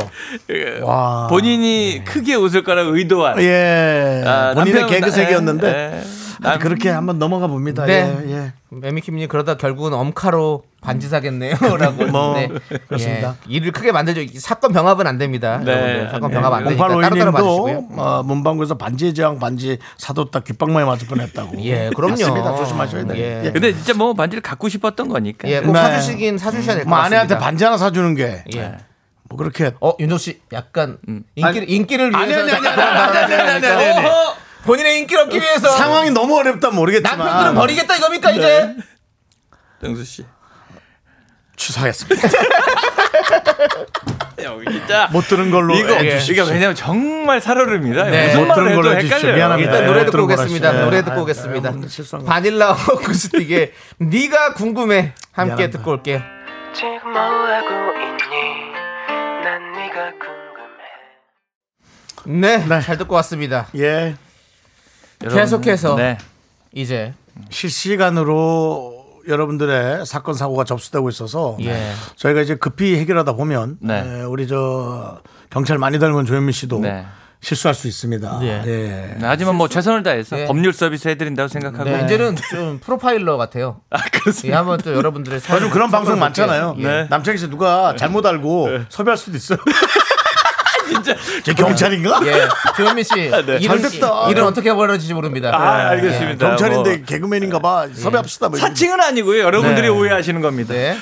[SPEAKER 9] 예.
[SPEAKER 2] 와.
[SPEAKER 9] 본인이
[SPEAKER 3] 아, 네.
[SPEAKER 9] 크게 웃을 거라고 의도한
[SPEAKER 2] 예.
[SPEAKER 9] 아,
[SPEAKER 2] 본인의
[SPEAKER 9] 남편은-
[SPEAKER 2] 개그색이었는데
[SPEAKER 9] 예, 예.
[SPEAKER 2] 아, 그렇게 한번 넘어가 봅니다.
[SPEAKER 3] 네.
[SPEAKER 2] 예, 예.
[SPEAKER 3] 매미킴님 그러다 결국은 엄카로 반지 사겠네요라고
[SPEAKER 2] 뭐,
[SPEAKER 3] 했는데
[SPEAKER 2] 그렇습니다.
[SPEAKER 3] 예, 일을 크게 만들죠. 이 사건 병합은 안 됩니다.
[SPEAKER 9] 네.
[SPEAKER 3] 여러분들. 사건
[SPEAKER 9] 네.
[SPEAKER 3] 병합 안 되니까 예. 따로 따로
[SPEAKER 2] 아, 공팔오이님도
[SPEAKER 3] 받으시고요.
[SPEAKER 2] 어, 문방구에서 반지의 제왕 반지 사뒀다 귓방망이 맞을 뻔했다고.
[SPEAKER 3] 예, 그럼요.
[SPEAKER 2] 맞습니다. 조심하셔야 돼요.
[SPEAKER 3] 예.
[SPEAKER 2] 예.
[SPEAKER 9] 근데 진짜 뭐 반지를 갖고 싶었던 거니까.
[SPEAKER 3] 예, 꼭
[SPEAKER 2] 네.
[SPEAKER 3] 사주시긴 사주셔야 될 것
[SPEAKER 2] 뭐
[SPEAKER 3] 같습니다.
[SPEAKER 2] 아내한테 반지 하나 사주는 게 뭐
[SPEAKER 3] 예.
[SPEAKER 2] 그렇게
[SPEAKER 3] 어 윤정 씨 약간 인기를
[SPEAKER 2] 아니,
[SPEAKER 3] 인기를
[SPEAKER 2] 아니,
[SPEAKER 3] 위해서
[SPEAKER 2] 아니, 아니,
[SPEAKER 3] 약간
[SPEAKER 2] 아니, 아니, 아니, 아니, 아니, 아니, 아니.
[SPEAKER 3] 어허! 본인의 인기를 얻기 위해서
[SPEAKER 2] 상황이 너무 어렵다 모르겠지만
[SPEAKER 3] 남편들은 버리겠다 이겁니까 이제?
[SPEAKER 9] 정수 씨.
[SPEAKER 3] (laughs)
[SPEAKER 2] 취소하겠습니다.
[SPEAKER 9] 야,
[SPEAKER 3] 뭐
[SPEAKER 9] 진짜
[SPEAKER 2] 못 들은 걸로
[SPEAKER 9] 이거
[SPEAKER 2] 해
[SPEAKER 9] 예. 이거 왜냐면 정말 살얼음이다.
[SPEAKER 3] 네.
[SPEAKER 9] 무슨
[SPEAKER 3] 못
[SPEAKER 9] 말을
[SPEAKER 2] 들은
[SPEAKER 9] 해도
[SPEAKER 2] 걸로 해주십시오.
[SPEAKER 9] 헷갈려요.
[SPEAKER 2] 미안합니다.
[SPEAKER 9] 일단
[SPEAKER 3] 일단
[SPEAKER 2] 예,
[SPEAKER 3] 노래 듣고
[SPEAKER 2] 들은 거라
[SPEAKER 3] 오겠습니다.
[SPEAKER 2] 하시죠.
[SPEAKER 3] 노래
[SPEAKER 2] 예.
[SPEAKER 3] 듣고
[SPEAKER 2] 아이고,
[SPEAKER 3] 오겠습니다.
[SPEAKER 2] 여러분들 실수한 거.
[SPEAKER 3] 어. 바닐라 어쿠스틱의 네가 궁금해 함께
[SPEAKER 2] 미안합니다.
[SPEAKER 3] 듣고 올게요.
[SPEAKER 7] 지금 뭐하고 있니 난 네가 궁금해
[SPEAKER 3] 네, 잘 듣고 왔습니다.
[SPEAKER 2] 예.
[SPEAKER 9] 여러분,
[SPEAKER 3] 계속해서.
[SPEAKER 9] 네.
[SPEAKER 3] 이제
[SPEAKER 2] 실시간으로 여러분들의 사건 사고가 접수되고 있어서
[SPEAKER 3] 예.
[SPEAKER 2] 저희가 이제 급히 해결하다 보면
[SPEAKER 9] 네.
[SPEAKER 2] 에, 우리 저 경찰 많이 닮은 조현민 씨도
[SPEAKER 9] 네.
[SPEAKER 2] 실수할 수 있습니다.
[SPEAKER 3] 예.
[SPEAKER 2] 예.
[SPEAKER 9] 하지만 뭐 최선을 다해서
[SPEAKER 3] 예.
[SPEAKER 9] 법률 서비스 해드린다고 생각하고
[SPEAKER 3] 네, 이제는 좀 프로파일러 같아요.
[SPEAKER 9] 아
[SPEAKER 3] 예,
[SPEAKER 9] 그렇습니다.
[SPEAKER 3] 한번 또 여러분들의 사연
[SPEAKER 2] 요즘 네. 그런 방송
[SPEAKER 3] 볼게요.
[SPEAKER 2] 많잖아요.
[SPEAKER 3] 예.
[SPEAKER 2] 네. (laughs) 남창희 씨 누가 잘못 알고 섭외할 수도 있어요.
[SPEAKER 9] 진짜.
[SPEAKER 2] 제 경찰인가?
[SPEAKER 3] 예, 조현민 씨. 일은,
[SPEAKER 2] 잘 됐다.
[SPEAKER 3] 일은 어떻게 벌어질지 모릅니다.
[SPEAKER 9] 아,
[SPEAKER 3] 예.
[SPEAKER 9] 알겠습니다.
[SPEAKER 2] 경찰인데
[SPEAKER 9] 뭐.
[SPEAKER 2] 개그맨인가 봐. 섭외합시다. 뭐 이런
[SPEAKER 9] 사칭은 아니고요. 여러분들이
[SPEAKER 3] 네.
[SPEAKER 9] 오해하시는 겁니다.
[SPEAKER 3] 네.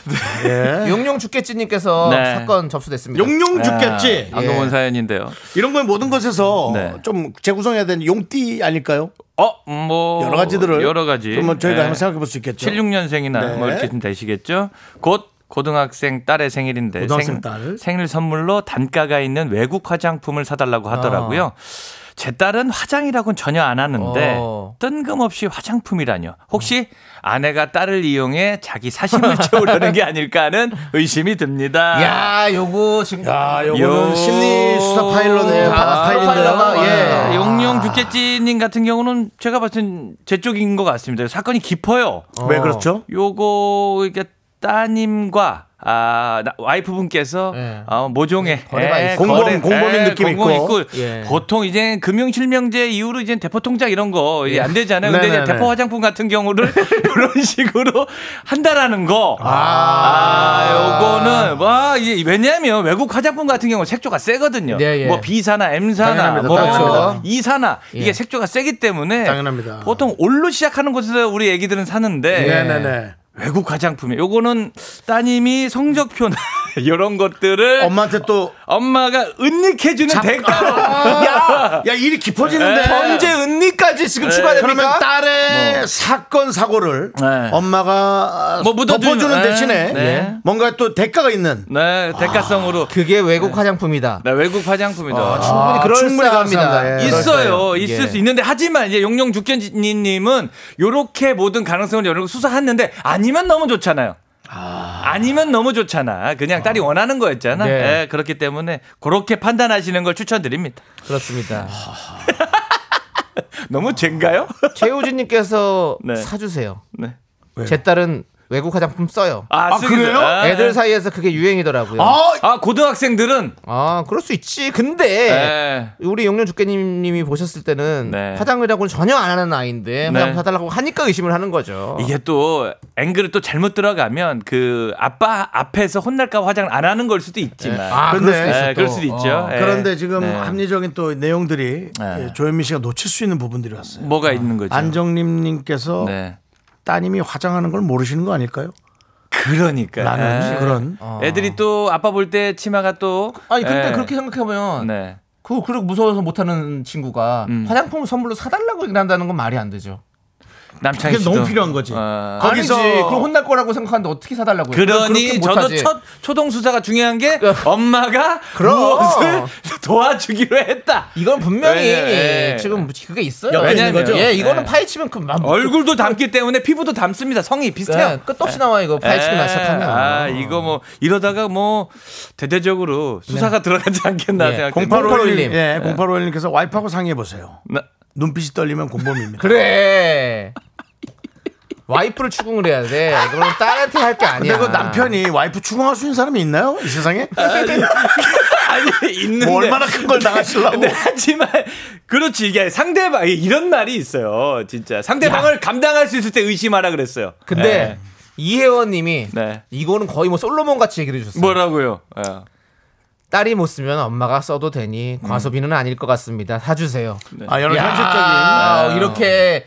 [SPEAKER 2] 거. 예.
[SPEAKER 3] 용용 죽겠지님께서
[SPEAKER 9] 네.
[SPEAKER 3] 사건 접수됐습니다.
[SPEAKER 2] 용용 죽겠지.
[SPEAKER 9] 아, 안동원
[SPEAKER 3] 예.
[SPEAKER 9] 사연인데요.
[SPEAKER 2] 이런 건 모든 것에서
[SPEAKER 9] 네.
[SPEAKER 2] 좀 재구성해야 되는 용띠 아닐까요?
[SPEAKER 9] 어, 뭐
[SPEAKER 2] 여러 가지들을
[SPEAKER 9] 여러 가지.
[SPEAKER 2] 그러면 저희가
[SPEAKER 9] 네.
[SPEAKER 2] 한번 생각해 볼 수 있겠죠.
[SPEAKER 9] 76년생이나
[SPEAKER 2] 네.
[SPEAKER 9] 뭐 이렇게 좀 되시겠죠. 곧 고등학생 딸의 생일인데
[SPEAKER 2] 고등학생 딸.
[SPEAKER 9] 생일 선물로 단가가 있는 외국 화장품을 사달라고 하더라고요.
[SPEAKER 2] 아.
[SPEAKER 9] 제 딸은 화장이라고는 전혀 안 하는데
[SPEAKER 3] 어.
[SPEAKER 9] 뜬금없이 화장품이라뇨. 혹시 아내가 딸을 이용해 자기 사심을 (laughs) 채우려는 게 아닐까 하는 의심이 듭니다.
[SPEAKER 3] 야, 요거 지금
[SPEAKER 2] 야, 요거는
[SPEAKER 9] 요-
[SPEAKER 2] 심리 수사 파일럿의
[SPEAKER 3] 네,
[SPEAKER 2] 바다
[SPEAKER 3] 아,
[SPEAKER 2] 파일인데요.
[SPEAKER 3] 프로파일러가, 예.
[SPEAKER 9] 용용 죽겠지님 같은 경우는 제가 봤을 땐제 쪽인 것 같습니다. 사건이 깊어요.
[SPEAKER 2] 왜 그렇죠?
[SPEAKER 9] 요거 이게 따님과 아 나- 와이프분께서
[SPEAKER 2] 예.
[SPEAKER 3] 네.
[SPEAKER 9] 어, 모종의
[SPEAKER 3] 거래가
[SPEAKER 9] 예,
[SPEAKER 3] 있-
[SPEAKER 2] 공범, 공범인 느낌
[SPEAKER 9] 공범
[SPEAKER 2] 있고.
[SPEAKER 3] 예.
[SPEAKER 9] 보통 이제 금융 실명제 이후로 이제 대포 통장 이런 거 안 되잖아요. 근데 이제
[SPEAKER 2] 예. 네네네.
[SPEAKER 9] 대포 화장품 같은 경우를 (laughs) 이런 식으로 한다라는 거.
[SPEAKER 2] 아.
[SPEAKER 9] 아, 요거는 와 이게 왜냐하면 외국 화장품 같은 경우 색조가 세거든요.
[SPEAKER 3] 네, 예.
[SPEAKER 9] 뭐 B사나 M사나
[SPEAKER 2] 당연합니다.
[SPEAKER 9] 뭐
[SPEAKER 3] 당연합니다.
[SPEAKER 9] E사나 이게
[SPEAKER 3] 예.
[SPEAKER 9] 색조가 세기 때문에
[SPEAKER 2] 당연합니다.
[SPEAKER 9] 보통 올로 시작하는 곳에서 우리 애기들은 사는데
[SPEAKER 3] 예.
[SPEAKER 2] 네네네.
[SPEAKER 9] 외국 화장품이 요거는 따님이 성적표나 (laughs) 이런 것들을
[SPEAKER 2] 엄마한테 또
[SPEAKER 9] 엄마... 가 은닉해주는 대가로 야
[SPEAKER 2] 야, 일이 깊어지는데.
[SPEAKER 9] 네.
[SPEAKER 2] 네.
[SPEAKER 3] 언제 은니까지 지금
[SPEAKER 2] 그러면
[SPEAKER 3] 추가됩니까?
[SPEAKER 2] 딸의 사건 사고를
[SPEAKER 9] 뭐. 네.
[SPEAKER 2] 엄마가
[SPEAKER 9] 뭐 묻어주는-
[SPEAKER 2] 덮어주는
[SPEAKER 9] 네,
[SPEAKER 2] 대신에
[SPEAKER 9] 네.
[SPEAKER 2] 뭔가 또 대가가 있는
[SPEAKER 9] 네 대가성으로
[SPEAKER 3] 그게 외국 화장품이다.
[SPEAKER 9] 네, 외국 화장품이다 아,
[SPEAKER 3] 충분히 그럴싸합니다.
[SPEAKER 2] 가능합니다. 아, 예.
[SPEAKER 9] 있어요.
[SPEAKER 3] 예.
[SPEAKER 9] 있을 수 있는데 하지만 이제 용룡 죽견님은 요렇게 모든 가능성을 여러 개 수사했는데 아니면 너무 좋잖아요. 아... 니면 너무 좋잖아. 그냥 딸이 원하는 거였잖아.
[SPEAKER 3] 네.
[SPEAKER 9] 예, 그렇기 때문에 그렇게 판단하시는 걸 추천드립니다.
[SPEAKER 3] 그렇습니다.
[SPEAKER 9] 너무 젠가요?
[SPEAKER 3] 최우진님께서
[SPEAKER 9] 네.
[SPEAKER 3] 사주세요.
[SPEAKER 9] 네.
[SPEAKER 3] 제 딸은 외국 화장품 써요.
[SPEAKER 9] 아, 쓰기도-
[SPEAKER 2] 그래요?
[SPEAKER 9] 아,
[SPEAKER 3] 애들 사이에서 그게 유행이더라고요. 아,
[SPEAKER 2] 아
[SPEAKER 9] 아, 고등학생들은
[SPEAKER 3] 그럴 수 있지. 근데
[SPEAKER 9] 네.
[SPEAKER 3] 우리 용룡 죽게님이 보셨을 때는
[SPEAKER 9] 네.
[SPEAKER 3] 화장이라고는 전혀 안 하는 아이인데
[SPEAKER 9] 네.
[SPEAKER 3] 화장 사달라고 하니까 의심을 하는 거죠.
[SPEAKER 9] 이게 또 앵글을 또 잘못 들어가면 그 아빠 앞에서 혼날까 화장을 안 하는 걸 수도 있지만.
[SPEAKER 3] 아,
[SPEAKER 2] 근데-
[SPEAKER 3] 그럴 수도 있어.
[SPEAKER 9] 예, 그럴
[SPEAKER 3] 또.
[SPEAKER 9] 수도 있죠. 예.
[SPEAKER 2] 그런데 지금
[SPEAKER 9] 네.
[SPEAKER 2] 합리적인 또 내용들이
[SPEAKER 9] 네.
[SPEAKER 2] 예, 조현미 씨가 놓칠 수 있는 부분들이 왔어요.
[SPEAKER 9] 뭐가 있는 거죠?
[SPEAKER 2] 안정림 님께서
[SPEAKER 9] 네.
[SPEAKER 2] 따님이 화장하는 걸 모르시는 거 아닐까요?
[SPEAKER 9] 그러니까.
[SPEAKER 2] 라는
[SPEAKER 9] 예.
[SPEAKER 2] 그런
[SPEAKER 9] 애들이 또 아빠 볼 때 치마가 또
[SPEAKER 3] 아니 근데
[SPEAKER 9] 예.
[SPEAKER 3] 그렇게 생각해보면
[SPEAKER 9] 네.
[SPEAKER 3] 그거 그렇게 무서워서 못하는 친구가
[SPEAKER 9] 음.
[SPEAKER 3] 화장품 선물로 사달라고 얘기를 한다는 건 말이 안 되죠.
[SPEAKER 9] 남창희
[SPEAKER 2] 그게
[SPEAKER 9] 씨도
[SPEAKER 2] 너무 필요한 거지.
[SPEAKER 9] 어.
[SPEAKER 2] 거기서-
[SPEAKER 3] 아니지. 그걸 혼날 거라고 생각하는데 어떻게 사달라고?
[SPEAKER 9] 그러니 저도 첫 초동 수사가 중요한 게 엄마가
[SPEAKER 3] 그럼.
[SPEAKER 9] 무엇을 (laughs) 도와주기로 했다.
[SPEAKER 3] 이건 분명히
[SPEAKER 9] 예, 예.
[SPEAKER 3] 지금 그게 있어요.
[SPEAKER 9] 옆에 있는
[SPEAKER 3] 왜냐면-
[SPEAKER 9] 거죠?
[SPEAKER 3] 예, 이거는
[SPEAKER 9] 예.
[SPEAKER 3] 파헤치면 그 맘-
[SPEAKER 9] 얼굴도 담기 때문에 피부도 담습니다. 성이 비슷해요.
[SPEAKER 3] 예, 끝없이 나와 이거 파헤치기
[SPEAKER 9] 예.
[SPEAKER 3] 시작하면.
[SPEAKER 9] 아, 이거 뭐 이러다가 뭐 대대적으로 수사가 들어가지 않겠나
[SPEAKER 3] 네. 예.
[SPEAKER 9] 생각.
[SPEAKER 2] 0851님,
[SPEAKER 3] 0851님.
[SPEAKER 2] 예, 0851님께서 와이프하고 상의해 보세요.
[SPEAKER 9] 나,
[SPEAKER 2] 눈빛이 떨리면 공범입니다.
[SPEAKER 3] 그래. 와이프를 추궁을 해야 돼. 그럼 딸한테 할 게
[SPEAKER 2] (laughs)
[SPEAKER 3] 아니야.
[SPEAKER 2] 근데 그 남편이 와이프 추궁할 수 있는 사람이 있나요? 이 (laughs) 세상에?
[SPEAKER 9] 아니 있는데.
[SPEAKER 2] 뭐 얼마나 큰 걸 당하시려고.
[SPEAKER 9] 근데 하지만 그렇지 이게 상대방 이런 말이 있어요. 진짜 상대방을 감당할 수 있을 때 의심하라 그랬어요.
[SPEAKER 3] 근데 이혜원님이
[SPEAKER 9] 네.
[SPEAKER 3] 이거는 거의 뭐 솔로몬 같이 얘기를 해줬어요.
[SPEAKER 9] 뭐라고요? 예.
[SPEAKER 3] 딸이 못 쓰면 엄마가 써도 되니 과소비는 아닐 것 같습니다. 사주세요.
[SPEAKER 2] 아, 이런
[SPEAKER 3] 야, 어,
[SPEAKER 2] 현실적인.
[SPEAKER 3] 이렇게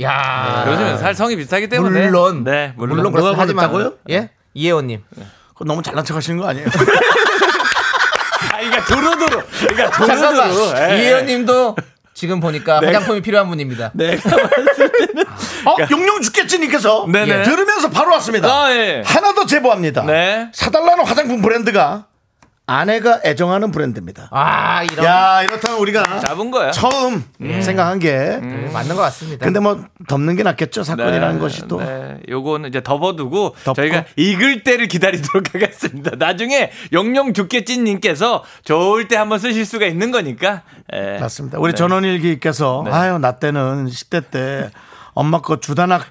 [SPEAKER 3] 야
[SPEAKER 9] 요즘은 살 성이 비슷하기 때문에
[SPEAKER 3] 아. 물론
[SPEAKER 9] 네 물론,
[SPEAKER 3] 물론
[SPEAKER 2] 뭐가
[SPEAKER 3] 그렇다 하지만
[SPEAKER 2] 그렇다고요?
[SPEAKER 3] 예 이혜원님
[SPEAKER 2] 그거 너무 잘난 척 하시는 거 (laughs) 아니에요?
[SPEAKER 9] 아 이게 도로도로 그러니까
[SPEAKER 3] 잠깐만
[SPEAKER 9] 도로도로 예.
[SPEAKER 3] 이혜원님도 지금 보니까 화장품이 필요한 분입니다.
[SPEAKER 9] 내가
[SPEAKER 2] 어, 용용 죽겠지님께서 예.
[SPEAKER 9] 네네.
[SPEAKER 2] 들으면서 바로 왔습니다.
[SPEAKER 9] 아, 예.
[SPEAKER 2] 하나 더 제보합니다.
[SPEAKER 9] 네.
[SPEAKER 2] 사달라는 화장품 브랜드가 아내가 애정하는 브랜드입니다.
[SPEAKER 3] 아 이런
[SPEAKER 2] 야, 이렇다면 우리가
[SPEAKER 9] 잡은 거야.
[SPEAKER 2] 처음 음. 생각한 게
[SPEAKER 3] 음, 맞는 것 같습니다.
[SPEAKER 2] 근데 뭐 덮는 게 낫겠죠 사건이라는 것이 또
[SPEAKER 9] 네, 요거는 이제 덮어두고
[SPEAKER 2] 덮고?
[SPEAKER 9] 저희가 익을 때를 기다리도록 (laughs) 하겠습니다. 나중에 영영 죽겠진님께서 좋을 때 한번 쓰실 수가 있는 거니까. 예.
[SPEAKER 2] 맞습니다. 우리 전원일기께서
[SPEAKER 9] 네.
[SPEAKER 2] 아유 나 때는 10대 때 엄마 거 주단학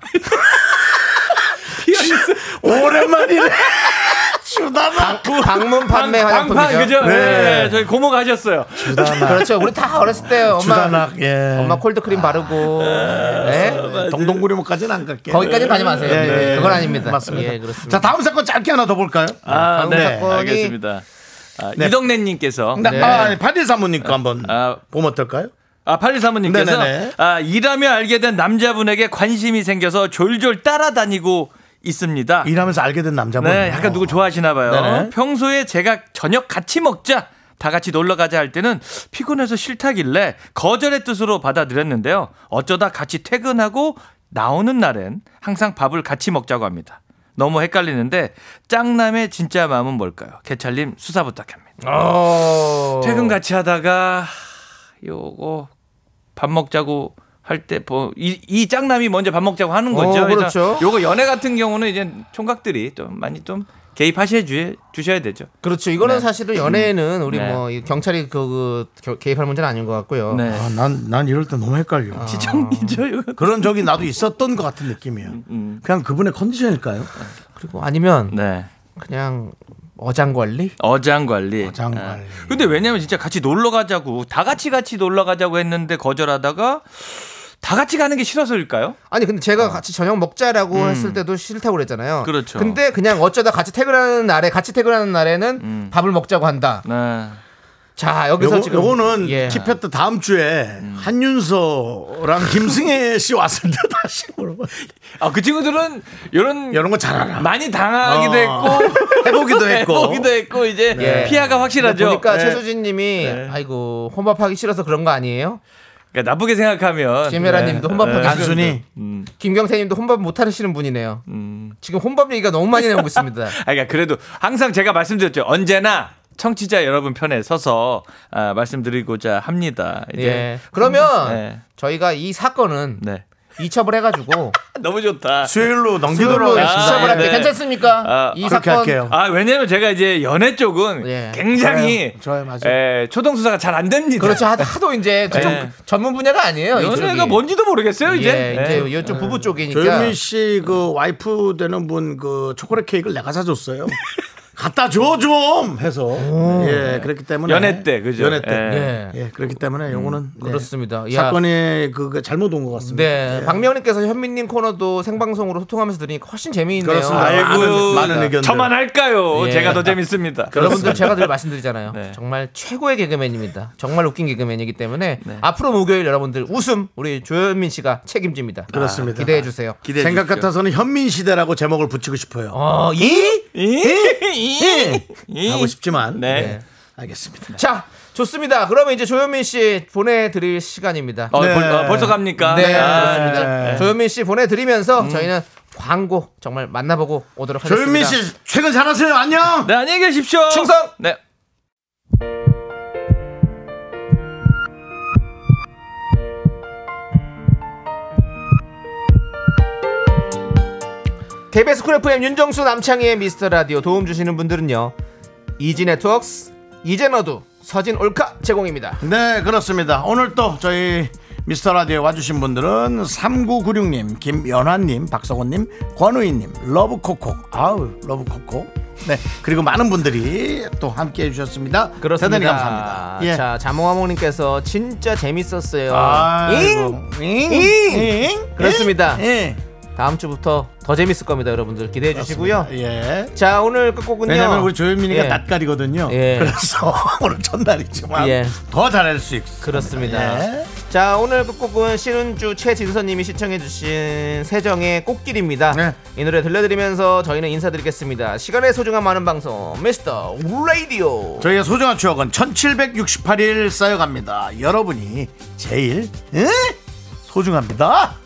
[SPEAKER 2] 오랜만이네 (laughs)
[SPEAKER 3] 아,
[SPEAKER 2] 주단학
[SPEAKER 3] 그 방문 판매
[SPEAKER 9] 방- 방판
[SPEAKER 3] 화장품이죠.
[SPEAKER 9] 그죠?
[SPEAKER 2] 네.
[SPEAKER 9] 네, 저희 고모 가셨어요.
[SPEAKER 2] 주단학
[SPEAKER 3] 그렇죠. 우리 다 어렸을 때 엄마
[SPEAKER 2] 주단학 예
[SPEAKER 3] 엄마 콜드크림 바르고 예?
[SPEAKER 2] 동동구리모까지는 안 갈게
[SPEAKER 3] 거기까지 가지 마세요.
[SPEAKER 2] 예, 예.
[SPEAKER 3] 그건 아닙니다.
[SPEAKER 2] 맞습니다.
[SPEAKER 3] 예, 그렇습니다.
[SPEAKER 2] 자 다음 사건 짧게 하나 더 볼까요?
[SPEAKER 9] 아,
[SPEAKER 3] 방금
[SPEAKER 9] 네,
[SPEAKER 3] 사건이-
[SPEAKER 9] 알겠습니다. 아,
[SPEAKER 2] 네.
[SPEAKER 9] 이덕래님께서
[SPEAKER 2] 나,
[SPEAKER 3] 네.
[SPEAKER 2] 아, 8일 사모님 거 한번
[SPEAKER 9] 아.
[SPEAKER 2] 보면 어떨까요?
[SPEAKER 9] 아, 팔리 사모님께서
[SPEAKER 2] 네네네.
[SPEAKER 9] 아, 일하며 알게 된 남자분에게 관심이 생겨서 졸졸 따라다니고 있습니다.
[SPEAKER 2] 일하면서 알게 된 남자분. 어.
[SPEAKER 9] 네, 약간 누구 좋아하시나 봐요.
[SPEAKER 2] 네네.
[SPEAKER 9] 평소에 제가 저녁 같이 먹자. 다 같이 놀러 가자 할 때는 피곤해서 싫다길래 거절의 뜻으로 받아들였는데요. 어쩌다 같이 퇴근하고 나오는 날엔 항상 밥을 같이 먹자고 합니다. 너무 헷갈리는데 짱남의 진짜 마음은 뭘까요? 개찰님 수사 부탁합니다.
[SPEAKER 3] 어.
[SPEAKER 9] 퇴근 같이 하다가 요거 밥 먹자고 할 때 이 이 짱남이 먼저 밥 먹자고 하는 거죠.
[SPEAKER 3] 어,
[SPEAKER 9] 그래서
[SPEAKER 3] 그렇죠.
[SPEAKER 9] 요거 연애 같은 경우는 이제 총각들이 좀 많이 좀 개입하셔 주, 주셔야 되죠.
[SPEAKER 3] 그렇죠. 이거는
[SPEAKER 9] 네.
[SPEAKER 3] 사실은 연애는 우리
[SPEAKER 9] 네.
[SPEAKER 3] 뭐이 경찰이 그, 그 겨- 개입할 문제는 아닌 것 같고요.
[SPEAKER 9] 네.
[SPEAKER 2] 아, 난, 난 이럴 때 너무 헷갈려.
[SPEAKER 3] 아.
[SPEAKER 9] 지정이죠. 이거. 음.
[SPEAKER 2] 그런 적이 나도 있었던 것 같은 느낌이에요. 그냥 그분의 컨디션일까요?
[SPEAKER 3] 그리고 아니면
[SPEAKER 9] 네.
[SPEAKER 3] 그냥 어장 관리?
[SPEAKER 9] 어장 관리.
[SPEAKER 2] 어장 관리.
[SPEAKER 9] 예. 근데 왜냐면 진짜 같이 놀러 가자고 다 같이 같이 놀러 가자고 했는데 거절하다가 다 같이 가는 게 싫어서일까요? 음.
[SPEAKER 3] 아니 근데 제가 같이 저녁 먹자라고 했을 때도 싫다고 그랬잖아요.
[SPEAKER 9] 그렇죠.
[SPEAKER 3] 근데 그냥 어쩌다 같이 퇴근하는 날에 같이 퇴근하는 날에는
[SPEAKER 9] 음.
[SPEAKER 3] 밥을 먹자고 한다.
[SPEAKER 9] 네.
[SPEAKER 3] 자 여기서
[SPEAKER 2] 요거,
[SPEAKER 3] 지금
[SPEAKER 2] 요거는
[SPEAKER 3] 예.
[SPEAKER 2] 킵했다 다음 주에 한윤서랑
[SPEAKER 3] (laughs)
[SPEAKER 2] 김승혜 씨 왔을 때 다시 (laughs) 물어봐.
[SPEAKER 9] 아, 그 친구들은 이런
[SPEAKER 2] 이런 거 잘 알아.
[SPEAKER 9] 많이 당하기도 했고 (laughs) 네,
[SPEAKER 2] 해보기도 했고.
[SPEAKER 9] 해보기도 했고 이제
[SPEAKER 3] 예.
[SPEAKER 9] 피하가
[SPEAKER 3] 근데
[SPEAKER 9] 확실하죠.
[SPEAKER 3] 보니까
[SPEAKER 9] 네.
[SPEAKER 3] 최수진님이 아이고 혼밥하기 싫어서 그런 거 아니에요?
[SPEAKER 9] 그러니까 나쁘게 생각하면
[SPEAKER 3] 김혜라님도
[SPEAKER 9] 네.
[SPEAKER 3] 혼밥하기
[SPEAKER 9] 네.
[SPEAKER 3] 싫어서.
[SPEAKER 2] 단순히
[SPEAKER 9] 음,
[SPEAKER 3] 김경태님도 혼밥 못 하시는 분이네요.
[SPEAKER 9] 음.
[SPEAKER 3] 지금 혼밥 얘기가 너무 많이 나오고
[SPEAKER 9] (laughs)
[SPEAKER 3] 있습니다.
[SPEAKER 9] 아, 그러니까 그래도 항상 제가 말씀드렸죠. 언제나 청취자 여러분 편에 서서 아, 말씀드리고자 합니다. 이제
[SPEAKER 3] 예. 그러면
[SPEAKER 9] 네.
[SPEAKER 3] 저희가 이 사건은
[SPEAKER 9] 네.
[SPEAKER 2] (laughs)
[SPEAKER 3] 이첩을 해가지고
[SPEAKER 9] 너무 좋다.
[SPEAKER 2] 수요일로 넘기도록 아, 예.
[SPEAKER 3] 수요로
[SPEAKER 9] 하겠습니다.
[SPEAKER 3] 이첩을 할게요.
[SPEAKER 9] 네.
[SPEAKER 3] 괜찮습니까?
[SPEAKER 9] 아,
[SPEAKER 3] 이
[SPEAKER 2] 그렇게
[SPEAKER 3] 사건
[SPEAKER 2] 할게요.
[SPEAKER 9] 아 왜냐면 제가 이제 연애 쪽은
[SPEAKER 3] 예.
[SPEAKER 9] 굉장히
[SPEAKER 2] 좋아요, 좋아요, 맞아요.
[SPEAKER 9] 예, 초동 수사가 잘 안 됩니다.
[SPEAKER 3] 그렇죠. 하- 하도 이제 그쪽
[SPEAKER 9] 네.
[SPEAKER 3] 전문 분야가 아니에요.
[SPEAKER 9] 연애가
[SPEAKER 3] 이쪽이.
[SPEAKER 9] 뭔지도 모르겠어요
[SPEAKER 3] 예,
[SPEAKER 9] 이제. 예.
[SPEAKER 3] 이제 이쪽 부부 쪽이니까.
[SPEAKER 2] 네. 조현민 씨 그 와이프 되는 분 그 초콜릿 케이크를 내가 사줬어요. 갖다 줘 좀 해서
[SPEAKER 3] 음.
[SPEAKER 2] 예 그렇기 때문에
[SPEAKER 9] 연애 때, 그죠?
[SPEAKER 2] 연애 때 예.
[SPEAKER 3] 예. 음,
[SPEAKER 2] 그렇기 때문에 요거는 예,
[SPEAKER 3] 그렇습니다. 야.
[SPEAKER 2] 사건이 그 잘못 온 것 같습니다.
[SPEAKER 3] 네,
[SPEAKER 2] 예.
[SPEAKER 3] 박명님께서 현민님 코너도 생방송으로 소통하면서 들으니까 훨씬 재미있네요.
[SPEAKER 2] 그렇습니다.
[SPEAKER 9] 아이고
[SPEAKER 2] 많은- 많은 의견들.
[SPEAKER 9] 저만 할까요?
[SPEAKER 3] 예.
[SPEAKER 9] 제가 더 재밌습니다.
[SPEAKER 3] 여러분들 제가 늘 말씀드리잖아요.
[SPEAKER 9] 네.
[SPEAKER 3] 정말 최고의 개그맨입니다. 정말 웃긴 개그맨이기 때문에
[SPEAKER 9] 네.
[SPEAKER 3] 앞으로 목요일 여러분들 웃음 우리 조현민 씨가 책임집니다.
[SPEAKER 2] 그렇습니다.
[SPEAKER 3] 아, 기대해 주세요.
[SPEAKER 9] 기대해
[SPEAKER 2] 생각
[SPEAKER 9] 주십시오.
[SPEAKER 2] 같아서는 현민 시대라고 제목을 붙이고 싶어요.
[SPEAKER 3] 어, 이?
[SPEAKER 2] 예. 하고 싶지만
[SPEAKER 9] 네.
[SPEAKER 2] 네. 알겠습니다.
[SPEAKER 3] 자, 좋습니다. 그러면 이제 조현민 씨 보내드릴 시간입니다.
[SPEAKER 9] 어,
[SPEAKER 2] 네.
[SPEAKER 9] 벌, 어, 벌써 갑니까?
[SPEAKER 3] 네,
[SPEAKER 9] 아,
[SPEAKER 3] 그렇습니다. 조현민 씨 보내드리면서 저희는 광고 정말 만나보고 오도록 하겠습니다.
[SPEAKER 2] 음. 조현민 씨 최근 잘하세요. 안녕.
[SPEAKER 9] 네, 안녕히 계십시오.
[SPEAKER 3] 충성!
[SPEAKER 9] 네.
[SPEAKER 3] KBS 쿨 FM 윤정수 남창희의 미스터 라디오 도움 주시는 분들은요. 이지 네트워크스, 이제너두, 서진 올카 제공입니다.
[SPEAKER 2] 네, 그렇습니다. 오늘 또 저희 미스터 라디오에 와주신 분들은 3996님, 김연환님, 박성호님, 권우희님, 러브코코, 아우, 러브코코. 네, 그리고 많은 분들이 또 함께 해주셨습니다. 대단히 감사합니다. 예.
[SPEAKER 3] 자, 자몽아몽님께서 진짜 재밌었어요.
[SPEAKER 2] 아이고.
[SPEAKER 3] 잉!
[SPEAKER 2] 잉!
[SPEAKER 3] 잉!
[SPEAKER 2] 잉!
[SPEAKER 3] 그렇습니다.
[SPEAKER 2] 예.
[SPEAKER 3] 다음 주부터 더 재밌을 겁니다, 여러분들. 기대해 주시고요.
[SPEAKER 2] 예.
[SPEAKER 3] 자, 오늘 끝곡은요.
[SPEAKER 2] 왜냐면 우리 조현민이가
[SPEAKER 3] 예.
[SPEAKER 2] 낯가리거든요.
[SPEAKER 3] 예.
[SPEAKER 2] 그래서 (laughs) 오늘 첫날이지만 아,
[SPEAKER 3] 예.
[SPEAKER 2] 더 잘할 수 있어요.
[SPEAKER 3] 그렇습니다.
[SPEAKER 2] 예.
[SPEAKER 3] 자 오늘 끝곡은 신은주 최진서님이 시청해주신 세정의 꽃길입니다.
[SPEAKER 2] 네.
[SPEAKER 3] 이 노래 들려드리면서 저희는 인사드리겠습니다. 시간의 소중함 많은 방송 미스터 라디오.
[SPEAKER 2] 저희의 소중한 추억은 1768일 쌓여갑니다. 여러분이 제일 에? 소중합니다.